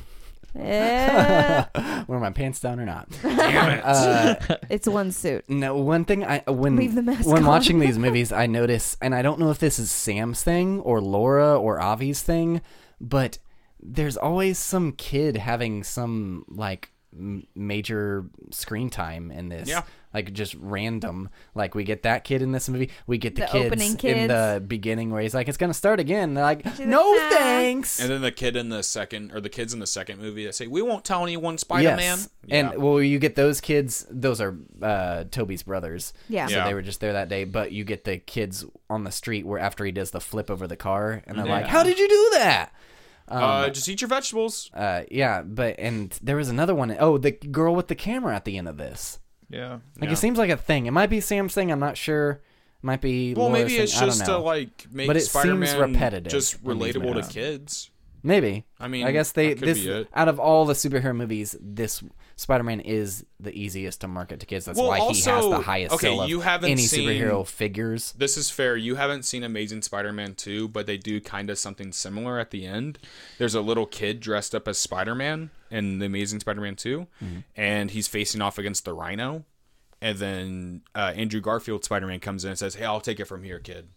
Speaker 1: *laughs*
Speaker 4: Yeah.
Speaker 1: Were my pants down or not?
Speaker 2: Damn it.
Speaker 4: it's one suit.
Speaker 1: No, one thing I when
Speaker 4: Leave the mask
Speaker 1: when
Speaker 4: on.
Speaker 1: watching
Speaker 4: *laughs*
Speaker 1: these movies, I notice, and I don't know if this is Sam's thing or Laura or Avi's thing, but there's always some kid having some like m- major screen time in this.
Speaker 2: Yeah.
Speaker 1: Like just random. Like we get that kid in this movie. We get the,
Speaker 4: The
Speaker 1: kids
Speaker 4: opening
Speaker 1: in
Speaker 4: kids.
Speaker 1: the beginning where he's like, "It's gonna start again." They're like,
Speaker 4: like,
Speaker 1: "No
Speaker 4: "Nah."
Speaker 1: thanks."
Speaker 2: and then the kid in the second, or the kids in the second movie that say, "We won't tell anyone Spider-Man."
Speaker 1: Yes,
Speaker 2: Yeah.
Speaker 1: and well, you get those kids. Those are uh, Toby's brothers.
Speaker 4: Yeah.
Speaker 1: So
Speaker 2: Yeah.
Speaker 1: they were just there that day. But you get the kids on the street where after he does the flip over the car, and they're like,
Speaker 2: Yeah.
Speaker 1: "How did you do that?" um,
Speaker 2: uh, just eat your vegetables.
Speaker 1: Uh, yeah, but and there was another one oh the girl with the camera at the end of this.
Speaker 5: Yeah.
Speaker 1: Like
Speaker 2: Yeah.
Speaker 1: it seems like a thing. It might be Sam's thing. I'm not sure. It might be
Speaker 2: Well,
Speaker 1: Laura's
Speaker 2: maybe
Speaker 1: thing,
Speaker 2: it's
Speaker 1: I don't
Speaker 2: just
Speaker 1: know.
Speaker 2: to like make
Speaker 1: But it seems
Speaker 2: Spider-Man
Speaker 1: repetitive
Speaker 2: just
Speaker 1: in these
Speaker 2: relatable to
Speaker 1: movies.
Speaker 2: kids.
Speaker 1: maybe.
Speaker 2: I mean,
Speaker 1: I guess they
Speaker 2: that could
Speaker 1: this
Speaker 2: be it.
Speaker 1: out of all the superhero movies, this Spider-Man is the easiest to market to kids. That's
Speaker 2: Well,
Speaker 1: why he has
Speaker 2: also-
Speaker 1: the highest
Speaker 2: okay,
Speaker 1: sale of
Speaker 2: you haven't
Speaker 1: any
Speaker 2: seen-
Speaker 1: superhero figures.
Speaker 2: This is fair. You haven't seen Amazing Spider-Man 2, but they do kind of something similar at the end. There's a little kid dressed up as Spider-Man in the Amazing Spider-Man 2,
Speaker 1: Mm-hmm.
Speaker 2: and he's facing off against the Rhino. And then uh, Andrew Garfield Spider-Man comes in and says, "Hey, I'll take it from here, kid."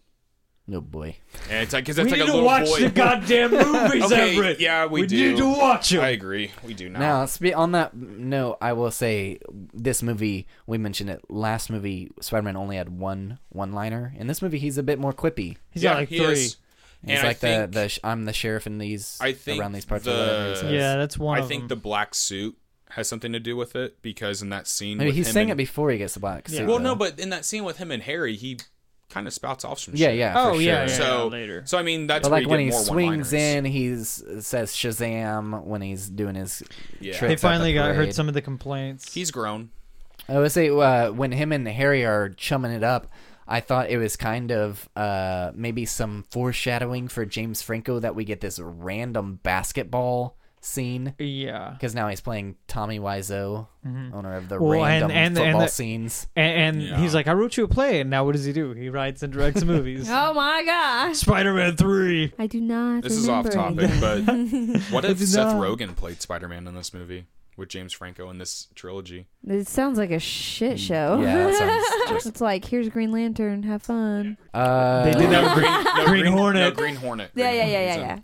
Speaker 1: No Oh, boy.
Speaker 2: And it's like because that's like
Speaker 5: we need
Speaker 2: a
Speaker 5: to
Speaker 2: little
Speaker 5: watch
Speaker 2: boy.
Speaker 5: the goddamn *laughs* movies,
Speaker 2: Okay,
Speaker 5: Everett.
Speaker 2: yeah, we
Speaker 5: need
Speaker 2: do.
Speaker 5: to watch them.
Speaker 2: *laughs* I agree. We do now.
Speaker 1: Now, spe- on that note, I will say this movie we mentioned it last movie. Spider-Man only had one one-liner. In this movie, he's a bit more quippy.
Speaker 5: He's got like
Speaker 2: he
Speaker 5: three.
Speaker 2: is.
Speaker 1: He's
Speaker 2: And I
Speaker 1: like
Speaker 2: think-
Speaker 1: the, the sh- I'm the sheriff in these
Speaker 2: I think
Speaker 1: around these parts.
Speaker 2: the
Speaker 1: or whatever he says.
Speaker 5: Yeah, that's one
Speaker 2: I
Speaker 5: of
Speaker 2: think
Speaker 5: them.
Speaker 2: the black suit has something to do with it because in that scene,
Speaker 1: Maybe
Speaker 2: with
Speaker 1: he's
Speaker 2: him
Speaker 1: saying it
Speaker 2: and-
Speaker 1: before he gets the black suit.
Speaker 2: Well,
Speaker 1: though.
Speaker 2: no, but in that scene with him and Harry, he kind of spouts off some
Speaker 1: yeah,
Speaker 2: shit.
Speaker 1: yeah.
Speaker 5: Oh,
Speaker 1: for
Speaker 5: yeah,
Speaker 1: sure.
Speaker 5: yeah.
Speaker 2: So
Speaker 5: later.
Speaker 2: So I mean, that's
Speaker 1: But
Speaker 2: where
Speaker 1: like
Speaker 2: you
Speaker 1: when
Speaker 2: get
Speaker 1: he
Speaker 2: more
Speaker 1: swings
Speaker 2: one-liners.
Speaker 1: in, he's says Shazam when he's doing his
Speaker 2: Yeah.
Speaker 1: tricks
Speaker 2: They
Speaker 5: they
Speaker 1: at the
Speaker 5: finally got heard
Speaker 1: parade.
Speaker 5: some of the complaints.
Speaker 2: He's grown.
Speaker 1: I would say uh, when him and Harry are chumming it up, I thought it was kind of uh, maybe some foreshadowing for James Franco that we get this random basketball scene
Speaker 5: yeah.
Speaker 1: because now he's playing Tommy Wiseau, owner of the
Speaker 5: Mm-hmm. Well, and-
Speaker 1: random
Speaker 5: and- and
Speaker 1: football
Speaker 5: the-
Speaker 1: scenes.
Speaker 5: And, and
Speaker 2: Yeah.
Speaker 5: he's like, I wrote you a play, and now what does he do? He writes and directs *laughs* movies.
Speaker 4: Oh my gosh.
Speaker 5: Spider-Man Three.
Speaker 4: I do not.
Speaker 2: This is off
Speaker 4: remember
Speaker 2: topic,
Speaker 4: anything.
Speaker 2: but
Speaker 4: *laughs*
Speaker 2: what if
Speaker 5: It's
Speaker 2: Seth
Speaker 5: not.
Speaker 2: Rogen played Spider-Man in this movie with James Franco in this
Speaker 1: *laughs*
Speaker 2: trilogy?
Speaker 4: It sounds like a shit show.
Speaker 1: Mm, Yeah, that
Speaker 4: *laughs*
Speaker 1: sounds just-
Speaker 4: it's like here's Green Lantern. Have fun.
Speaker 1: Uh,
Speaker 5: They did that.
Speaker 2: Green, no,
Speaker 5: Green
Speaker 2: No,
Speaker 5: Hornet.
Speaker 2: Green Hornet.
Speaker 4: Yeah,
Speaker 2: Green
Speaker 4: yeah, yeah,
Speaker 2: Hornet's
Speaker 4: yeah,
Speaker 2: in.
Speaker 4: yeah.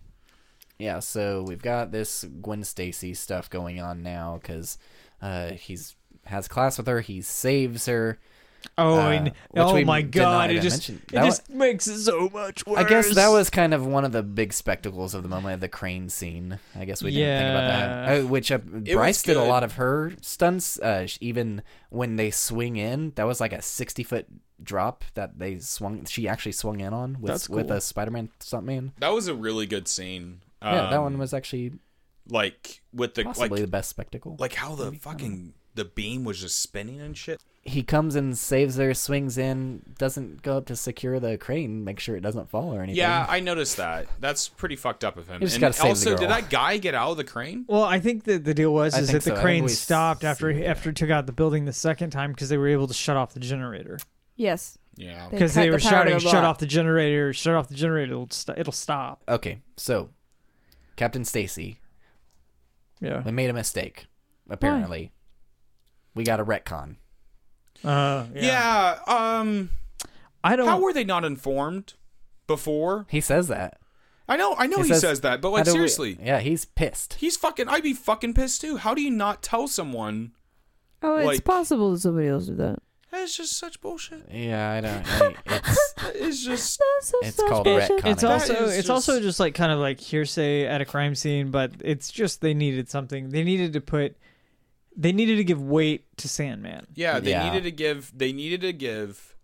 Speaker 1: Yeah, so we've got this Gwen Stacy stuff going on now because uh, he's has class with her. He saves her.
Speaker 5: Oh,
Speaker 1: Uh,
Speaker 5: and,
Speaker 1: which
Speaker 5: oh
Speaker 1: we
Speaker 5: my
Speaker 1: did not
Speaker 5: God! It
Speaker 1: even
Speaker 5: just
Speaker 1: mention.
Speaker 5: it
Speaker 1: That
Speaker 5: just makes it so much worse.
Speaker 1: I guess that was kind of one of the big spectacles of the moment, the crane scene. I guess we didn't think about that. Uh, which uh, Bryce did a
Speaker 2: good.
Speaker 1: lot of her stunts, uh, sh- even when they swing in. That was like a sixty foot drop that they swung. She actually swung in on with
Speaker 5: That's
Speaker 1: with
Speaker 5: cool.
Speaker 1: a Spider Man stuntman.
Speaker 2: That was a really good scene.
Speaker 1: Yeah, that
Speaker 2: Um,
Speaker 1: one was actually
Speaker 2: like with the
Speaker 1: possibly
Speaker 2: like
Speaker 1: the best spectacle.
Speaker 2: like how the fucking the beam was just spinning and shit.
Speaker 1: he comes and saves her, swings in, doesn't go up to secure the crane, make sure it doesn't fall or anything.
Speaker 2: Yeah, I noticed that. That's pretty fucked up of him.
Speaker 1: You just
Speaker 2: and
Speaker 1: gotta save the
Speaker 2: also,
Speaker 1: girl.
Speaker 2: did that guy get out of the crane?
Speaker 5: Well, I think that the deal was
Speaker 1: I
Speaker 5: is
Speaker 1: think
Speaker 5: that the
Speaker 1: so. I think
Speaker 5: crane
Speaker 1: we
Speaker 5: stopped after
Speaker 1: see
Speaker 5: after it took out the building the second time because they were able to shut off the generator.
Speaker 4: Yes.
Speaker 2: Yeah.
Speaker 4: They
Speaker 5: because
Speaker 4: cut
Speaker 5: they,
Speaker 4: the
Speaker 5: were
Speaker 4: power to
Speaker 5: shouting,
Speaker 4: the
Speaker 5: "Shut
Speaker 4: block."
Speaker 5: off the generator! Shut off the generator! It'll, st- it'll stop."
Speaker 1: Okay, so Captain Stacy,
Speaker 5: Yeah.
Speaker 1: we made a mistake. Apparently, we got a retcon.
Speaker 5: Uh, yeah. oh.
Speaker 2: yeah. Um.
Speaker 5: I don't.
Speaker 2: How were they not informed before?
Speaker 1: He says that.
Speaker 2: I know. I know he, says, that, but like
Speaker 1: how do we-
Speaker 2: seriously,
Speaker 1: yeah, he's pissed.
Speaker 2: he's fucking. I'd be fucking pissed too. How do you not tell someone?
Speaker 4: Oh, it's
Speaker 2: Like-
Speaker 4: possible that somebody else did that.
Speaker 2: It's just such bullshit.
Speaker 1: Yeah, I don't. *laughs* I, it's
Speaker 2: It's just.
Speaker 4: That's so
Speaker 1: It's called
Speaker 4: suspicious.
Speaker 1: retcon.
Speaker 5: it's
Speaker 1: That
Speaker 5: also
Speaker 2: is
Speaker 5: it's
Speaker 2: just-
Speaker 5: also just like kind of like hearsay at a crime scene, but it's just they needed something. They needed to put. They needed to give weight to Sandman.
Speaker 2: Yeah, they
Speaker 1: Yeah.
Speaker 2: needed to give. They needed to give.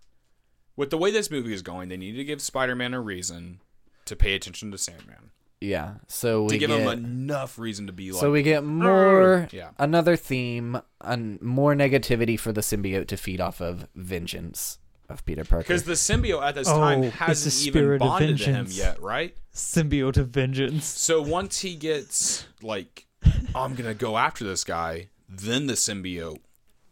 Speaker 2: With the way this movie is going, they needed to give Spider-Man a reason to pay attention to Sandman.
Speaker 1: yeah. So
Speaker 2: To
Speaker 1: we
Speaker 2: give
Speaker 1: get,
Speaker 2: him enough reason to be like.
Speaker 1: so we get more
Speaker 2: Yeah.
Speaker 1: another theme and more negativity for the symbiote to feed off of vengeance of Peter Parker.
Speaker 2: because the symbiote at this
Speaker 5: Oh,
Speaker 2: time
Speaker 5: it's the
Speaker 2: hasn't even
Speaker 5: spirit of
Speaker 2: bonded to him
Speaker 5: vengeance.
Speaker 2: yet, right?
Speaker 5: Symbiote of vengeance.
Speaker 2: So once he gets like, I'm gonna go after this guy, then the symbiote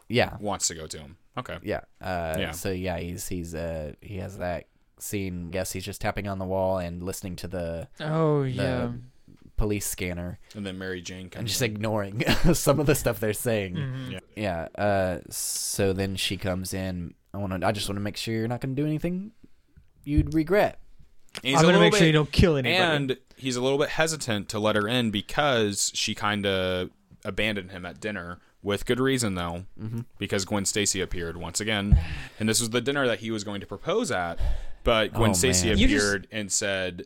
Speaker 1: yeah,
Speaker 2: wants to go to him. Okay.
Speaker 1: yeah. Uh,
Speaker 2: Yeah.
Speaker 1: So yeah, he's he's uh he has that scene. Guess he's just tapping on the wall and listening to the
Speaker 5: Oh
Speaker 1: the
Speaker 5: yeah.
Speaker 2: mm-hmm.
Speaker 1: police scanner
Speaker 2: And then Mary Jane
Speaker 1: and
Speaker 2: comes.
Speaker 1: just ignoring *laughs* some of the stuff they're saying.
Speaker 5: Hmm. Mm-hmm.
Speaker 2: Yeah.
Speaker 1: Yeah. Uh, so then she comes in. I want to. I just want to make sure you're not going to do anything you'd regret.
Speaker 2: And he's
Speaker 5: I'm
Speaker 2: a
Speaker 5: gonna
Speaker 2: little
Speaker 5: make sure
Speaker 2: bit-
Speaker 5: you don't kill anybody.
Speaker 2: And he's a little bit hesitant to let her in because she kind of abandoned him at dinner. With good reason, though, because Gwen Stacy appeared once again, and this was the dinner that he was going to propose at. But Gwen
Speaker 1: Oh,
Speaker 2: Stacy
Speaker 1: man.
Speaker 5: You just-
Speaker 2: appeared and said,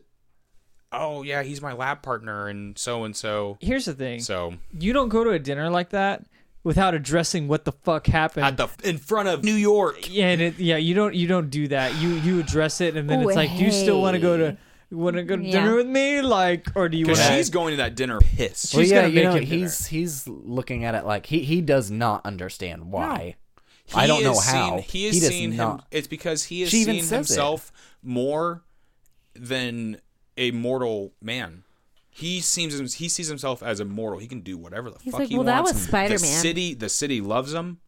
Speaker 2: "Oh yeah, he's my lab partner, and so and so."
Speaker 5: Here's the thing:
Speaker 2: So
Speaker 5: you don't go to a dinner like that without addressing what the fuck happened.
Speaker 2: at the in front of New York,
Speaker 5: yeah, and it, yeah, you don't you don't do that. You you address it, and then
Speaker 4: Ooh,
Speaker 5: it's like, do you still want to go to want to go to
Speaker 4: Yeah.
Speaker 5: dinner with me, like, or do you want?
Speaker 2: because
Speaker 5: to
Speaker 2: she's going to that dinner pissed.
Speaker 5: She's
Speaker 1: well, yeah,
Speaker 5: gonna
Speaker 1: you
Speaker 5: make
Speaker 1: know,
Speaker 5: him dinner.
Speaker 1: he's he's looking at it like he he does not understand why.
Speaker 2: He
Speaker 1: I don't know
Speaker 2: is
Speaker 1: how.
Speaker 2: seen- he is
Speaker 1: He does
Speaker 2: seen him.
Speaker 1: not.
Speaker 2: It's because he has
Speaker 1: She even
Speaker 2: seen
Speaker 1: says it.
Speaker 2: himself more than a mortal man. He seems he sees himself as immortal. He can do whatever the
Speaker 4: He's
Speaker 2: fuck
Speaker 4: like,
Speaker 2: he
Speaker 4: "Well, that
Speaker 2: wants.
Speaker 4: was Spider-Man."
Speaker 2: The city, the city loves him,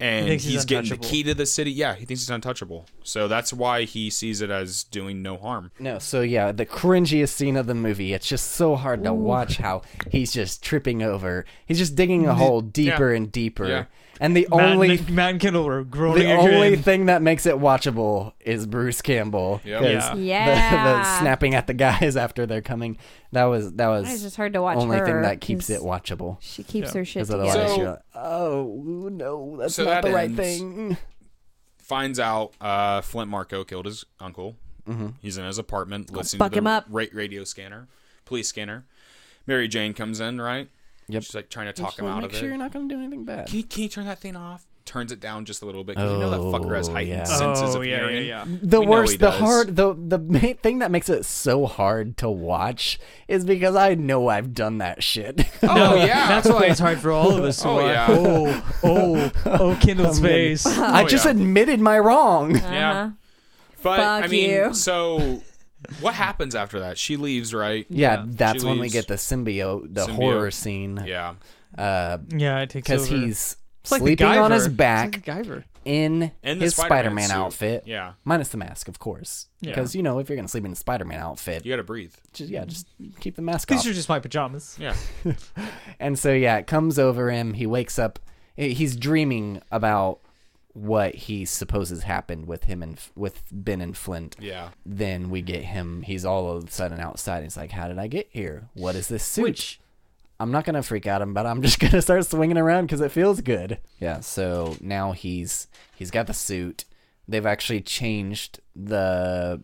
Speaker 2: and
Speaker 5: He thinks
Speaker 2: he's,
Speaker 5: he's
Speaker 2: getting the
Speaker 5: untouchable.
Speaker 2: key to the city. Yeah, he thinks he's untouchable. So that's why he sees it as doing no harm.
Speaker 1: No, so yeah, the cringiest scene of the movie. It's just so hard to watch how he's just tripping over. He's just digging a hole deeper and deeper.
Speaker 2: Yeah.
Speaker 1: And the
Speaker 5: Man,
Speaker 1: only
Speaker 5: Nick- man Kindle were groaning
Speaker 1: the only *laughs*
Speaker 5: again.
Speaker 1: thing that makes it watchable is Bruce Campbell.
Speaker 2: Yep.
Speaker 1: 'cause
Speaker 5: Yeah.
Speaker 1: the- Uh, The,
Speaker 4: Yeah.
Speaker 1: snapping at the guys *laughs* after they're coming. That was that was
Speaker 4: It's just hard to watch
Speaker 1: only thing
Speaker 4: her,
Speaker 1: that keeps
Speaker 4: 'cause-
Speaker 1: it watchable.
Speaker 4: She keeps
Speaker 5: Yeah.
Speaker 4: her shit
Speaker 1: Because
Speaker 4: together.
Speaker 1: otherwise,
Speaker 2: So-
Speaker 1: you're like, oh no, that's
Speaker 2: so
Speaker 1: not
Speaker 2: that
Speaker 1: the right
Speaker 2: ends.
Speaker 1: thing.
Speaker 2: Finds out uh, Flint Marco killed his uncle.
Speaker 1: Mm-hmm.
Speaker 2: He's in his apartment listening
Speaker 4: fuck
Speaker 2: to the
Speaker 4: him up.
Speaker 2: ra- radio scanner, police scanner. Mary Jane comes in, right?
Speaker 1: Yep.
Speaker 2: She's like trying to
Speaker 1: Just
Speaker 2: talk him
Speaker 1: wanna
Speaker 2: out
Speaker 1: make
Speaker 2: of
Speaker 1: sure
Speaker 2: it.
Speaker 1: you're not going to do anything bad.
Speaker 2: Can you, can you turn that thing off? Turns it down just a little bit. 'cause you know that fucker has
Speaker 1: Oh,
Speaker 2: heightened
Speaker 1: yeah.
Speaker 2: senses
Speaker 5: Oh
Speaker 2: of
Speaker 5: yeah, yeah,
Speaker 2: hearing.
Speaker 5: yeah.
Speaker 1: the
Speaker 2: We know he
Speaker 1: worst the
Speaker 2: does.
Speaker 1: hard the the main thing that makes it so hard to watch is because I know I've done that shit. *laughs*
Speaker 2: *laughs* Oh yeah.
Speaker 5: That's why it's hard for all of us to
Speaker 2: Oh,
Speaker 5: watch.
Speaker 2: yeah.
Speaker 5: Oh, oh, oh, Kindle's face.
Speaker 1: I just
Speaker 2: yeah.
Speaker 1: admitted my wrong.
Speaker 2: yeah.
Speaker 4: Uh-huh.
Speaker 2: But I
Speaker 4: Fuck
Speaker 2: mean,
Speaker 4: you.
Speaker 2: so what happens after that? She leaves, right?
Speaker 1: Yeah, that's
Speaker 2: she
Speaker 1: when we
Speaker 2: leaves.
Speaker 1: get the symbiote, the
Speaker 2: Symbiote.
Speaker 1: horror scene.
Speaker 2: Yeah.
Speaker 1: Because
Speaker 5: Yeah, it takes over.
Speaker 1: he's
Speaker 5: It's like the
Speaker 1: sleeping on
Speaker 5: Guyver.
Speaker 1: his
Speaker 5: It's
Speaker 1: back
Speaker 5: like the Guyver.
Speaker 1: in,
Speaker 2: In the
Speaker 1: his
Speaker 2: Spider-Man
Speaker 1: Spider-Man
Speaker 2: suit.
Speaker 1: outfit.
Speaker 2: Yeah.
Speaker 1: Minus the mask, of course.
Speaker 5: Yeah.
Speaker 1: Because, you know, if you're going to sleep in a Spider Man outfit,
Speaker 2: You got to breathe.
Speaker 1: just, yeah, just keep the mask off.
Speaker 5: These are just my pajamas.
Speaker 2: Yeah.
Speaker 1: And so, yeah, it comes over him. He wakes up. he- He's dreaming about what he supposes happened with him and with Ben and Flint.
Speaker 2: Yeah.
Speaker 1: Then we get him. He's all of a sudden outside. He's like, "How did I get here? What is this suit?"
Speaker 5: Which-
Speaker 1: I'm not gonna freak out him, but I'm just *laughs* gonna start swinging around because it feels good. Yeah. So now he's he's got the suit. They've actually changed the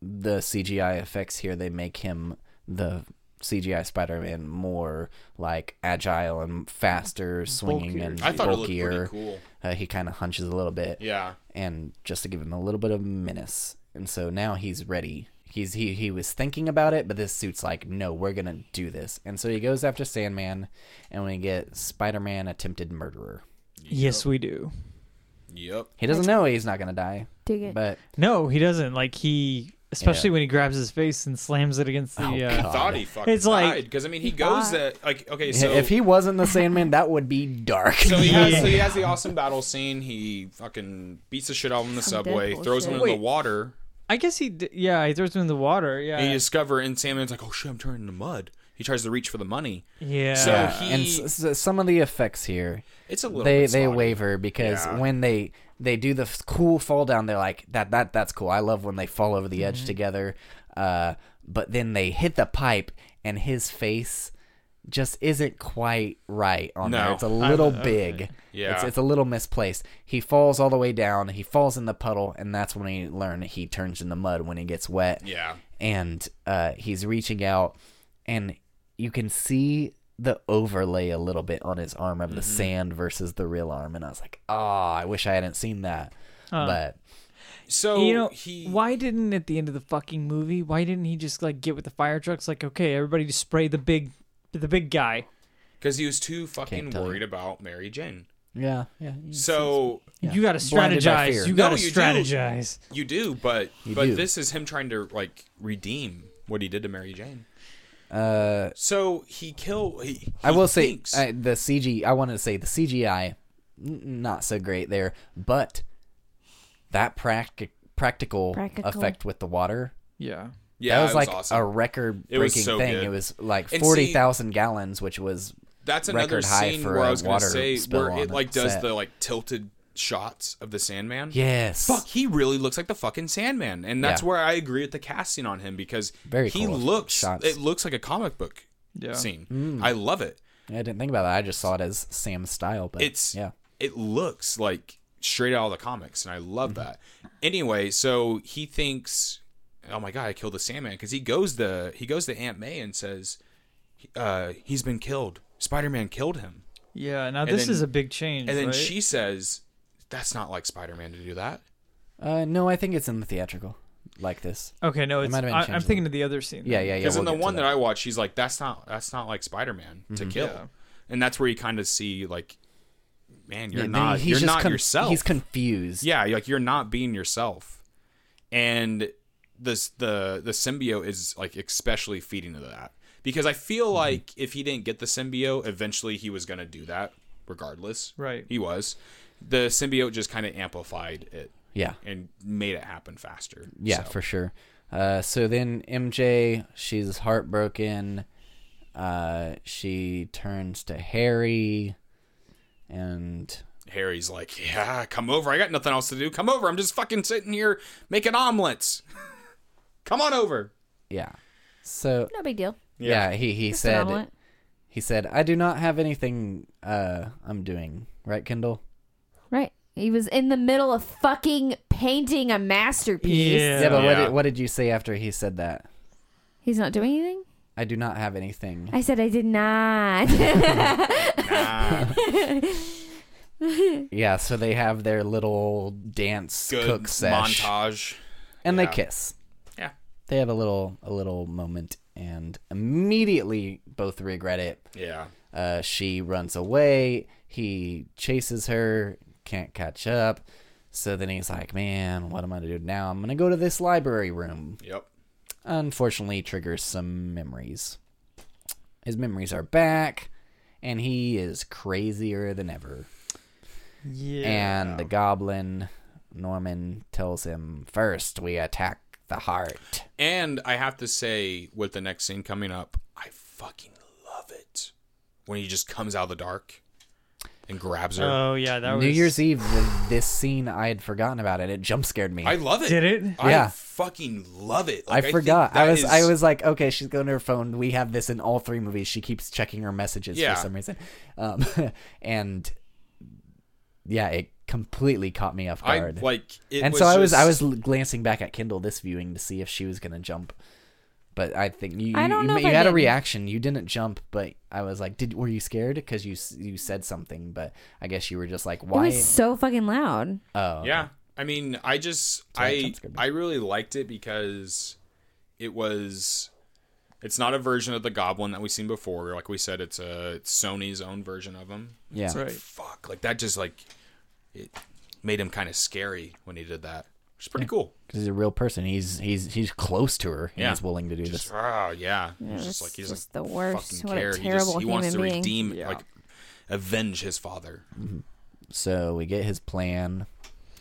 Speaker 1: the CGI effects here. They make him the CGI Spider-Man more like agile and faster, swinging
Speaker 5: Bulkier.
Speaker 1: and
Speaker 2: I thought it
Speaker 1: bulkier.
Speaker 2: looked pretty cool.
Speaker 1: uh, he kind of hunches a little bit,
Speaker 2: Yeah.
Speaker 1: and just to give him a little bit of menace. And so now he's ready. He's he he was thinking about it, but this suit's like, no, we're gonna do this. And so he goes after Sandman, and we get Spider-Man attempted murderer.
Speaker 5: Yes, we do.
Speaker 2: Yep.
Speaker 1: He doesn't know he's not gonna die,
Speaker 4: Dig it.
Speaker 1: but
Speaker 5: No, he doesn't. Like he especially when he grabs his face and slams it against the.
Speaker 1: Oh,
Speaker 5: uh,
Speaker 2: I
Speaker 1: God.
Speaker 2: thought he fucking
Speaker 5: It's like-
Speaker 2: because I mean he goes that like okay so
Speaker 1: if he wasn't the Sandman, that would be dark.
Speaker 2: *laughs* so he
Speaker 1: *laughs*
Speaker 2: has
Speaker 5: Yeah.
Speaker 2: so he has the awesome battle scene he fucking beats the shit out of him in the
Speaker 4: Some
Speaker 2: subway
Speaker 4: Deadpool
Speaker 2: throws him
Speaker 4: shit.
Speaker 2: in the
Speaker 5: Wait.
Speaker 2: water
Speaker 5: I guess he. Did, yeah, he throws him in the water. Yeah.
Speaker 2: and you discover and Sandman's like oh shit I'm turning into mud he tries to reach for the money
Speaker 5: yeah.
Speaker 2: So
Speaker 1: Yeah,
Speaker 2: he-
Speaker 1: and s- s- some of the effects here,
Speaker 2: it's a little
Speaker 1: they
Speaker 2: bit
Speaker 1: they
Speaker 2: slobby.
Speaker 1: waver because
Speaker 2: Yeah.
Speaker 1: when they they do the f- cool fall down, they're like that that that's cool. I love when they fall over the
Speaker 2: Mm-hmm.
Speaker 1: edge together. Uh, but then they hit the pipe, and his face just isn't quite right on
Speaker 2: No.
Speaker 1: there. It's a little
Speaker 5: okay.
Speaker 1: big. It's,
Speaker 2: Yeah.
Speaker 1: it's a little misplaced. He falls all the way down. He falls in the puddle, and that's when we learn he turns in the mud when he gets wet
Speaker 2: yeah
Speaker 1: and uh, he's reaching out, and you can see the overlay a little bit on his arm of the
Speaker 2: Mm-hmm.
Speaker 1: sand versus the real arm, and I was like, ah, I wish I hadn't seen that.
Speaker 5: Huh.
Speaker 1: But
Speaker 2: so
Speaker 5: you know
Speaker 2: he
Speaker 5: why didn't at the end of the fucking movie why didn't he just like get with the fire trucks like okay everybody just spray the big the big guy
Speaker 2: because he was too fucking
Speaker 1: Can't tell you.
Speaker 2: worried about Mary
Speaker 5: *laughs*
Speaker 2: Jane
Speaker 1: yeah, yeah,
Speaker 2: so
Speaker 5: you gotta
Speaker 1: Blinded by
Speaker 5: strategize
Speaker 1: fear.
Speaker 5: you gotta
Speaker 2: No, you do.
Speaker 5: strategize
Speaker 2: you do but but
Speaker 1: do.
Speaker 2: this is him trying to like redeem what he did to Mary Jane
Speaker 1: uh,
Speaker 2: so he kill he, he
Speaker 1: I will say
Speaker 2: thinks-
Speaker 1: uh, the CG. I wanted to say the CGI, n- not so great there, but that practic practical,
Speaker 4: Practical.
Speaker 1: effect with the water.
Speaker 5: yeah
Speaker 2: yeah
Speaker 1: that
Speaker 2: it
Speaker 1: was like
Speaker 2: awesome.
Speaker 1: a record
Speaker 2: It was
Speaker 1: breaking
Speaker 2: so
Speaker 1: thing.
Speaker 2: good.
Speaker 1: It was like
Speaker 2: And see-
Speaker 1: forty thousand gallons, which was
Speaker 2: That's another
Speaker 1: record high
Speaker 2: scene
Speaker 1: for
Speaker 2: where
Speaker 1: a
Speaker 2: I was going to
Speaker 1: water
Speaker 2: say
Speaker 1: spill
Speaker 2: where
Speaker 1: on
Speaker 2: it
Speaker 1: a
Speaker 2: like does
Speaker 1: set.
Speaker 2: the like tilted shots of the Sandman.
Speaker 1: yes.
Speaker 2: Fuck, he really looks like the fucking Sandman, and that's
Speaker 1: Yeah.
Speaker 2: where I agree with the casting on him because
Speaker 1: Very
Speaker 2: he
Speaker 1: cool
Speaker 2: looks.
Speaker 1: shots. Mm.
Speaker 2: It looks like a comic book
Speaker 5: yeah
Speaker 2: scene. I love it.
Speaker 1: Yeah, I didn't think about that. I just saw it as Sam's style, but
Speaker 2: It's
Speaker 1: yeah.
Speaker 2: It looks like straight out of the comics, and I love
Speaker 1: Mm-hmm.
Speaker 2: that. Anyway, so he thinks, "Oh my god, I killed the Sandman," because he goes to he goes to Aunt May and says, uh, "He's been killed. Spider Man killed him."
Speaker 5: yeah now this
Speaker 2: then-
Speaker 5: is a big change
Speaker 2: And then
Speaker 5: right?
Speaker 2: she says, "That's not like Spider-Man to do that."
Speaker 1: Uh, no, I think it's in the theatrical like this.
Speaker 5: okay no it's
Speaker 1: might have been
Speaker 5: I,
Speaker 1: changed a
Speaker 5: i'm
Speaker 1: little.
Speaker 5: thinking of the other scene
Speaker 1: Yeah, yeah, yeah.
Speaker 2: Because
Speaker 1: we'll
Speaker 2: in the
Speaker 1: get to Mm-hmm.
Speaker 2: one that. I watched, she's like, "That's not that's not like Spider-Man to kill,"
Speaker 5: Yeah.
Speaker 2: and that's where you kind of see like, man, you're
Speaker 1: Yeah,
Speaker 2: not
Speaker 1: he's
Speaker 2: you're
Speaker 1: just
Speaker 2: not
Speaker 1: con-
Speaker 2: yourself.
Speaker 1: He's confused.
Speaker 2: yeah, you're like you're not being yourself, and this the the symbiote is like especially feeding to that because I feel
Speaker 1: Mm-hmm.
Speaker 2: like if he didn't get the symbiote, eventually he was gonna do that regardless.
Speaker 5: Right.
Speaker 2: he was. The symbiote just kind of amplified it
Speaker 1: yeah,
Speaker 2: and made it happen faster.
Speaker 1: yeah,
Speaker 2: so.
Speaker 1: for sure. Uh, so then MJ, she's heartbroken. Uh, she turns to Harry, and
Speaker 2: Harry's like, "Yeah, come over. I got nothing else to do. Come over. I'm just fucking sitting here making omelets. *laughs* come on over."
Speaker 1: yeah. So
Speaker 4: No big deal.
Speaker 1: yeah, he he
Speaker 4: Just an
Speaker 1: said
Speaker 4: omelet.
Speaker 1: he said I do not have anything. Uh, I'm doing right, Kendall.
Speaker 4: Right. He was in the middle of fucking painting a masterpiece.
Speaker 5: Yeah.
Speaker 1: Yeah, but what
Speaker 2: Yeah.
Speaker 1: did, what did you say after he said that?
Speaker 4: He's not doing anything?
Speaker 1: I do not have anything.
Speaker 4: I said I did
Speaker 2: *laughs*
Speaker 4: not.
Speaker 1: *laughs*
Speaker 2: Nah.
Speaker 1: Yeah, so they have their little dance
Speaker 2: Good
Speaker 1: cook sesh,
Speaker 2: montage.
Speaker 1: and
Speaker 2: yeah.
Speaker 1: they kiss.
Speaker 2: Yeah.
Speaker 1: They have a little a little moment, and immediately both regret it.
Speaker 2: Yeah.
Speaker 1: Uh, she runs away. He chases her, can't catch up. So then he's like, "Man, what am I gonna do now? I'm gonna go to this library room."
Speaker 2: Yep.
Speaker 1: Unfortunately, triggers some memories. His memories are back, and he is crazier than ever.
Speaker 5: yeah
Speaker 1: And the goblin, Norman, tells him, First, we attack the heart.
Speaker 2: And I have to say, with the next scene coming up, I fucking love it when he just comes out of the dark and grabs her.
Speaker 1: Uh,
Speaker 5: oh yeah that was
Speaker 1: New Year's Eve, th- this scene, I had forgotten about it. It jump scared me.
Speaker 2: I
Speaker 1: I,
Speaker 2: love it.
Speaker 5: Did it?
Speaker 2: I
Speaker 1: Yeah.
Speaker 2: fucking love it. think
Speaker 1: forgot. I
Speaker 2: that
Speaker 1: was
Speaker 2: is-
Speaker 1: I was like, okay, she's going to her phone. We have this in all three movies. She keeps checking her messages
Speaker 2: Yeah.
Speaker 1: for some reason. Um, *laughs* and yeah, it completely caught me off
Speaker 2: I
Speaker 1: guard.
Speaker 2: like. It
Speaker 1: and so I was I was
Speaker 2: just-
Speaker 1: l- glancing back at Kindle this viewing to see if she was gonna jump, but I think you
Speaker 4: I don't
Speaker 1: you,
Speaker 4: know
Speaker 1: you,
Speaker 4: if
Speaker 1: you
Speaker 4: I
Speaker 1: had a
Speaker 4: did.
Speaker 1: reaction. You didn't jump, but I was like, did were you scared? Because you s- you said something, but I guess you were just like,
Speaker 4: It
Speaker 1: why?
Speaker 4: was so fucking loud.
Speaker 1: oh,
Speaker 2: Yeah. I mean, I just
Speaker 1: why it
Speaker 2: I
Speaker 1: jump scared me.
Speaker 2: I really liked it because it was it's not a version of the goblin that we've seen before. Like we said, it's a it's Sony's own version of him.
Speaker 1: yeah.
Speaker 5: right
Speaker 2: Fuck. Like that just like it made him kind of scary when he did that. which is pretty cool.
Speaker 1: because he's a real person. He's he's he's close to her and
Speaker 2: Yeah.
Speaker 1: he's willing to do
Speaker 2: Just,
Speaker 1: this.
Speaker 2: oh yeah,
Speaker 4: Yeah,
Speaker 2: It's
Speaker 4: that's
Speaker 2: just like he's
Speaker 4: just
Speaker 2: like,
Speaker 4: the worst.
Speaker 2: Fucking
Speaker 4: What a
Speaker 2: care. He just-
Speaker 4: terrible
Speaker 2: he, wants to
Speaker 4: human being.
Speaker 2: redeem,
Speaker 5: Yeah.
Speaker 2: like, avenge his father.
Speaker 1: So we get his plan,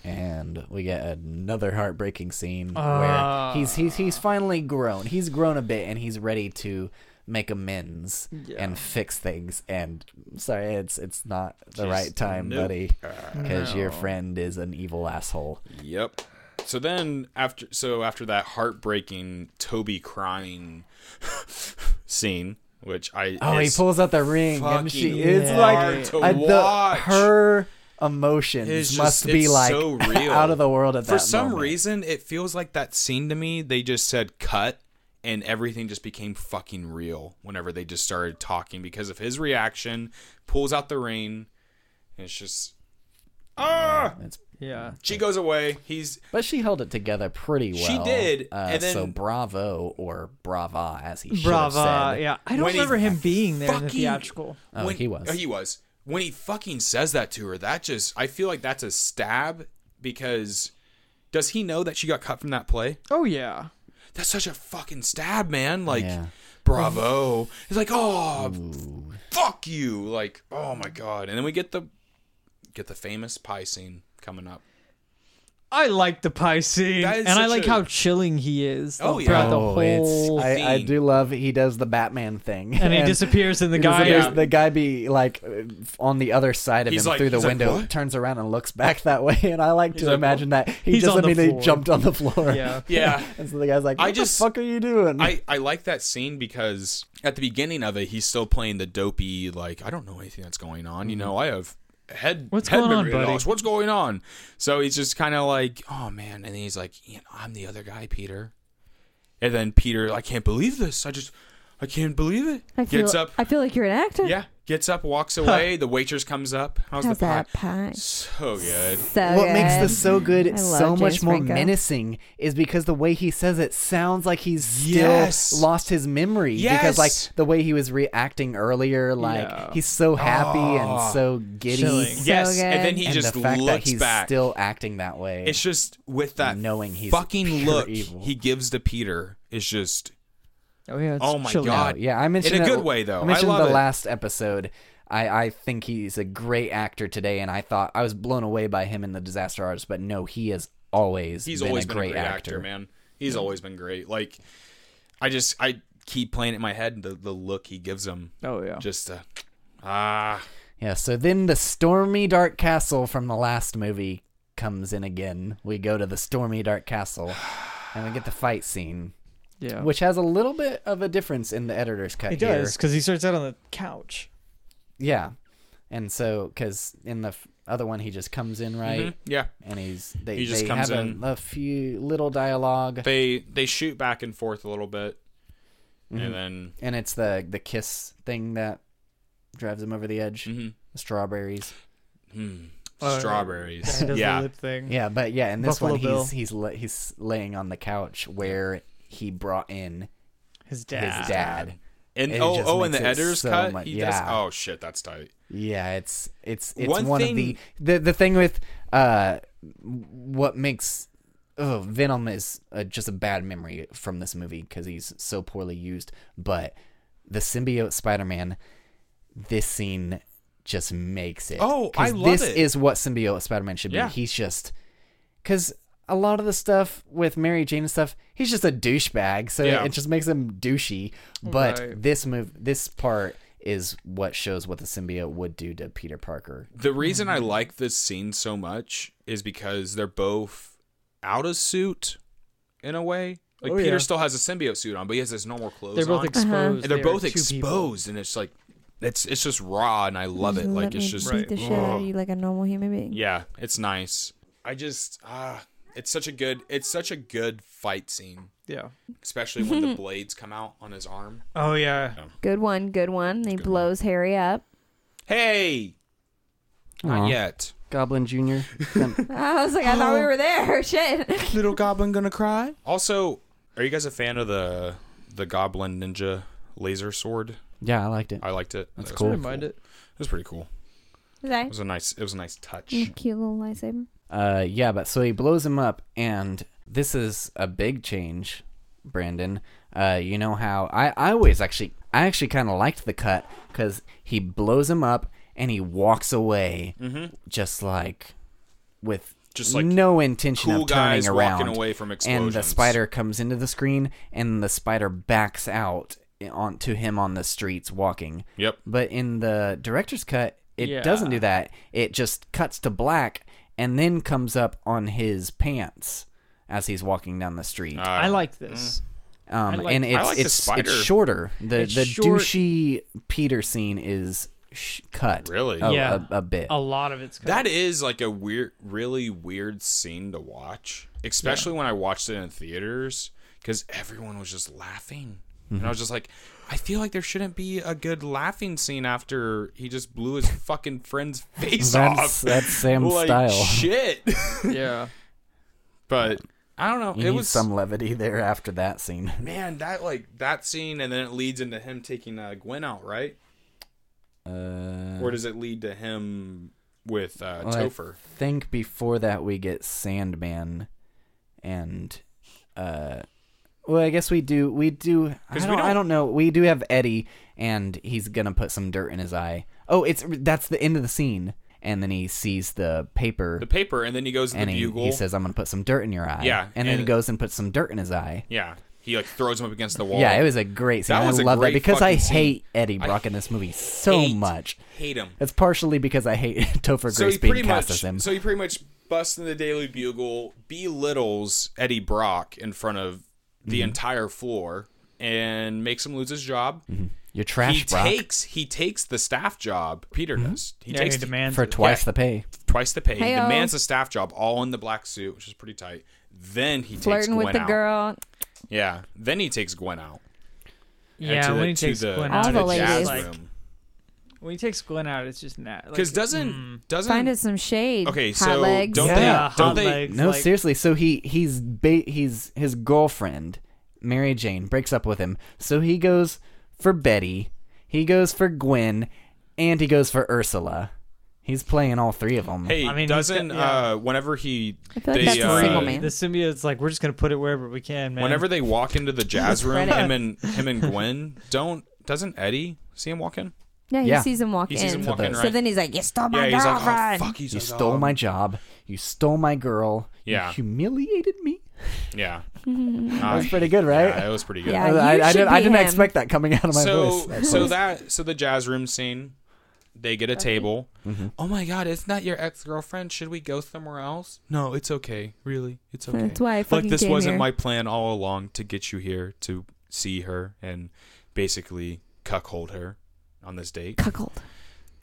Speaker 1: and we get another heartbreaking scene
Speaker 5: Ah.
Speaker 1: where he's he's he's finally grown. He's grown a bit, and he's ready to make amends
Speaker 5: Yeah.
Speaker 1: and fix things. And sorry, it's it's not the
Speaker 2: Just
Speaker 1: right time,
Speaker 2: nope. Uh,
Speaker 1: buddy, because your
Speaker 5: No.
Speaker 1: friend is an evil asshole.
Speaker 2: Yep. So then after so after that heartbreaking Toby crying *laughs* scene, which I
Speaker 1: Oh, he
Speaker 2: it's
Speaker 1: pulls out the ring,
Speaker 2: fucking
Speaker 1: and she is like
Speaker 2: hard to
Speaker 1: I- the-
Speaker 2: watch.
Speaker 1: her emotions
Speaker 2: It's
Speaker 1: must
Speaker 2: just-
Speaker 1: be
Speaker 2: it's
Speaker 1: like
Speaker 2: so real.
Speaker 1: out of the world at that
Speaker 2: for some
Speaker 1: moment.
Speaker 2: reason it feels like that scene to me. They just said cut, and everything just became fucking real whenever they just started talking because of his reaction. Pulls out the rain, and it's just ah.
Speaker 1: It's-
Speaker 5: Yeah.
Speaker 2: She goes away. He's
Speaker 1: but she held it together pretty well.
Speaker 2: She did,
Speaker 1: Uh,
Speaker 2: and then-
Speaker 1: so bravo or brava, as he should have
Speaker 5: Brava.
Speaker 1: said.
Speaker 5: Yeah. I don't
Speaker 2: When he
Speaker 5: remember him being there in the
Speaker 2: fucking-
Speaker 5: theatrical.
Speaker 1: Oh, he was.
Speaker 2: He was. When he fucking says that to her, that just I feel like that's a stab because does he know that she got cut from that play?
Speaker 5: Oh yeah.
Speaker 2: That's such a fucking stab, man. Like
Speaker 1: Yeah.
Speaker 2: bravo. He's like, "Oh, fuck you." Like, "Oh my god." And then we get the get the famous pie scene coming up.
Speaker 5: I like the pie scene,
Speaker 2: That is
Speaker 5: and I
Speaker 2: such
Speaker 5: like
Speaker 2: a-
Speaker 5: how chilling he is
Speaker 2: Oh, yeah.
Speaker 5: throughout the
Speaker 1: Oh, it's,
Speaker 5: whole.
Speaker 1: I, I
Speaker 2: scene.
Speaker 1: do love he does the Batman thing,
Speaker 5: and
Speaker 1: *laughs*
Speaker 5: he disappears, and the
Speaker 1: he
Speaker 5: guy.
Speaker 1: disappears,
Speaker 2: yeah.
Speaker 1: The guy be like uh, on the other side of
Speaker 2: He's
Speaker 1: him
Speaker 2: like-
Speaker 1: through the
Speaker 2: he's like,
Speaker 1: window,
Speaker 2: "What?"
Speaker 1: turns around and looks back that way. And I like to
Speaker 2: like,
Speaker 1: imagine that he
Speaker 5: He's
Speaker 1: just
Speaker 5: on the
Speaker 1: immediately
Speaker 5: floor.
Speaker 1: jumped on the floor.
Speaker 5: Yeah.
Speaker 2: Yeah.
Speaker 1: *laughs* and so the guy's like,
Speaker 2: I
Speaker 1: "What the
Speaker 2: just-
Speaker 1: fuck are you doing?"
Speaker 2: I, I like that scene because at the beginning of it, he's still playing the dopey, like, I don't know anything that's going on.
Speaker 1: Mm-hmm.
Speaker 2: You know, I have head,
Speaker 5: What's
Speaker 2: head
Speaker 5: going on,
Speaker 2: memory
Speaker 5: buddy?
Speaker 2: loss. What's going on? So he's just kind of like, oh, man. And then he's like, "Ian, I'm the other guy, Peter. And then Peter, I can't believe this. I just, I can't believe it.
Speaker 4: I feel,
Speaker 2: gets up.
Speaker 4: I feel like you're an actor.
Speaker 2: yeah. Gets up, walks away. the waitress comes up. How's
Speaker 4: How's
Speaker 2: the pie?
Speaker 4: that pie?
Speaker 2: So good.
Speaker 4: So
Speaker 1: what makes
Speaker 4: good.
Speaker 1: this so good,
Speaker 4: I love
Speaker 1: so much
Speaker 4: James
Speaker 1: more
Speaker 4: Franco.
Speaker 1: menacing, is because the way he says it sounds like he's still
Speaker 2: Yes.
Speaker 1: lost his memory. Because
Speaker 2: Yes.
Speaker 1: like the way he was reacting earlier, like
Speaker 5: Yeah.
Speaker 1: he's so happy
Speaker 2: Oh.
Speaker 1: and so giddy,
Speaker 5: Chilling.
Speaker 2: yes.
Speaker 4: good.
Speaker 2: And then he
Speaker 1: and
Speaker 2: just
Speaker 1: the fact
Speaker 2: looks
Speaker 1: that he's
Speaker 2: back.
Speaker 1: still acting that way.
Speaker 2: It's just with that
Speaker 1: Knowing he's
Speaker 2: fucking
Speaker 1: pure
Speaker 2: look
Speaker 1: evil.
Speaker 2: he gives to Peter is just
Speaker 5: Oh yeah. It's
Speaker 2: *laughs* Oh my
Speaker 5: chilling.
Speaker 2: God.
Speaker 1: Oh, yeah, I mentioned
Speaker 2: In a
Speaker 1: it-
Speaker 2: good way, though.
Speaker 1: I
Speaker 2: I
Speaker 1: mentioned
Speaker 2: love
Speaker 1: the
Speaker 2: it.
Speaker 1: last episode. I, I think he's a great actor today, and I thought I was blown away by him in the Disaster Artist, but no, he has always
Speaker 2: he's
Speaker 1: been
Speaker 2: always
Speaker 1: a great,
Speaker 2: actor. man. He's always been great. Like I just I keep playing it in my head the the look he gives him.
Speaker 5: Oh yeah.
Speaker 2: Just uh, ah
Speaker 1: Yeah, so then the stormy dark castle from the last movie comes in again. We go to the stormy dark castle and we get the fight scene,
Speaker 2: Oh.
Speaker 5: yeah.
Speaker 1: which has a little bit of a difference in the editor's cut
Speaker 5: It
Speaker 1: here.
Speaker 5: does because he starts out on the couch.
Speaker 1: Yeah. And so cuz in the f- other one he just comes in right
Speaker 2: mhm, yeah.
Speaker 1: and he's they
Speaker 2: He just
Speaker 1: they
Speaker 2: comes
Speaker 1: have a-
Speaker 2: in.
Speaker 1: A, few little dialogue
Speaker 2: They they shoot back and forth a little bit,
Speaker 1: Mm-hmm.
Speaker 2: and then
Speaker 1: and it's the the kiss thing that drives him over the edge.
Speaker 2: mhm,
Speaker 1: Strawberries.
Speaker 2: hmm,
Speaker 5: Uh,
Speaker 2: strawberries.
Speaker 5: He does the
Speaker 2: yeah,
Speaker 5: lip thing.
Speaker 1: Yeah, but yeah, in this
Speaker 5: Buffalo
Speaker 1: one
Speaker 5: Bill.
Speaker 1: he's he's la- he's laying on the couch where he brought in
Speaker 5: His dad.
Speaker 1: his dad.
Speaker 2: and
Speaker 1: It
Speaker 2: oh
Speaker 1: just
Speaker 2: oh, and
Speaker 1: makes
Speaker 2: the
Speaker 1: it
Speaker 2: editor's
Speaker 1: so
Speaker 2: cut.
Speaker 1: much-
Speaker 2: he does,
Speaker 1: yeah.
Speaker 2: oh shit, that's tight.
Speaker 1: Yeah, it's it's it's one,
Speaker 2: One
Speaker 1: of
Speaker 2: thing-
Speaker 1: the the the thing with uh what makes oh Venom is uh, just a bad memory from this movie because he's so poorly used. But the symbiote Spider-Man, this scene just makes it.
Speaker 2: Oh,
Speaker 1: 'Cause
Speaker 2: I love
Speaker 1: this
Speaker 2: it.
Speaker 1: is what symbiote Spider-Man should be.
Speaker 2: Yeah.
Speaker 1: He's just because. A lot of the stuff with Mary Jane and stuff, he's just a douchebag, so
Speaker 2: Yeah.
Speaker 1: it just makes him douchey. But
Speaker 5: Right.
Speaker 1: this move, this part is what shows what the symbiote would do to Peter Parker.
Speaker 5: Oh,
Speaker 2: The reason I like this scene so much is because they're both out of suit in a way. Like
Speaker 5: Oh,
Speaker 2: Peter
Speaker 5: yeah.
Speaker 2: still has a symbiote suit on, but he has his normal clothes
Speaker 5: They're both
Speaker 2: on.
Speaker 5: exposed.
Speaker 4: Uh-huh.
Speaker 2: and they're
Speaker 5: They are
Speaker 2: both
Speaker 5: two people.
Speaker 2: exposed and it's like it's it's just raw and I love it.
Speaker 4: Just
Speaker 2: Like
Speaker 4: let
Speaker 2: it's
Speaker 4: me
Speaker 2: just
Speaker 4: beat the shit out
Speaker 2: ugh.
Speaker 4: of you like a normal human being.
Speaker 2: Yeah, it's nice. I just ah it's such a good it's such a good fight scene.
Speaker 5: Yeah.
Speaker 2: Especially when
Speaker 5: *laughs*
Speaker 2: the blades come out on his arm.
Speaker 5: Oh yeah.
Speaker 4: Good one, good one. He blows Harry up.
Speaker 2: *laughs*
Speaker 4: *laughs*
Speaker 2: Hey! Not yet.
Speaker 1: Goblin Junior.
Speaker 4: I was like, I thought we were there. *laughs* Shit.
Speaker 2: Little goblin gonna cry. Also, are you guys a fan of the the goblin ninja laser sword?
Speaker 1: yeah, I liked it.
Speaker 2: I liked it.
Speaker 1: That's
Speaker 2: That was
Speaker 1: cool.
Speaker 2: pretty
Speaker 5: Never mind it.
Speaker 2: It was pretty cool.
Speaker 4: Okay.
Speaker 2: It was a nice. It was a nice touch.
Speaker 4: Cute little lightsaber.
Speaker 1: Uh, yeah, but so he blows him up, and this is a big change, Brandon. Uh, you know how I, I always actually I actually kind of liked the cut because he blows him up and he walks away, just like with
Speaker 2: Mm-hmm. Just like
Speaker 1: no intention
Speaker 2: cool
Speaker 1: of turning
Speaker 2: guys
Speaker 1: around.
Speaker 2: walking away
Speaker 1: And
Speaker 2: from
Speaker 1: the
Speaker 2: explosions.
Speaker 1: spider comes into the screen, and the spider backs out onto him on the streets walking.
Speaker 2: Yep.
Speaker 1: But in the director's cut, it
Speaker 5: Yeah.
Speaker 1: doesn't do that. It just cuts to black and then comes up on his pants as he's walking down the street.
Speaker 2: Uh,
Speaker 5: I like this.
Speaker 1: um,
Speaker 5: I like-
Speaker 1: and
Speaker 5: I
Speaker 1: it's
Speaker 2: like the
Speaker 1: it's
Speaker 2: spider.
Speaker 1: it's shorter. The
Speaker 5: It's
Speaker 1: the
Speaker 5: short-
Speaker 1: douchey Peter scene is sh- cut.
Speaker 2: Really?
Speaker 1: A,
Speaker 5: Yeah.
Speaker 1: a, a bit.
Speaker 5: A lot of it's cut.
Speaker 2: That is like a weird, really weird scene to watch, especially when I watched it in theaters because everyone was just laughing,
Speaker 1: Mm-hmm.
Speaker 2: and I was just like, I feel like there shouldn't be a good laughing scene after he just blew his fucking friend's *laughs* face
Speaker 1: That's
Speaker 2: off.
Speaker 1: that's Sam's
Speaker 2: *laughs* like
Speaker 1: style. *laughs*
Speaker 2: shit,
Speaker 5: yeah.
Speaker 2: but I don't know.
Speaker 1: You
Speaker 2: it
Speaker 1: need
Speaker 2: was
Speaker 1: some levity there after that scene.
Speaker 2: man that like that scene, and then it leads into him taking uh, Gwen out, right?
Speaker 1: Uh,
Speaker 2: Or does it lead to him with uh,
Speaker 1: Well, I-
Speaker 2: Topher?
Speaker 1: think before that we get Sandman, and uh, well, I guess we do. We do. I
Speaker 2: 'Cause
Speaker 1: don't,
Speaker 2: we
Speaker 1: I
Speaker 2: don't-
Speaker 1: don't know. We do have Eddie, and he's gonna put some dirt in his eye. Oh, it's that's the end of the scene, and then he sees the paper,
Speaker 2: The paper, and then he goes to
Speaker 1: and
Speaker 2: the
Speaker 1: he,
Speaker 2: bugle.
Speaker 1: he says, "I'm gonna put some dirt in your eye."
Speaker 2: Yeah,
Speaker 1: and then he
Speaker 2: and-
Speaker 1: goes and puts some dirt in his eye.
Speaker 2: Yeah, he like throws him up against the wall.
Speaker 1: Yeah, it was a great scene.
Speaker 2: That was
Speaker 1: I
Speaker 2: a
Speaker 1: love that
Speaker 2: great
Speaker 1: because I
Speaker 2: fucking scene.
Speaker 1: hate Eddie
Speaker 2: I
Speaker 1: Brock in this movie so
Speaker 2: hate
Speaker 1: much.
Speaker 2: hate him.
Speaker 1: That's partially because I hate *laughs* Topher
Speaker 2: So
Speaker 1: Grace
Speaker 2: he
Speaker 1: being
Speaker 2: pretty
Speaker 1: cast
Speaker 2: much
Speaker 1: as him.
Speaker 2: so he pretty much busts in the Daily Bugle, belittles Eddie Brock in front of the
Speaker 1: Mm-hmm.
Speaker 2: entire floor, and makes him lose his job.
Speaker 1: You're
Speaker 2: He
Speaker 1: trash, Brock, Mm-hmm.
Speaker 2: takes he takes the staff job. Peter does. He
Speaker 5: Yeah,
Speaker 2: takes
Speaker 5: he demands
Speaker 1: for
Speaker 5: it.
Speaker 1: twice
Speaker 2: yeah.
Speaker 1: the pay.
Speaker 2: twice the pay. He
Speaker 4: Heyo.
Speaker 2: demands a staff job, all in the black suit, which is pretty tight. Then he takes
Speaker 4: Flirting
Speaker 2: Gwen
Speaker 4: with the
Speaker 2: out.
Speaker 4: girl.
Speaker 2: Yeah. Then he takes Gwen out. And
Speaker 5: Yeah,
Speaker 2: to the-
Speaker 5: when he
Speaker 2: to
Speaker 5: takes
Speaker 2: the,
Speaker 5: Gwen
Speaker 2: to
Speaker 5: out,
Speaker 4: All
Speaker 2: the
Speaker 4: the
Speaker 2: jazz
Speaker 5: ladies.
Speaker 2: room.
Speaker 5: when he takes Glenn out, it's just not.
Speaker 2: Because doesn't
Speaker 5: hmm.
Speaker 2: doesn't
Speaker 4: Find us some shade.
Speaker 2: Okay,
Speaker 4: Hot
Speaker 2: so
Speaker 4: legs.
Speaker 2: don't
Speaker 1: Yeah.
Speaker 2: they don't
Speaker 5: hot
Speaker 2: they
Speaker 5: legs,
Speaker 1: No,
Speaker 5: like,
Speaker 1: seriously. So he he's ba- he's his girlfriend, Mary Jane, breaks up with him. So he goes for Betty, he goes for Gwen, and he goes for Ursula. He's playing all three of them.
Speaker 2: Hey,
Speaker 5: I mean, he's
Speaker 2: doesn't
Speaker 5: got- yeah.
Speaker 2: uh, whenever he
Speaker 4: I feel like
Speaker 2: they,
Speaker 4: that's a
Speaker 2: uh,
Speaker 4: single
Speaker 5: The
Speaker 4: man.
Speaker 5: symbiote's like we're just gonna put it wherever we can, man.
Speaker 2: whenever they walk into the
Speaker 4: *laughs*
Speaker 2: jazz room,
Speaker 4: Credit.
Speaker 2: him and him and Gwen don't doesn't Eddie see him walk in?
Speaker 4: Yeah, he
Speaker 1: Yeah.
Speaker 4: sees him walk
Speaker 2: He
Speaker 4: in.
Speaker 2: sees him walk in,
Speaker 1: the-
Speaker 2: right?
Speaker 4: So then he's like, "You stole my
Speaker 2: yeah, he's like, oh
Speaker 4: girlfriend."
Speaker 2: fuck, he's
Speaker 1: You stole my job. You stole my girl.
Speaker 2: um, Yeah.
Speaker 1: You humiliated me.
Speaker 4: *laughs*
Speaker 2: yeah.
Speaker 1: That was
Speaker 2: Uh,
Speaker 1: pretty good, right? *laughs*
Speaker 2: yeah, it was pretty good.
Speaker 4: Yeah.
Speaker 1: I, I,
Speaker 4: you
Speaker 1: I,
Speaker 4: should
Speaker 1: didn't, I
Speaker 4: be
Speaker 1: didn't
Speaker 4: him.
Speaker 1: expect that coming out of my
Speaker 2: so
Speaker 1: voice.
Speaker 2: so that so the jazz room scene, they get a table.
Speaker 1: Mm-hmm.
Speaker 2: Oh my god, it's not your ex girlfriend. Should we go somewhere else? No, it's okay. Really, it's okay.
Speaker 4: That's why I
Speaker 2: like
Speaker 4: fucking
Speaker 2: this
Speaker 4: came
Speaker 2: wasn't
Speaker 4: here.
Speaker 2: my plan all along to get you here to see her and basically cuckold her on this date.
Speaker 4: Cuckold.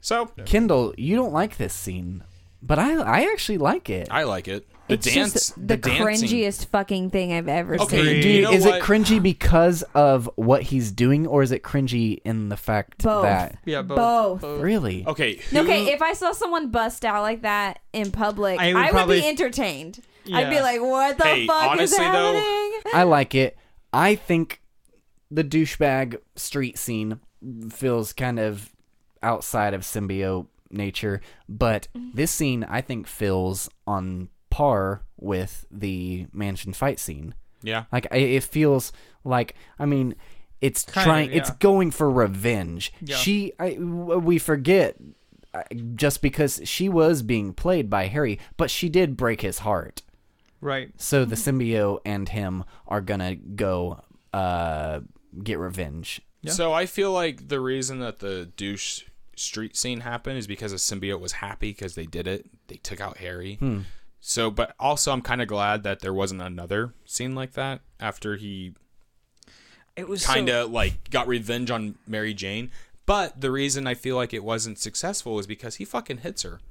Speaker 2: So
Speaker 1: Kendall, you don't like this scene, but I I actually like it.
Speaker 2: I like it. The
Speaker 4: it's
Speaker 2: dance,
Speaker 4: just the,
Speaker 2: the, dancing.
Speaker 4: cringiest fucking thing I've ever
Speaker 2: Okay,
Speaker 4: seen.
Speaker 5: Agreed.
Speaker 1: Do
Speaker 2: you
Speaker 1: you-
Speaker 2: know
Speaker 1: is
Speaker 2: what?
Speaker 1: it cringy because of what he's doing, or is it cringy in the fact
Speaker 4: Both.
Speaker 1: that
Speaker 5: yeah,
Speaker 4: Both.
Speaker 1: really?
Speaker 2: Okay. Who,
Speaker 4: Okay, if I saw someone bust out like that in public,
Speaker 5: I
Speaker 4: I
Speaker 5: would
Speaker 4: would,
Speaker 5: probably-
Speaker 4: be entertained. I'd be
Speaker 5: Yeah.
Speaker 4: like, "What the
Speaker 2: Hey,
Speaker 4: fuck is
Speaker 2: honestly, though-
Speaker 4: happening?"
Speaker 1: I like it. I think the douchebag street scene feels kind of outside of symbiote nature, but this scene I think feels on par with the mansion fight scene.
Speaker 2: yeah.
Speaker 1: Like I, it feels like I mean, it's
Speaker 5: Kind of,
Speaker 1: trying, it's
Speaker 5: yeah.
Speaker 1: going for revenge.
Speaker 5: Yeah.
Speaker 1: She, I, w- we forget uh, just because she was being played by Harry, but she did break his heart.
Speaker 5: Right.
Speaker 1: So the
Speaker 5: Mm-hmm.
Speaker 1: symbiote and him are gonna go uh, get revenge.
Speaker 5: Yeah.
Speaker 2: So I feel like the reason that the douche street scene happened is because a symbiote was happy because they did it. They took out Harry.
Speaker 1: Hmm.
Speaker 2: So, but also I'm kind of glad that there wasn't another scene like that after he
Speaker 5: It was
Speaker 2: kind of like got revenge on Mary Jane. But the reason I feel like it wasn't successful is because he fucking hits her,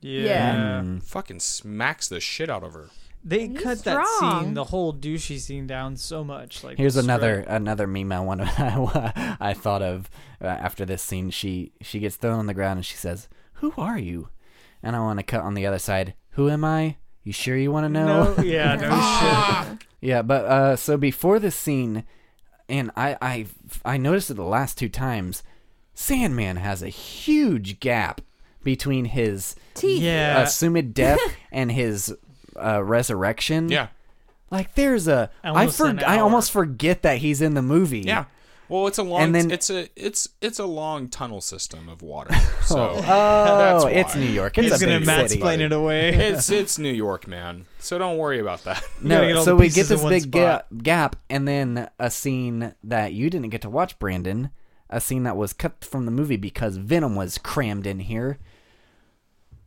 Speaker 5: yeah.
Speaker 4: Yeah.
Speaker 1: Hmm.
Speaker 2: fucking smacks the shit out of her.
Speaker 5: They
Speaker 4: He's
Speaker 5: cut that scene,
Speaker 4: strong.
Speaker 5: the whole douchey scene down so much. Like
Speaker 1: Here's
Speaker 5: straight-
Speaker 1: another another meme *laughs* I want to I thought of uh, after this scene. She she gets thrown on the ground and she says, "Who are you?" And I want to cut on the other side. Who am I? You sure you want to know?
Speaker 5: *laughs* No, yeah, no shit.
Speaker 1: yeah, but uh, so before this scene, and I I I noticed it the last two times. Sandman has a huge gap between his
Speaker 4: Teeth.
Speaker 5: Yeah.
Speaker 1: assumed death and his uh, resurrection.
Speaker 2: Yeah.
Speaker 1: Like there's a I
Speaker 5: Almost
Speaker 1: for,
Speaker 5: an
Speaker 1: I
Speaker 5: hour.
Speaker 1: almost forget that he's in the movie.
Speaker 2: Yeah. Well, it's a long.
Speaker 1: And then-
Speaker 2: it's a it's it's a long tunnel system of water.
Speaker 1: *laughs*
Speaker 2: So that's
Speaker 1: Oh,
Speaker 2: why.
Speaker 1: it's New York. It's
Speaker 5: He's
Speaker 1: a
Speaker 5: gonna
Speaker 1: big
Speaker 5: mansplain
Speaker 1: city.
Speaker 5: it *laughs* away.
Speaker 2: It's it's New York, man. So don't worry
Speaker 1: *laughs*
Speaker 2: about that.
Speaker 5: gotta get
Speaker 1: No,
Speaker 5: all
Speaker 1: so
Speaker 5: the
Speaker 1: we get
Speaker 5: pieces in
Speaker 1: this
Speaker 5: one
Speaker 1: big ga-
Speaker 5: spot.
Speaker 1: gap, and then a scene that you didn't get to watch, Brandon. A scene that was cut from the movie because Venom was crammed in here.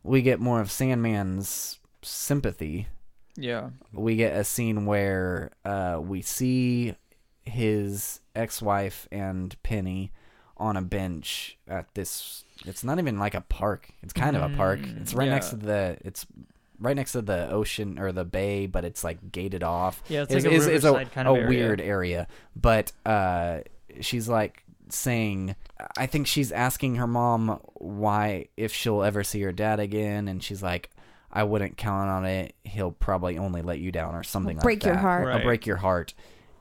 Speaker 1: We get more of Sandman's sympathy.
Speaker 5: yeah.
Speaker 1: We get a scene where uh, we see his ex-wife and Penny on a bench at this. It's not even like a park. It's kind of a park. It's right next to
Speaker 5: Mm-hmm. yeah.
Speaker 1: the. It's right next to the ocean or the bay, but it's like gated off.
Speaker 5: Yeah, it's
Speaker 1: It's-
Speaker 5: like a
Speaker 1: it's- it's a,
Speaker 5: riverside kind of
Speaker 1: a
Speaker 5: area.
Speaker 1: weird area, but uh, she's like saying, I think she's asking her mom why if she'll ever see her dad again, and she's like, I wouldn't count on it. He'll probably only let you down or something. like
Speaker 4: break your
Speaker 1: that.
Speaker 4: heart.
Speaker 1: I'll
Speaker 5: Right.
Speaker 1: break your heart,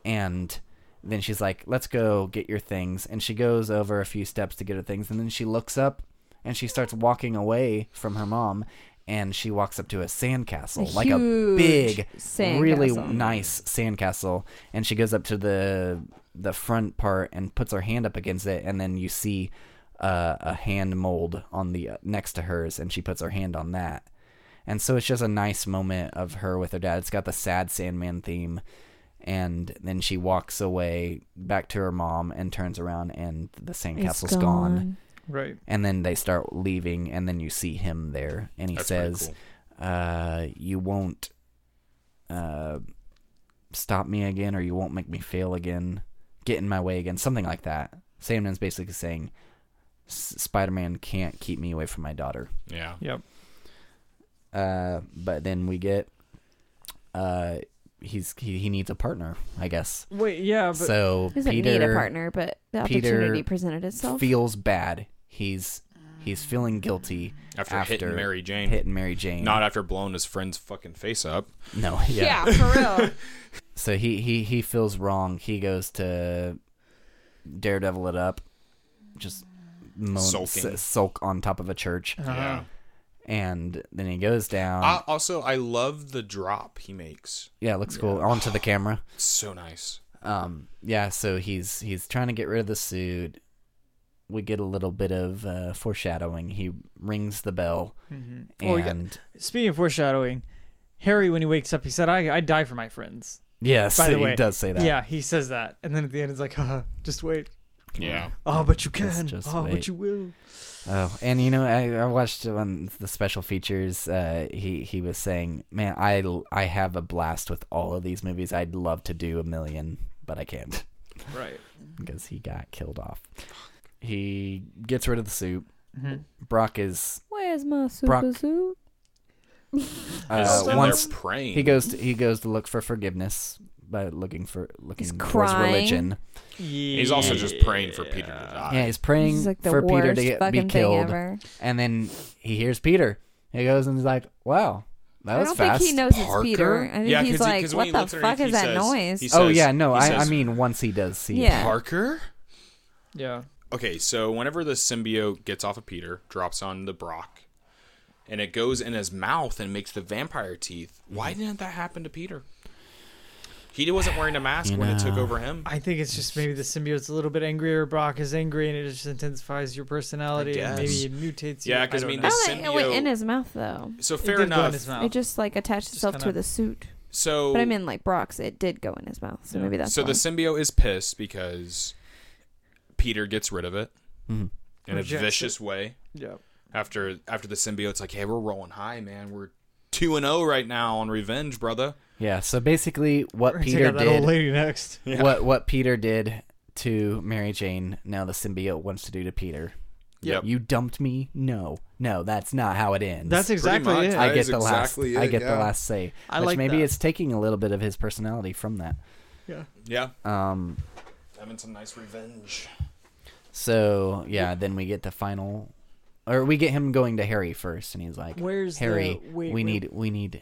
Speaker 1: and. Then she's like, "Let's go get your things," and she goes over a few steps to get her things, and then she looks up and she starts walking away from her mom, and she walks up to a sandcastle, like a
Speaker 4: huge
Speaker 1: big, really
Speaker 4: sandcastle.
Speaker 1: nice sandcastle, and she goes up to the the front part and puts her hand up against it, and then you see uh, a hand mold on the uh, next to hers, and she puts her hand on that, and so it's just a nice moment of her with her dad. It's got the sad Sandman theme. And then she walks away back to her mom and turns around, and the
Speaker 4: It's
Speaker 1: sandcastle's gone
Speaker 5: Right.
Speaker 1: and then they start leaving and then you see him there and he
Speaker 2: That's pretty
Speaker 1: says uh you won't uh stop me again or you won't make me fail again get in my way again something like that sandman's basically saying "S- spider-man can't keep me away from my daughter
Speaker 2: cool. Yeah.
Speaker 5: Yep.
Speaker 1: uh but then we get uh he's he, he needs a partner i guess
Speaker 5: Wait. Yeah. But
Speaker 1: so
Speaker 4: Doesn't
Speaker 1: peter
Speaker 4: need a partner, but the
Speaker 1: Peter
Speaker 4: opportunity presented itself.
Speaker 1: feels bad he's he's feeling guilty
Speaker 2: After, hitting
Speaker 1: After
Speaker 2: Mary Jane,
Speaker 1: hitting mary jane
Speaker 2: not after blowing his friend's fucking face up.
Speaker 1: no *laughs*
Speaker 4: for real.
Speaker 1: So he he he feels wrong. He goes to daredevil it up, just moan,
Speaker 2: Sulking.
Speaker 1: s- sulk on top of a church,
Speaker 5: Uh-huh.
Speaker 2: Yeah.
Speaker 1: and then he goes down.
Speaker 5: Ah.
Speaker 2: I, also, I love the drop he makes.
Speaker 1: yeah, looks cool onto the camera.
Speaker 2: So nice.
Speaker 1: Um, yeah. So he's he's trying to get rid of the suit. We get a little bit of uh, foreshadowing. He rings the bell,
Speaker 5: Mhm. Oh, yeah.
Speaker 1: and
Speaker 5: Speaking of foreshadowing, Harry when he wakes up, he said, "I I die for my friends."
Speaker 1: yes,
Speaker 5: By the
Speaker 1: he
Speaker 5: way,
Speaker 1: does say that.
Speaker 5: Yeah, he says that, and then at the end, it's like, "Haha, just wait."
Speaker 2: Yeah.
Speaker 5: Oh, but you can.
Speaker 1: just
Speaker 5: oh,
Speaker 1: wait.
Speaker 5: but you will.
Speaker 1: Oh, and you know, I, I watched on the special features. Uh, he he was saying, "Man, I l- I have a blast with all of these movies. I'd love to do a million, but I can't *laughs*
Speaker 5: Right.
Speaker 1: because he got killed off." He gets rid of the suit.
Speaker 5: hmm
Speaker 4: Mm-hmm.
Speaker 1: Brock is
Speaker 4: Where's my super
Speaker 1: Brock.
Speaker 4: suit?
Speaker 1: uh,
Speaker 2: Just in
Speaker 1: once
Speaker 2: there praying.
Speaker 1: he goes to, he goes to look for forgiveness by looking for looking
Speaker 4: He's
Speaker 1: towards
Speaker 4: crying.
Speaker 1: religion.
Speaker 2: He's also just praying for Peter to die.
Speaker 1: Yeah, he's praying
Speaker 4: This is like the
Speaker 1: for
Speaker 4: worst
Speaker 1: Peter to get,
Speaker 4: fucking
Speaker 1: be killed,
Speaker 4: thing ever.
Speaker 1: and then he hears Peter. He goes and he's like, "Wow, that
Speaker 4: I
Speaker 1: was
Speaker 4: don't
Speaker 1: fast."
Speaker 4: think he knows
Speaker 2: Parker?
Speaker 4: it's Peter. I think
Speaker 2: Yeah, 'cause
Speaker 4: he's
Speaker 2: he-
Speaker 4: like,
Speaker 2: 'cause when
Speaker 4: what
Speaker 2: he
Speaker 4: the
Speaker 2: looks
Speaker 4: fuck
Speaker 2: underneath,
Speaker 4: is
Speaker 2: he says-
Speaker 4: that noise?
Speaker 2: he
Speaker 1: Oh
Speaker 2: says-
Speaker 1: yeah, no,
Speaker 2: he
Speaker 1: I, I
Speaker 2: says,
Speaker 1: mean once he does see.
Speaker 4: Yeah.
Speaker 2: Parker.
Speaker 5: Yeah.
Speaker 2: Okay, so whenever the symbiote gets off of Peter, drops on the Brock, and it goes in his mouth and makes the vampire teeth.
Speaker 5: Mm.
Speaker 2: Why didn't that happen to Peter? He wasn't wearing a mask when it took
Speaker 1: know.
Speaker 2: over him.
Speaker 5: I think it's just maybe the symbiote's a little bit angrier. Brock is angry, and it just intensifies your personality. and
Speaker 2: guess.
Speaker 5: maybe it mutates. you.
Speaker 2: Yeah, 'cause, I
Speaker 5: don't
Speaker 2: mean,
Speaker 5: know.
Speaker 4: I
Speaker 2: this-
Speaker 4: don't think it went
Speaker 2: symbiote-
Speaker 4: in his mouth though.
Speaker 2: So
Speaker 5: It
Speaker 2: fair
Speaker 5: did go in
Speaker 2: enough.
Speaker 5: his mouth.
Speaker 4: It just like attached itself to
Speaker 5: kinda-
Speaker 4: the suit.
Speaker 2: So
Speaker 4: But I mean, like Brock's, it did go in his mouth, so
Speaker 5: Yeah.
Speaker 4: maybe that's
Speaker 2: so the
Speaker 4: why.
Speaker 2: symbiote is pissed because Peter gets rid of it
Speaker 1: Mhm.
Speaker 2: in a
Speaker 5: Mm-hmm. Rejects
Speaker 2: vicious way.
Speaker 5: *laughs* yeah.
Speaker 2: After after the symbiote's like, "Hey, we're rolling high, man. We're 2 and 0 right now on revenge, brother."
Speaker 1: Yeah. So basically, what
Speaker 5: We're gonna take
Speaker 1: Peter
Speaker 5: out that old
Speaker 1: did,
Speaker 5: lady next.
Speaker 1: what what Peter did to Mary Jane, now the symbiote wants to do to Peter.
Speaker 2: Yep.
Speaker 1: You dumped me. No, no, that's not how it ends.
Speaker 5: That's exactly
Speaker 2: much,
Speaker 5: it.
Speaker 1: I
Speaker 2: that
Speaker 1: get
Speaker 2: is
Speaker 1: the
Speaker 2: exactly
Speaker 1: last. I
Speaker 2: it,
Speaker 1: get
Speaker 2: yeah.
Speaker 1: the last say.
Speaker 5: I
Speaker 1: which
Speaker 5: like
Speaker 1: maybe
Speaker 5: that.
Speaker 1: it's taking a little bit of his personality from that.
Speaker 5: yeah.
Speaker 2: Yeah.
Speaker 1: Um.
Speaker 2: Having some nice revenge.
Speaker 1: So yeah, then we get the final, or we get him going to Harry first, and he's like,
Speaker 5: Where's the-
Speaker 1: Harry? we
Speaker 5: wait, wait.
Speaker 1: need. We need.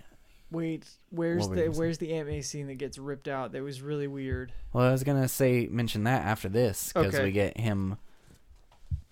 Speaker 5: Wait, where's
Speaker 1: What were you
Speaker 5: the
Speaker 1: gonna say?
Speaker 5: where's the Aunt May scene that gets ripped out? That was really weird.
Speaker 1: Well, I was gonna say mention that after this because
Speaker 5: Okay.
Speaker 1: we get him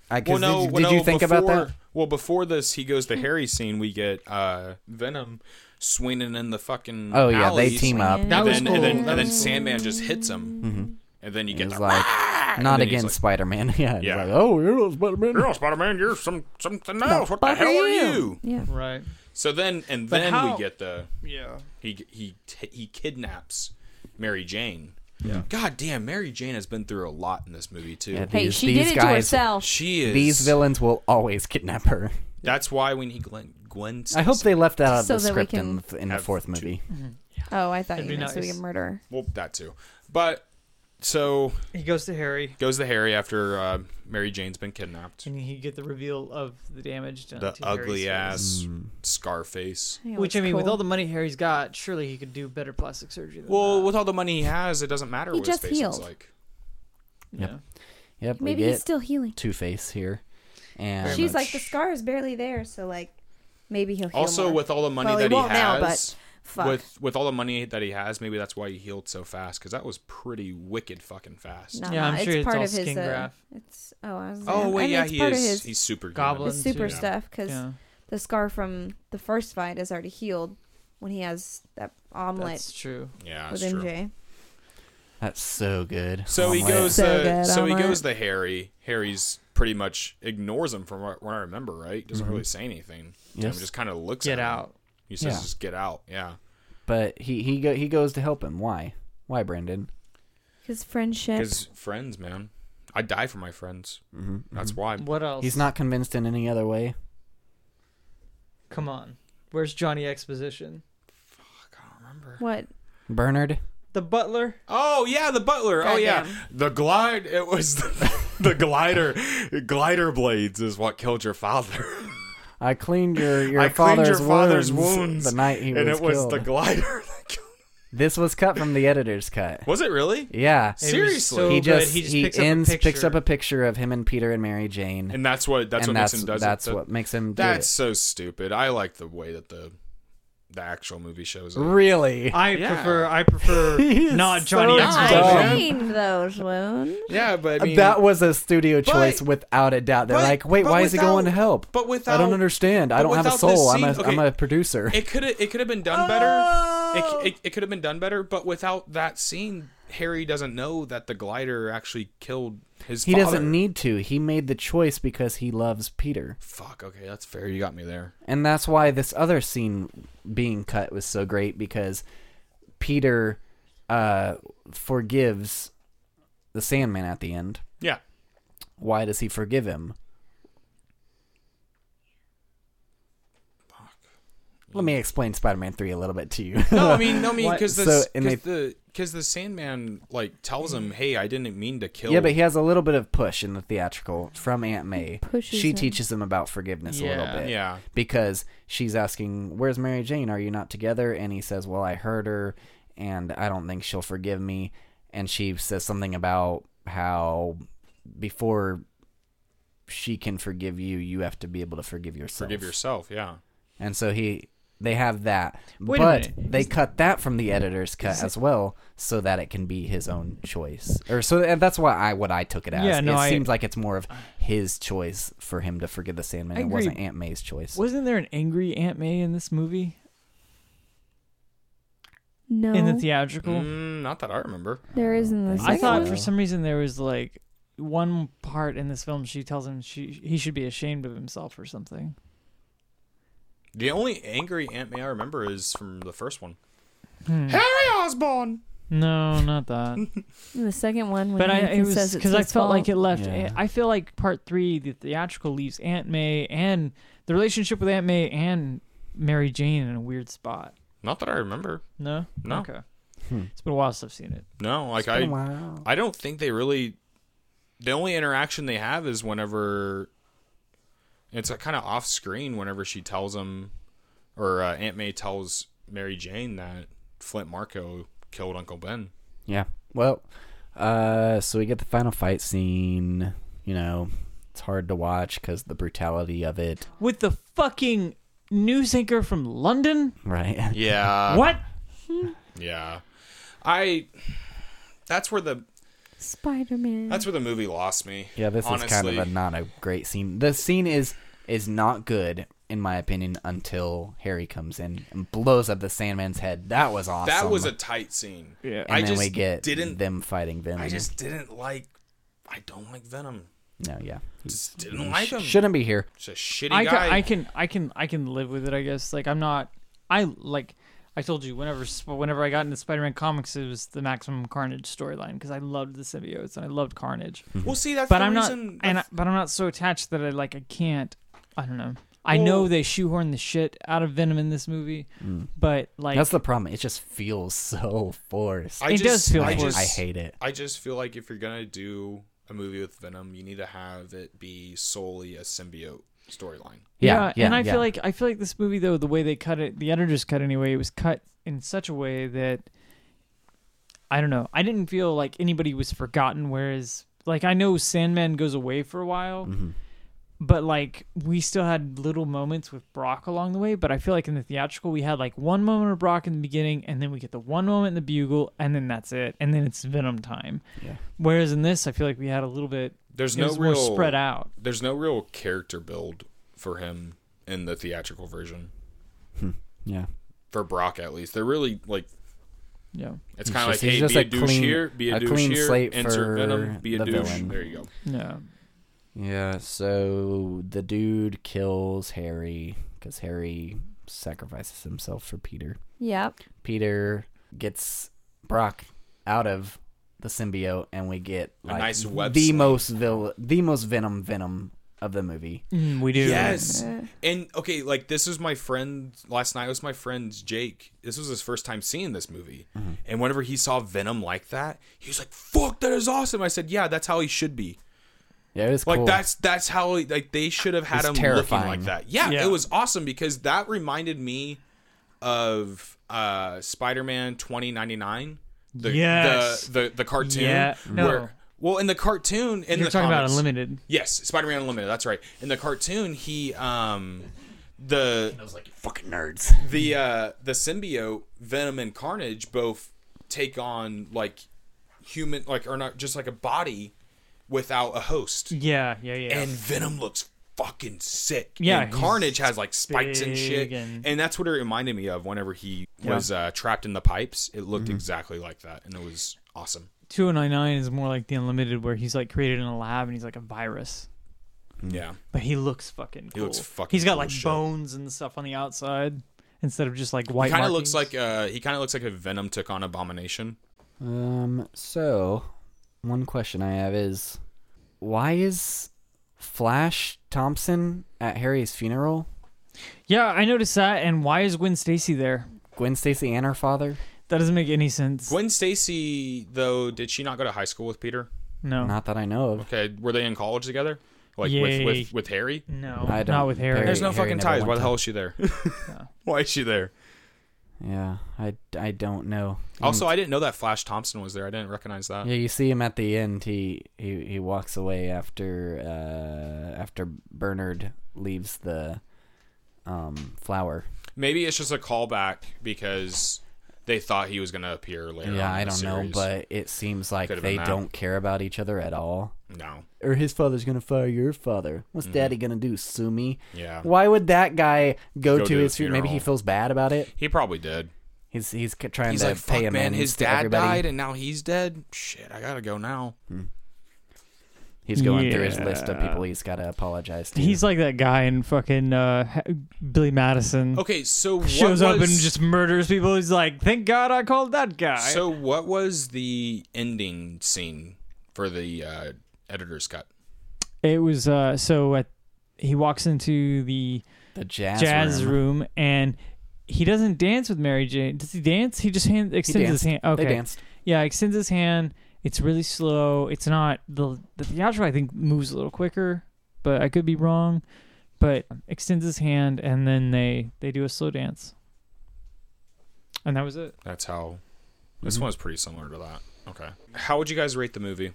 Speaker 1: I, 'cause
Speaker 2: Well, no.
Speaker 1: did,
Speaker 2: well,
Speaker 1: did you
Speaker 2: no,
Speaker 1: think
Speaker 2: before,
Speaker 1: about that?
Speaker 2: Well, before this, he goes to Harry scene. We get uh, Venom swinging in the fucking.
Speaker 1: Oh yeah, they
Speaker 2: alleys,
Speaker 1: team up.
Speaker 5: That
Speaker 2: And
Speaker 5: was
Speaker 2: then,
Speaker 5: cool.
Speaker 2: and then, and
Speaker 5: That
Speaker 2: then
Speaker 5: was cool.
Speaker 2: Sandman just hits him,
Speaker 1: Mm-hmm.
Speaker 2: and then you
Speaker 1: He
Speaker 2: get
Speaker 1: was
Speaker 2: the
Speaker 1: like, Not
Speaker 2: *laughs* and then he's
Speaker 1: against
Speaker 2: like,
Speaker 1: Spider Man. *laughs* yeah. he's
Speaker 2: Yeah.
Speaker 1: like, oh, you're not Spider Man.
Speaker 2: You're Spider Man. You're some something else. What the
Speaker 4: Fuck
Speaker 2: hell are you?
Speaker 4: Yeah.
Speaker 5: Right.
Speaker 2: So then, and
Speaker 5: But
Speaker 2: then
Speaker 5: how-
Speaker 2: we get the
Speaker 5: Yeah.
Speaker 2: he he t- he kidnaps Mary Jane. Yeah. God damn, Mary Jane has been through a lot in this movie too.
Speaker 1: Yeah,
Speaker 4: Hey,
Speaker 1: These-
Speaker 4: she
Speaker 1: these
Speaker 4: did it to
Speaker 1: guys-
Speaker 4: herself.
Speaker 2: She is.
Speaker 1: These villains will always kidnap her.
Speaker 2: That's why we need Glenn. Gwen.
Speaker 1: I hope they left that out of
Speaker 4: So
Speaker 1: the
Speaker 4: that we
Speaker 1: script
Speaker 4: can
Speaker 1: in, the- in the
Speaker 2: have
Speaker 1: fourth
Speaker 2: two.
Speaker 1: movie.
Speaker 4: Oh, I thought
Speaker 5: That'd
Speaker 4: you
Speaker 5: be
Speaker 4: meant so we
Speaker 5: nice.
Speaker 4: can murder her.
Speaker 2: Well, that too. But so
Speaker 5: He goes to Harry,
Speaker 2: goes the Harry after uh, Mary Jane's been kidnapped.
Speaker 5: and he get the reveal of the damage done.
Speaker 2: The
Speaker 5: to Harry's
Speaker 2: ugly
Speaker 5: face.
Speaker 2: ass Scarface.
Speaker 4: think it
Speaker 5: Which I
Speaker 4: looks
Speaker 5: mean, with
Speaker 4: cool.
Speaker 5: all the money Harry's got, surely he could do better plastic surgery. Than
Speaker 2: Well,
Speaker 5: that.
Speaker 2: with all the money he has, it doesn't matter
Speaker 4: He
Speaker 2: what his
Speaker 4: just
Speaker 2: face looks
Speaker 4: healed.
Speaker 2: like.
Speaker 5: yeah.
Speaker 1: Yep,
Speaker 4: maybe
Speaker 1: we
Speaker 4: he's
Speaker 1: get
Speaker 4: still healing.
Speaker 1: Two Face here, and
Speaker 4: She's
Speaker 2: much.
Speaker 4: like the scar is barely there, so like maybe he'll heal
Speaker 2: Also,
Speaker 4: more.
Speaker 2: with all the money
Speaker 4: Well, he
Speaker 2: that he
Speaker 4: won't now,
Speaker 2: has,
Speaker 4: but fuck.
Speaker 2: with with all the money that he has, maybe that's why he healed so fast. Because that was pretty wicked fucking fast.
Speaker 4: Nah,
Speaker 5: Yeah, I'm
Speaker 4: it's
Speaker 5: sure it's
Speaker 4: part
Speaker 5: all
Speaker 4: of his,
Speaker 5: skin
Speaker 4: uh,
Speaker 5: graft.
Speaker 4: It's oh, I was
Speaker 2: Oh
Speaker 4: I
Speaker 2: wait,
Speaker 4: mean,
Speaker 2: yeah,
Speaker 4: it's
Speaker 2: he
Speaker 4: part of
Speaker 2: is.
Speaker 4: his,
Speaker 2: he's super
Speaker 5: Goblin.
Speaker 4: his super
Speaker 5: Yeah.
Speaker 4: stuff because
Speaker 5: Yeah.
Speaker 4: the scar from the first fight is already healed when he has that
Speaker 5: That's
Speaker 4: omelet
Speaker 5: true.
Speaker 2: Yeah,
Speaker 4: with
Speaker 2: that's true.
Speaker 4: MJ.
Speaker 1: that's so good.
Speaker 2: So he
Speaker 1: Omelet.
Speaker 2: goes.
Speaker 4: Oh, So
Speaker 2: uh,
Speaker 4: good,
Speaker 2: so he
Speaker 4: omelet.
Speaker 2: goes to Harry. Harry's pretty much ignores him from what, what I remember. Right? Doesn't really say anything. to him,
Speaker 1: Yes.
Speaker 2: Just kind of looks.
Speaker 5: Get
Speaker 2: at him.
Speaker 5: out.
Speaker 2: He says,
Speaker 1: Yeah.
Speaker 2: "Just get out." Yeah.
Speaker 1: But he he go, he goes to help him. Why? Why, Brandon?
Speaker 4: His friendship.
Speaker 2: His friends, man. I die for my friends. Mm-hmm. That's
Speaker 1: Mm-hmm.
Speaker 2: why.
Speaker 5: What else?
Speaker 1: He's not convinced in any other way.
Speaker 5: Come on. Where's Johnny Exposition?
Speaker 4: What?
Speaker 1: Bernard.
Speaker 5: The butler.
Speaker 2: Oh yeah, the butler. oh yeah, the glide. It was the, *laughs* the glider. Glider blades is what killed your father.
Speaker 1: I cleaned your
Speaker 2: *laughs*
Speaker 1: your,
Speaker 2: I cleaned
Speaker 1: father's,
Speaker 2: your father's
Speaker 1: wounds,
Speaker 2: wounds,
Speaker 1: the night he
Speaker 2: and
Speaker 1: was,
Speaker 2: it was
Speaker 1: killed.
Speaker 2: the glider. *laughs* That killed.
Speaker 1: this was cut from the editor's cut.
Speaker 2: Was it really?
Speaker 1: Yeah.
Speaker 5: It was
Speaker 2: Seriously.
Speaker 5: so
Speaker 1: he
Speaker 5: good.
Speaker 1: just
Speaker 5: he
Speaker 1: he,
Speaker 5: just picks
Speaker 1: ends
Speaker 5: up a
Speaker 1: picks up
Speaker 5: picture.
Speaker 1: a picture of him and Peter and Mary Jane,
Speaker 2: And that's what that's
Speaker 1: and
Speaker 2: what
Speaker 1: that's
Speaker 2: makes him does
Speaker 1: that's
Speaker 2: it. That-
Speaker 1: what makes him do
Speaker 2: that's
Speaker 1: it.
Speaker 2: so stupid. I like the way that the the actual movie shows it.
Speaker 1: Really?
Speaker 5: I
Speaker 2: Yeah.
Speaker 5: prefer. I
Speaker 1: *laughs*
Speaker 5: prefer
Speaker 1: He is
Speaker 5: not
Speaker 1: so
Speaker 5: Johnny
Speaker 1: dumb.
Speaker 5: Exposition.
Speaker 1: Um,
Speaker 4: Clean Oh, those wounds.
Speaker 2: Yeah, but I mean,
Speaker 1: Uh, that was a studio
Speaker 2: But-
Speaker 1: choice without a doubt. They're
Speaker 2: but-
Speaker 1: like, wait,
Speaker 2: but
Speaker 1: why is he going
Speaker 2: without-
Speaker 1: to help?
Speaker 2: but
Speaker 1: I don't
Speaker 2: without-
Speaker 1: understand. I
Speaker 2: but
Speaker 1: don't have a
Speaker 2: without this
Speaker 1: soul. I'm a
Speaker 2: scene-
Speaker 1: am
Speaker 2: okay.
Speaker 1: a producer.
Speaker 2: it could it could have been done
Speaker 1: Oh.
Speaker 2: better. It, it, it could have been done better, but without that scene, Harry doesn't know that the glider actually killed his.
Speaker 1: he
Speaker 2: father.
Speaker 1: doesn't need to. He made the choice because he loves Peter,
Speaker 2: Fuck. Okay, that's fair. You got me there.
Speaker 1: and that's why this other scene being cut was so great because Peter uh, forgives the Sandman at the end.
Speaker 2: Yeah.
Speaker 1: Why does he forgive him? Let me explain Spider-Man Three a little bit to you. *laughs*
Speaker 2: No, I mean, no, I mean,
Speaker 5: What?
Speaker 2: because
Speaker 1: So,
Speaker 2: the
Speaker 1: and
Speaker 2: because the because the Sandman like tells him, "Hey, I didn't mean to kill."
Speaker 1: Yeah, but he has a little bit of push in the theatrical from Aunt May.
Speaker 4: pushes
Speaker 1: she
Speaker 4: him.
Speaker 1: teaches him about forgiveness a
Speaker 5: Yeah.
Speaker 1: little bit.
Speaker 2: Yeah.
Speaker 1: Because she's asking, Where's Mary Jane? Are you not together? And he says, Well, I hurt her and I don't think she'll forgive me. And she says something about how before she can forgive you, you have to be able to forgive yourself.
Speaker 2: forgive yourself. Yeah.
Speaker 1: And so he they have that.
Speaker 5: Wait a
Speaker 1: but
Speaker 5: minute.
Speaker 1: they cut that from the editor's cut as well so that it can be his own choice. Or so and that's why I what I took it as.
Speaker 5: Yeah, no,
Speaker 1: it
Speaker 5: I-
Speaker 1: seems like it's more of his choice for him to forgive the Sandman.
Speaker 5: I
Speaker 1: It
Speaker 5: agree.
Speaker 1: wasn't Aunt May's choice.
Speaker 5: Wasn't there an angry Aunt May in this movie?
Speaker 4: No,
Speaker 5: In the theatrical?
Speaker 2: Mm, not that I remember.
Speaker 4: there is in the
Speaker 1: I
Speaker 4: second
Speaker 5: I thought
Speaker 4: one.
Speaker 5: for some reason there was like one part in this film she tells him she he should be ashamed of himself or something.
Speaker 2: The only angry Aunt May I remember is from the first one.
Speaker 1: Hmm.
Speaker 2: Harry Osborn.
Speaker 5: No, not that.
Speaker 4: In the second one, when
Speaker 5: but I
Speaker 4: Nathan
Speaker 5: it was
Speaker 4: says it's
Speaker 5: because I
Speaker 4: his
Speaker 5: felt like it
Speaker 4: fault.
Speaker 5: left. eh,
Speaker 1: Yeah.
Speaker 5: I feel like part three, the theatrical leaves Aunt May and the relationship with Aunt May and Mary Jane in a weird spot.
Speaker 2: Not that I remember.
Speaker 5: No, Hmm.
Speaker 2: No.
Speaker 5: Okay, it's been a while since I've seen it.
Speaker 2: No, like
Speaker 1: Oh,
Speaker 2: I, I don't think they really. The only interaction they have is whenever. It's kind of off screen whenever she tells him, or uh, Aunt May tells Mary Jane that Flint Marco killed Uncle Ben.
Speaker 1: Yeah. Well, uh, so we get the final fight scene. You know, it's hard to watch because the brutality of it.
Speaker 5: With the fucking news anchor from London.
Speaker 1: Right. *laughs*
Speaker 5: Uh,
Speaker 2: Yeah.
Speaker 5: what?
Speaker 2: Yeah. I. That's where the.
Speaker 4: Spider Man.
Speaker 2: That's where the movie lost me.
Speaker 1: Yeah, this is kind of a not a great scene. The scene is is not good in my opinion until Harry comes in and blows up the Sandman's head. That was awesome.
Speaker 2: That was a tight scene.
Speaker 5: Yeah. And
Speaker 1: and
Speaker 2: I
Speaker 1: then
Speaker 2: just
Speaker 1: we get
Speaker 2: didn't.
Speaker 1: them fighting Venom.
Speaker 2: I just didn't like. I don't like Venom.
Speaker 1: no, yeah,
Speaker 2: Just didn't like him.
Speaker 1: shouldn't be here.
Speaker 2: It's a shitty
Speaker 5: Mm, I can,
Speaker 2: guy.
Speaker 5: I can I can I can live with it. I guess like I'm not. I like I told you whenever sp- whenever I got into Spider-Man comics, it was the Maximum Carnage storyline because I loved the symbiotes and I loved Carnage.
Speaker 2: well, see, that's
Speaker 5: But
Speaker 2: the
Speaker 5: I'm not
Speaker 2: reason.
Speaker 5: and I, but I'm not so attached that I like I can't. I don't know. I know
Speaker 2: Well-
Speaker 5: they shoehorn the shit out of Venom in this movie, but like
Speaker 1: Mm. That's the problem. It just feels so forced.
Speaker 2: I
Speaker 5: it does feel
Speaker 1: I,
Speaker 5: forced.
Speaker 2: just-
Speaker 1: I hate it.
Speaker 2: I just feel like if you're gonna do a movie with Venom, you need to have it be solely a symbiote storyline.
Speaker 1: Yeah, yeah.
Speaker 5: and I
Speaker 1: yeah.
Speaker 5: feel like I feel like this movie though the way they cut it, the editors cut anyway, it was cut in such a way that I don't know. I didn't feel like anybody was forgotten. Whereas, like I know Sandman goes away for a
Speaker 1: Mm.
Speaker 5: while,
Speaker 1: Mm-hmm.
Speaker 5: but like we still had little moments with Brock along the way. But I feel like in the theatrical we had like one moment of Brock in the beginning, and then we get the one moment in the Bugle, and then that's it, and then it's Venom time.
Speaker 1: Yeah.
Speaker 5: Whereas in this, I feel like we had a little bit.
Speaker 2: There's
Speaker 5: it
Speaker 2: no
Speaker 5: was
Speaker 2: real
Speaker 5: more spread out.
Speaker 2: There's no real character build for him in the theatrical version.
Speaker 1: Hmm. yeah.
Speaker 2: For Brock, at least, they're really like
Speaker 5: Yeah.
Speaker 2: it's kind of like
Speaker 1: just-
Speaker 2: hey,
Speaker 1: he's just
Speaker 2: be a,
Speaker 1: a
Speaker 2: douche
Speaker 1: clean-
Speaker 2: here, be a,
Speaker 1: a
Speaker 2: douche
Speaker 1: clean
Speaker 2: here,
Speaker 1: slate for
Speaker 2: insert Venom, be a
Speaker 1: the
Speaker 2: douche.
Speaker 1: villain.
Speaker 2: There you go.
Speaker 5: Yeah.
Speaker 1: Yeah, so the dude kills Harry because Harry sacrifices himself for Peter.
Speaker 4: Yep.
Speaker 1: Peter gets Brock out of the symbiote, and we get
Speaker 2: A
Speaker 1: like
Speaker 2: nice web
Speaker 1: the
Speaker 2: sling.
Speaker 1: most vil- the most venom venom of the movie.
Speaker 5: Mm, we do.
Speaker 2: Yes.
Speaker 4: Uh,
Speaker 2: And okay, like this was my friend last night was my friend Jake. This was his first time seeing this movie.
Speaker 1: Mm-hmm.
Speaker 2: And whenever he saw Venom like that, he was like, "Fuck, that is awesome." I said, "Yeah, that's how he should be."
Speaker 1: Yeah, it was
Speaker 2: Like
Speaker 1: cool.
Speaker 2: that's that's how like they should have had
Speaker 1: It's
Speaker 2: him
Speaker 1: terrifying.
Speaker 2: looking like that. Yeah,
Speaker 5: Yeah.
Speaker 2: it was awesome because that reminded me of uh Spider-Man 2099. The,
Speaker 5: Yes.
Speaker 2: the the the cartoon.
Speaker 5: Yeah, no.
Speaker 2: where- well, in the cartoon in
Speaker 5: You're
Speaker 2: the
Speaker 5: talking about
Speaker 2: comics-
Speaker 5: unlimited.
Speaker 2: Yes, Spider-Man Unlimited. That's right. In the cartoon, he um the
Speaker 1: I was like, "You fucking nerds.
Speaker 2: the uh the symbiote Venom and Carnage both take on like human like or not just like a body without a host.
Speaker 5: Yeah, yeah, yeah.
Speaker 2: And Venom looks fucking sick.
Speaker 5: Yeah,
Speaker 2: And
Speaker 5: he's
Speaker 2: Carnage has like spikes and
Speaker 5: big
Speaker 2: shit.
Speaker 5: and-
Speaker 2: And... that's what it reminded me of whenever he was uh, trapped in the pipes. It looked
Speaker 5: Mm-hmm.
Speaker 2: exactly like that and it was awesome.
Speaker 5: 2099 is more like the unlimited where he's like created in a lab and he's like a virus.
Speaker 2: Yeah.
Speaker 5: But he looks fucking cool.
Speaker 2: looks fucking
Speaker 5: He's got
Speaker 2: cool
Speaker 5: like
Speaker 2: as shit.
Speaker 5: bones and stuff on the outside instead of just like
Speaker 2: He
Speaker 5: white.
Speaker 2: kind of looks
Speaker 5: markings.
Speaker 2: like uh he kind of looks like a Venom took on Abomination.
Speaker 1: Um. So, one question I have is, why is Flash Thompson at Harry's funeral?
Speaker 5: Yeah, I noticed that and why is Gwen Stacy there?
Speaker 1: Gwen Stacy and her father?
Speaker 5: That doesn't make any sense.
Speaker 2: Gwen Stacy though, did she not go to high school with Peter?
Speaker 5: no.
Speaker 1: Not that I know of.
Speaker 2: Okay, were they in college together? Like
Speaker 5: Yay.
Speaker 2: with, with with Harry?
Speaker 5: no.
Speaker 1: I don't-
Speaker 5: Not with Harry.
Speaker 2: There's no
Speaker 1: Harry
Speaker 2: fucking
Speaker 1: never
Speaker 2: ties.
Speaker 1: went
Speaker 2: Why the
Speaker 1: to-
Speaker 2: hell is she there?
Speaker 1: *laughs*
Speaker 2: Why is she there?
Speaker 1: Yeah, I, I don't know. Mm.
Speaker 2: Also, I didn't know that Flash Thompson was there. I uh, didn't recognize that.
Speaker 1: Yeah, you see him at the end. He he, he walks away after uh, after Bernard leaves the um, flower.
Speaker 2: Maybe it's just a callback because they thought he was going to appear later.
Speaker 1: yeah,
Speaker 2: on
Speaker 1: I
Speaker 2: in the
Speaker 1: don't know,
Speaker 2: series.
Speaker 1: but it seems like
Speaker 2: Could've
Speaker 1: they
Speaker 2: been that.
Speaker 1: don't care about each other at all.
Speaker 2: no,
Speaker 1: Or his father's gonna fire your father.
Speaker 2: Mm-hmm.
Speaker 1: What's daddy gonna do? Sue me?
Speaker 2: yeah,
Speaker 1: Why would that guy go, to,
Speaker 2: Um, to
Speaker 1: his
Speaker 2: the
Speaker 1: funeral? Maybe he
Speaker 2: funeral.
Speaker 1: feels bad about it.
Speaker 2: he probably did.
Speaker 1: He's he's c- trying
Speaker 2: He's
Speaker 1: to
Speaker 2: like,
Speaker 1: pay
Speaker 2: fuck,
Speaker 1: him.
Speaker 2: man, his dad died, and now he's dead. Shit, I gotta go now.
Speaker 1: He's going through his list of
Speaker 5: Yeah.
Speaker 1: people he's gotta apologize to.
Speaker 5: He's like that guy in fucking uh, Ha- Billy Madison.
Speaker 2: Okay, so what
Speaker 5: Shows up and
Speaker 2: was-
Speaker 5: just murders people. He's like, thank God I called that guy.
Speaker 2: So what was the ending scene for the uh, editor's cut?
Speaker 5: It was uh so at he walks into the
Speaker 1: the jazz,
Speaker 5: jazz
Speaker 1: room.
Speaker 5: room. and he doesn't dance with Mary Jane. Does he dance? He just hand,
Speaker 1: He
Speaker 5: extends his
Speaker 1: danced.
Speaker 5: hand.
Speaker 1: They
Speaker 5: Okay.
Speaker 1: danced.
Speaker 5: Yeah, extends his hand. It's really slow. It's not the the theatrical I think moves a little quicker, but I could be wrong. But extends his hand and then they they do a slow dance. And that was it.
Speaker 2: That's how. This one's pretty similar to that. Okay. How would you guys rate the movie?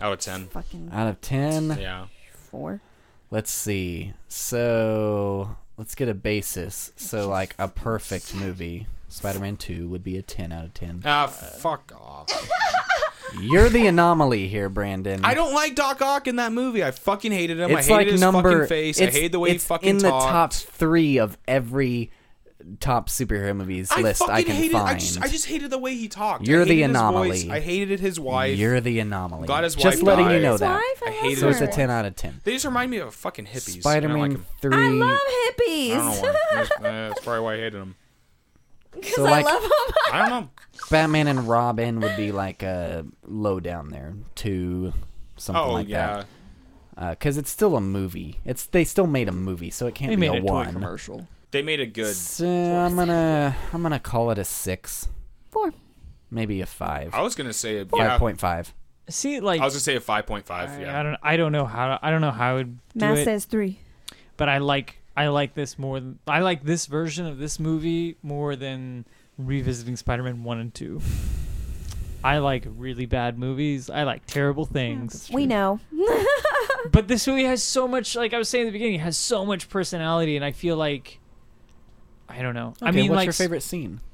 Speaker 2: Out of ten.
Speaker 4: fucking
Speaker 1: Out of ten.
Speaker 2: Yeah.
Speaker 4: four.
Speaker 1: Let's see. So let's get a basis. So like a perfect movie, Spider-Man Two would be a ten out of ten.
Speaker 2: Ah, fuck off.
Speaker 1: You're the anomaly here, Brandon.
Speaker 2: I don't like Doc Ock in that movie. I fucking hated him.
Speaker 1: It's
Speaker 2: I hated
Speaker 1: like
Speaker 2: his
Speaker 1: number.
Speaker 2: fucking face. I
Speaker 1: It's,
Speaker 2: hated the way he
Speaker 1: it's
Speaker 2: fucking
Speaker 1: in the top
Speaker 2: talked.
Speaker 1: three of every top superhero movies
Speaker 2: I
Speaker 1: list
Speaker 2: fucking
Speaker 1: I can
Speaker 2: hated.
Speaker 1: find.
Speaker 2: I just, I just hated the way he talked. I
Speaker 1: You're the
Speaker 2: hated his
Speaker 1: anomaly.
Speaker 2: voice. I hated his wife.
Speaker 1: You're the anomaly.
Speaker 2: Glad his
Speaker 1: just
Speaker 2: wife
Speaker 1: letting you
Speaker 2: died.
Speaker 1: know
Speaker 2: His
Speaker 1: that.
Speaker 4: wife? I
Speaker 2: I hated
Speaker 4: love
Speaker 1: So it's
Speaker 4: her.
Speaker 1: a ten out of ten.
Speaker 2: They just remind me of fucking hippies. and I don't
Speaker 1: Spider-Man
Speaker 2: like 'em.
Speaker 1: three.
Speaker 4: I love
Speaker 2: I don't know
Speaker 4: hippies.
Speaker 2: why.
Speaker 4: *laughs*
Speaker 1: *laughs*
Speaker 2: That's, that's probably why I hated him.
Speaker 4: Because
Speaker 1: So,
Speaker 4: I
Speaker 1: like-
Speaker 4: love them.
Speaker 2: I don't know.
Speaker 1: Batman and Robin would be like a low down there, two, something
Speaker 2: Oh
Speaker 1: like
Speaker 2: yeah.
Speaker 1: that. Because it's still a movie. It's they still made a movie, so it can't
Speaker 5: They
Speaker 1: be
Speaker 5: made
Speaker 1: a
Speaker 5: it to a
Speaker 1: one.
Speaker 5: commercial.
Speaker 2: They made a good.
Speaker 1: So I'm gonna I'm gonna call it a six,
Speaker 4: Four.
Speaker 1: maybe a five,
Speaker 2: I was gonna say a, Oh, yeah.
Speaker 1: five point five.
Speaker 5: See, like
Speaker 2: I was gonna say a five point five.
Speaker 5: I, I
Speaker 2: Yeah.
Speaker 5: don't I don't know how I don't know how I would do
Speaker 4: Matt
Speaker 5: it,
Speaker 4: says three.
Speaker 5: but I like I like this more than I like this version of this movie more than revisiting Spider-Man 1 and 2. I like really bad movies. I like terrible things.
Speaker 4: We know.
Speaker 5: But this movie has so much like I was saying at the beginning, it has so much personality and I feel like I don't know. I
Speaker 1: Okay,
Speaker 5: mean
Speaker 1: what's
Speaker 5: like
Speaker 1: your favorite scene?
Speaker 4: *laughs*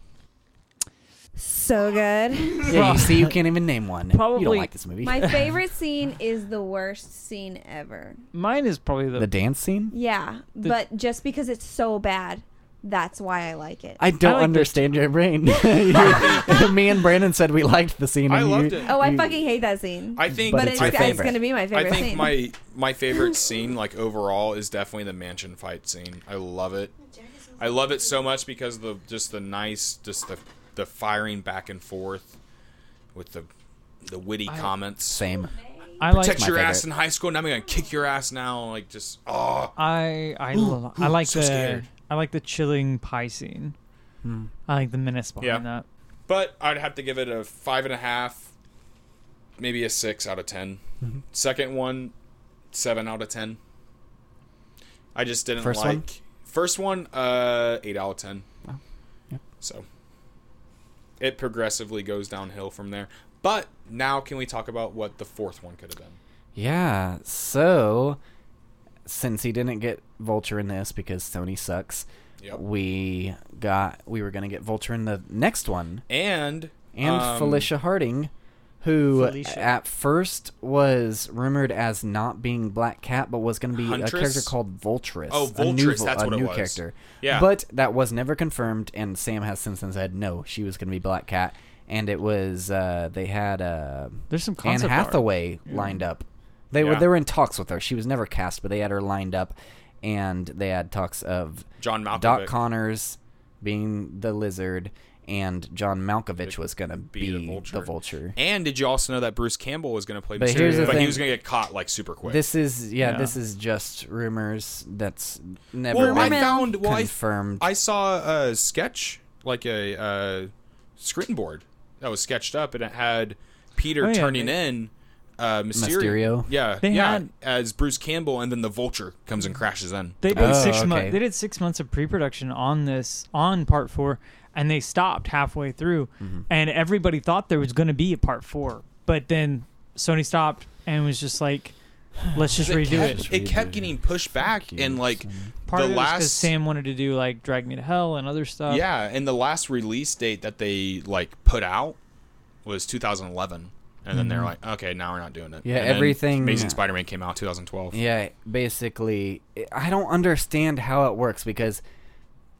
Speaker 4: So *laughs* good.
Speaker 1: Yeah, you see, you can't even name one. you don't
Speaker 5: Probably
Speaker 1: like this movie. *laughs*
Speaker 4: My favorite scene is the worst scene ever.
Speaker 5: mine is probably the,
Speaker 1: the dance
Speaker 4: *laughs*
Speaker 1: scene.
Speaker 4: Yeah, but just because it's so bad, that's why I like it.
Speaker 1: I don't
Speaker 5: like this
Speaker 1: understand your brain. *laughs* You- Me and Brandon said we liked the scene.
Speaker 2: I
Speaker 1: and you-
Speaker 2: loved it.
Speaker 4: oh, I
Speaker 1: you-
Speaker 4: fucking hate that scene.
Speaker 2: Mm. I think.
Speaker 1: But
Speaker 4: but
Speaker 1: it's
Speaker 4: it's,
Speaker 2: I
Speaker 1: your
Speaker 2: think-
Speaker 4: it's going to be my favorite
Speaker 2: I think
Speaker 1: *laughs*
Speaker 4: scene.
Speaker 2: my my favorite scene, like overall, is definitely the mansion fight scene. I love it. I love it so much because of the just the nice, just the the firing back and forth with the the witty comments.
Speaker 1: Same.
Speaker 5: I like
Speaker 2: Protect
Speaker 1: my
Speaker 2: your ass in
Speaker 1: favorite.
Speaker 2: high school. Now I'm gonna kick your ass now. Like just oh,
Speaker 5: I I, lo- I like
Speaker 2: so
Speaker 5: the
Speaker 2: scared.
Speaker 5: I like the chilling pie scene.
Speaker 1: Hmm.
Speaker 5: I like the menace behind
Speaker 2: Yeah.
Speaker 5: that.
Speaker 2: but I'd have to give it a five and a half, maybe a six out of 10
Speaker 1: Mm-hmm.
Speaker 2: Second one, seven out of ten. I just didn't
Speaker 1: First
Speaker 2: like
Speaker 1: one?
Speaker 2: first one. Uh, eight out of ten.
Speaker 1: Oh, yeah.
Speaker 2: So it progressively goes downhill from there. But now, can we talk about what the fourth one could have been?
Speaker 1: Yeah. So, since he didn't get Vulture in this because Sony sucks,
Speaker 2: Yep.
Speaker 1: we got we were gonna get Vulture in the next one
Speaker 2: And
Speaker 1: and
Speaker 2: um,
Speaker 1: Felicia Harding, who
Speaker 5: Felicia.
Speaker 1: at first was rumored as not being Black Cat, but was gonna be a
Speaker 2: Huntress?
Speaker 1: character called Vultress.
Speaker 2: Oh,
Speaker 1: a new,
Speaker 2: Vultress,
Speaker 1: vul-
Speaker 2: that's
Speaker 1: a
Speaker 2: what it
Speaker 1: new
Speaker 2: was.
Speaker 1: character.
Speaker 2: Yeah.
Speaker 1: But that was never confirmed, and Sam has since then said no, she was gonna be Black Cat, and it was uh, they had uh,
Speaker 5: There's some
Speaker 1: Anne
Speaker 5: concept art.
Speaker 1: Hathaway lined up. They were
Speaker 2: Yeah.
Speaker 1: they were in talks with her. She was never cast, but they had her lined up, and they had talks of
Speaker 2: John Malkovich.
Speaker 1: Doc Connors being the lizard, and John Malkovich was gonna be,
Speaker 2: the
Speaker 1: the vulture.
Speaker 2: Vulture. And did you also know that Bruce Campbell was going to play
Speaker 1: But
Speaker 2: Mysterio?
Speaker 1: here's the
Speaker 2: but
Speaker 1: thing.
Speaker 2: he was going to get caught like super quick.
Speaker 1: This is yeah,
Speaker 5: Yeah.
Speaker 1: this is just rumors. That's never
Speaker 2: well, I
Speaker 1: been
Speaker 4: Rumor mill.
Speaker 2: found well, I,
Speaker 1: confirmed.
Speaker 2: I saw a sketch, like a uh, screen board that was sketched up, and it had Peter
Speaker 5: Oh, yeah,
Speaker 2: turning
Speaker 5: they-
Speaker 2: in uh, Mysterio.
Speaker 1: Mysterio?
Speaker 2: Yeah,
Speaker 5: They
Speaker 2: yeah,
Speaker 5: had-
Speaker 2: as Bruce Campbell, and then the Vulture comes and crashes in.
Speaker 5: They
Speaker 1: Oh,
Speaker 5: did six
Speaker 1: okay.
Speaker 5: months. They did six months of pre-production on this on part four, and they stopped halfway through.
Speaker 1: Mm-hmm.
Speaker 5: And everybody thought there was going to be a part four, but then Sony stopped and was just like, "Let's just
Speaker 2: It
Speaker 5: redo
Speaker 2: kept,
Speaker 5: it."
Speaker 2: it kept getting pushed back, and like
Speaker 5: Part
Speaker 2: the
Speaker 5: of it was 'cause
Speaker 2: last
Speaker 5: Sam uh, wanted to do like "Drag Me to Hell" and other stuff.
Speaker 2: yeah, and the last release date that they like put out was 2011. And then they're
Speaker 5: Mm-hmm.
Speaker 2: like, okay, now we're not doing it.
Speaker 1: Yeah,
Speaker 2: And then
Speaker 1: everything-
Speaker 2: Amazing Spider-Man came out 2012.
Speaker 1: Yeah, basically, I- I don't understand how it works because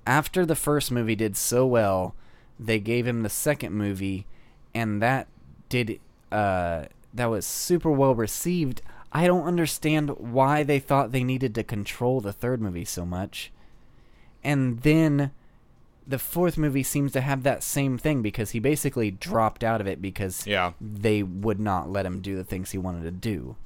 Speaker 1: after the first movie did so well, they gave him the second movie, and that did uh, that was super well received. I don't understand why they thought they needed to control the third movie so much, and then the fourth movie seems to have that same thing because he basically dropped out of it because
Speaker 2: Yeah.
Speaker 1: they would not let him do the things he wanted to do.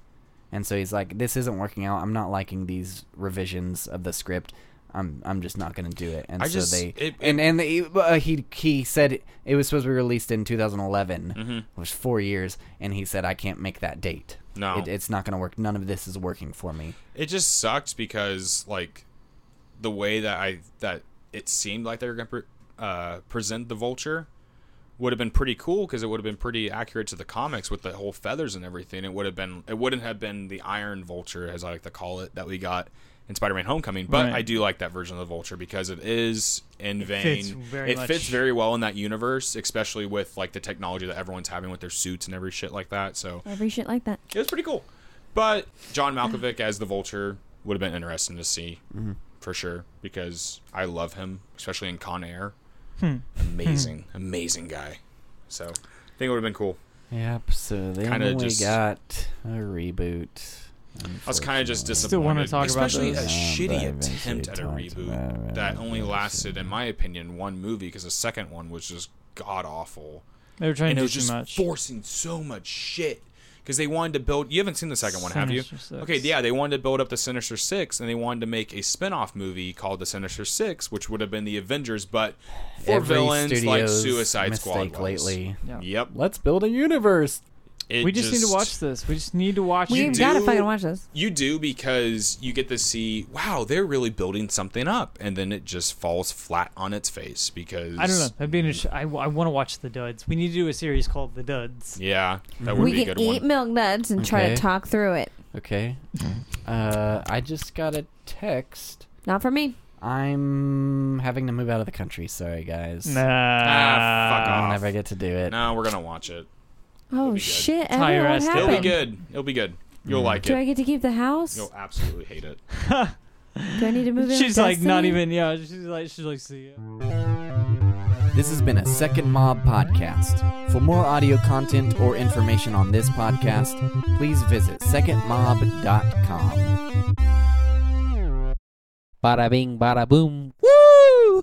Speaker 1: And so he's like, "This isn't working out. I'm not liking these revisions of the script. I'm I'm just not going to do it." And
Speaker 2: I
Speaker 1: so
Speaker 2: just-
Speaker 1: they
Speaker 2: it-
Speaker 1: and and they, uh, he he said it was supposed to be released in 2011,
Speaker 2: Mm-hmm.
Speaker 1: which was four years, and he said, "I can't make that date.
Speaker 2: No.
Speaker 1: it, it's not going to work. None of this is working for me."
Speaker 2: it just sucked because like the way that I that it seemed like they were going to pre- uh, present the vulture would have been pretty cool because it would have been pretty accurate to the comics with the whole feathers and everything. It would have been it wouldn't have been the Iron Vulture as I like to call it that we got in Spider-Man: Homecoming. But
Speaker 5: Right.
Speaker 2: I do like that version of the Vulture because it is in vein.
Speaker 5: fits very
Speaker 2: it
Speaker 5: much-
Speaker 2: fits very well in that universe, especially with like the technology that everyone's having with their suits and every shit like that. So
Speaker 4: Every shit like that.
Speaker 2: it was pretty cool. But John Malkovich as the Vulture would have been interesting to see for sure because I love him, especially in Con Air.
Speaker 5: Hmm.
Speaker 2: Amazing, amazing guy. So I think it would have been cool.
Speaker 1: Yep. So then
Speaker 2: Kinda
Speaker 1: we
Speaker 2: just-
Speaker 1: got a reboot.
Speaker 2: I was kind of just
Speaker 1: unfortunately.
Speaker 2: disappointed.
Speaker 5: Still wanna talk about
Speaker 2: especially a
Speaker 5: those. Um,
Speaker 1: but
Speaker 2: shitty
Speaker 1: eventually
Speaker 2: attempt at a
Speaker 1: talked about
Speaker 2: reboot
Speaker 1: it,
Speaker 2: that
Speaker 1: uh,
Speaker 2: only
Speaker 1: yes,
Speaker 2: lasted, in my opinion, one movie because the second one was just god awful.
Speaker 5: They were trying
Speaker 2: and it
Speaker 5: to
Speaker 2: was
Speaker 5: do
Speaker 2: just
Speaker 5: too much.
Speaker 2: forcing so much shit because they wanted to build. You haven't seen the second one, have you?
Speaker 5: Sinister Six.
Speaker 2: Okay, yeah, they wanted to build up the Sinister Six, and they wanted to make a spin-off movie called the Sinister Six, which would have been the Avengers, but for
Speaker 1: Every
Speaker 2: villains like
Speaker 1: studio's
Speaker 2: Suicide Squad.
Speaker 1: mistake
Speaker 2: Was.
Speaker 1: lately.
Speaker 5: Yeah.
Speaker 2: Yep.
Speaker 1: Let's build a universe.
Speaker 2: it
Speaker 5: we just, need to watch this. We just need to watch
Speaker 4: We've
Speaker 5: it.
Speaker 2: do-
Speaker 4: got to fucking watch this.
Speaker 2: You do because you get to see, wow, they're really building something up, and then it just falls flat on its face because
Speaker 5: I don't know. That'd be interesting. I, want to watch The Duds. We need to do a series called The Duds.
Speaker 2: Yeah, that would
Speaker 4: We
Speaker 2: be a
Speaker 4: can
Speaker 2: good
Speaker 4: eat
Speaker 2: one.
Speaker 4: milk nuts and try to
Speaker 1: Okay.
Speaker 4: talk through it.
Speaker 5: *laughs*
Speaker 1: Okay. uh, I just got a text.
Speaker 4: Not for me.
Speaker 1: I'm having to move out of the country. Sorry, guys.
Speaker 2: Ah, fuck
Speaker 1: I'll
Speaker 2: off.
Speaker 1: never get to do it.
Speaker 2: No, we're gonna watch it.
Speaker 4: Oh
Speaker 2: be good.
Speaker 4: shit!
Speaker 5: Tie your
Speaker 4: Everyone
Speaker 5: ass down.
Speaker 2: It'll
Speaker 4: happened.
Speaker 2: be good. It'll be good.
Speaker 1: Mm.
Speaker 2: You'll like
Speaker 4: Do I
Speaker 2: it.
Speaker 4: get to keep the house?
Speaker 2: You'll absolutely hate it.
Speaker 4: Do I need to move in? with
Speaker 5: She's like not
Speaker 4: Destiny?
Speaker 5: even. Yeah, she's like she's like see. ya.
Speaker 1: This has been a Second Mob podcast. For more audio content or information on this podcast, please visit secondmob.com. Bada bing, bada boom. Woo!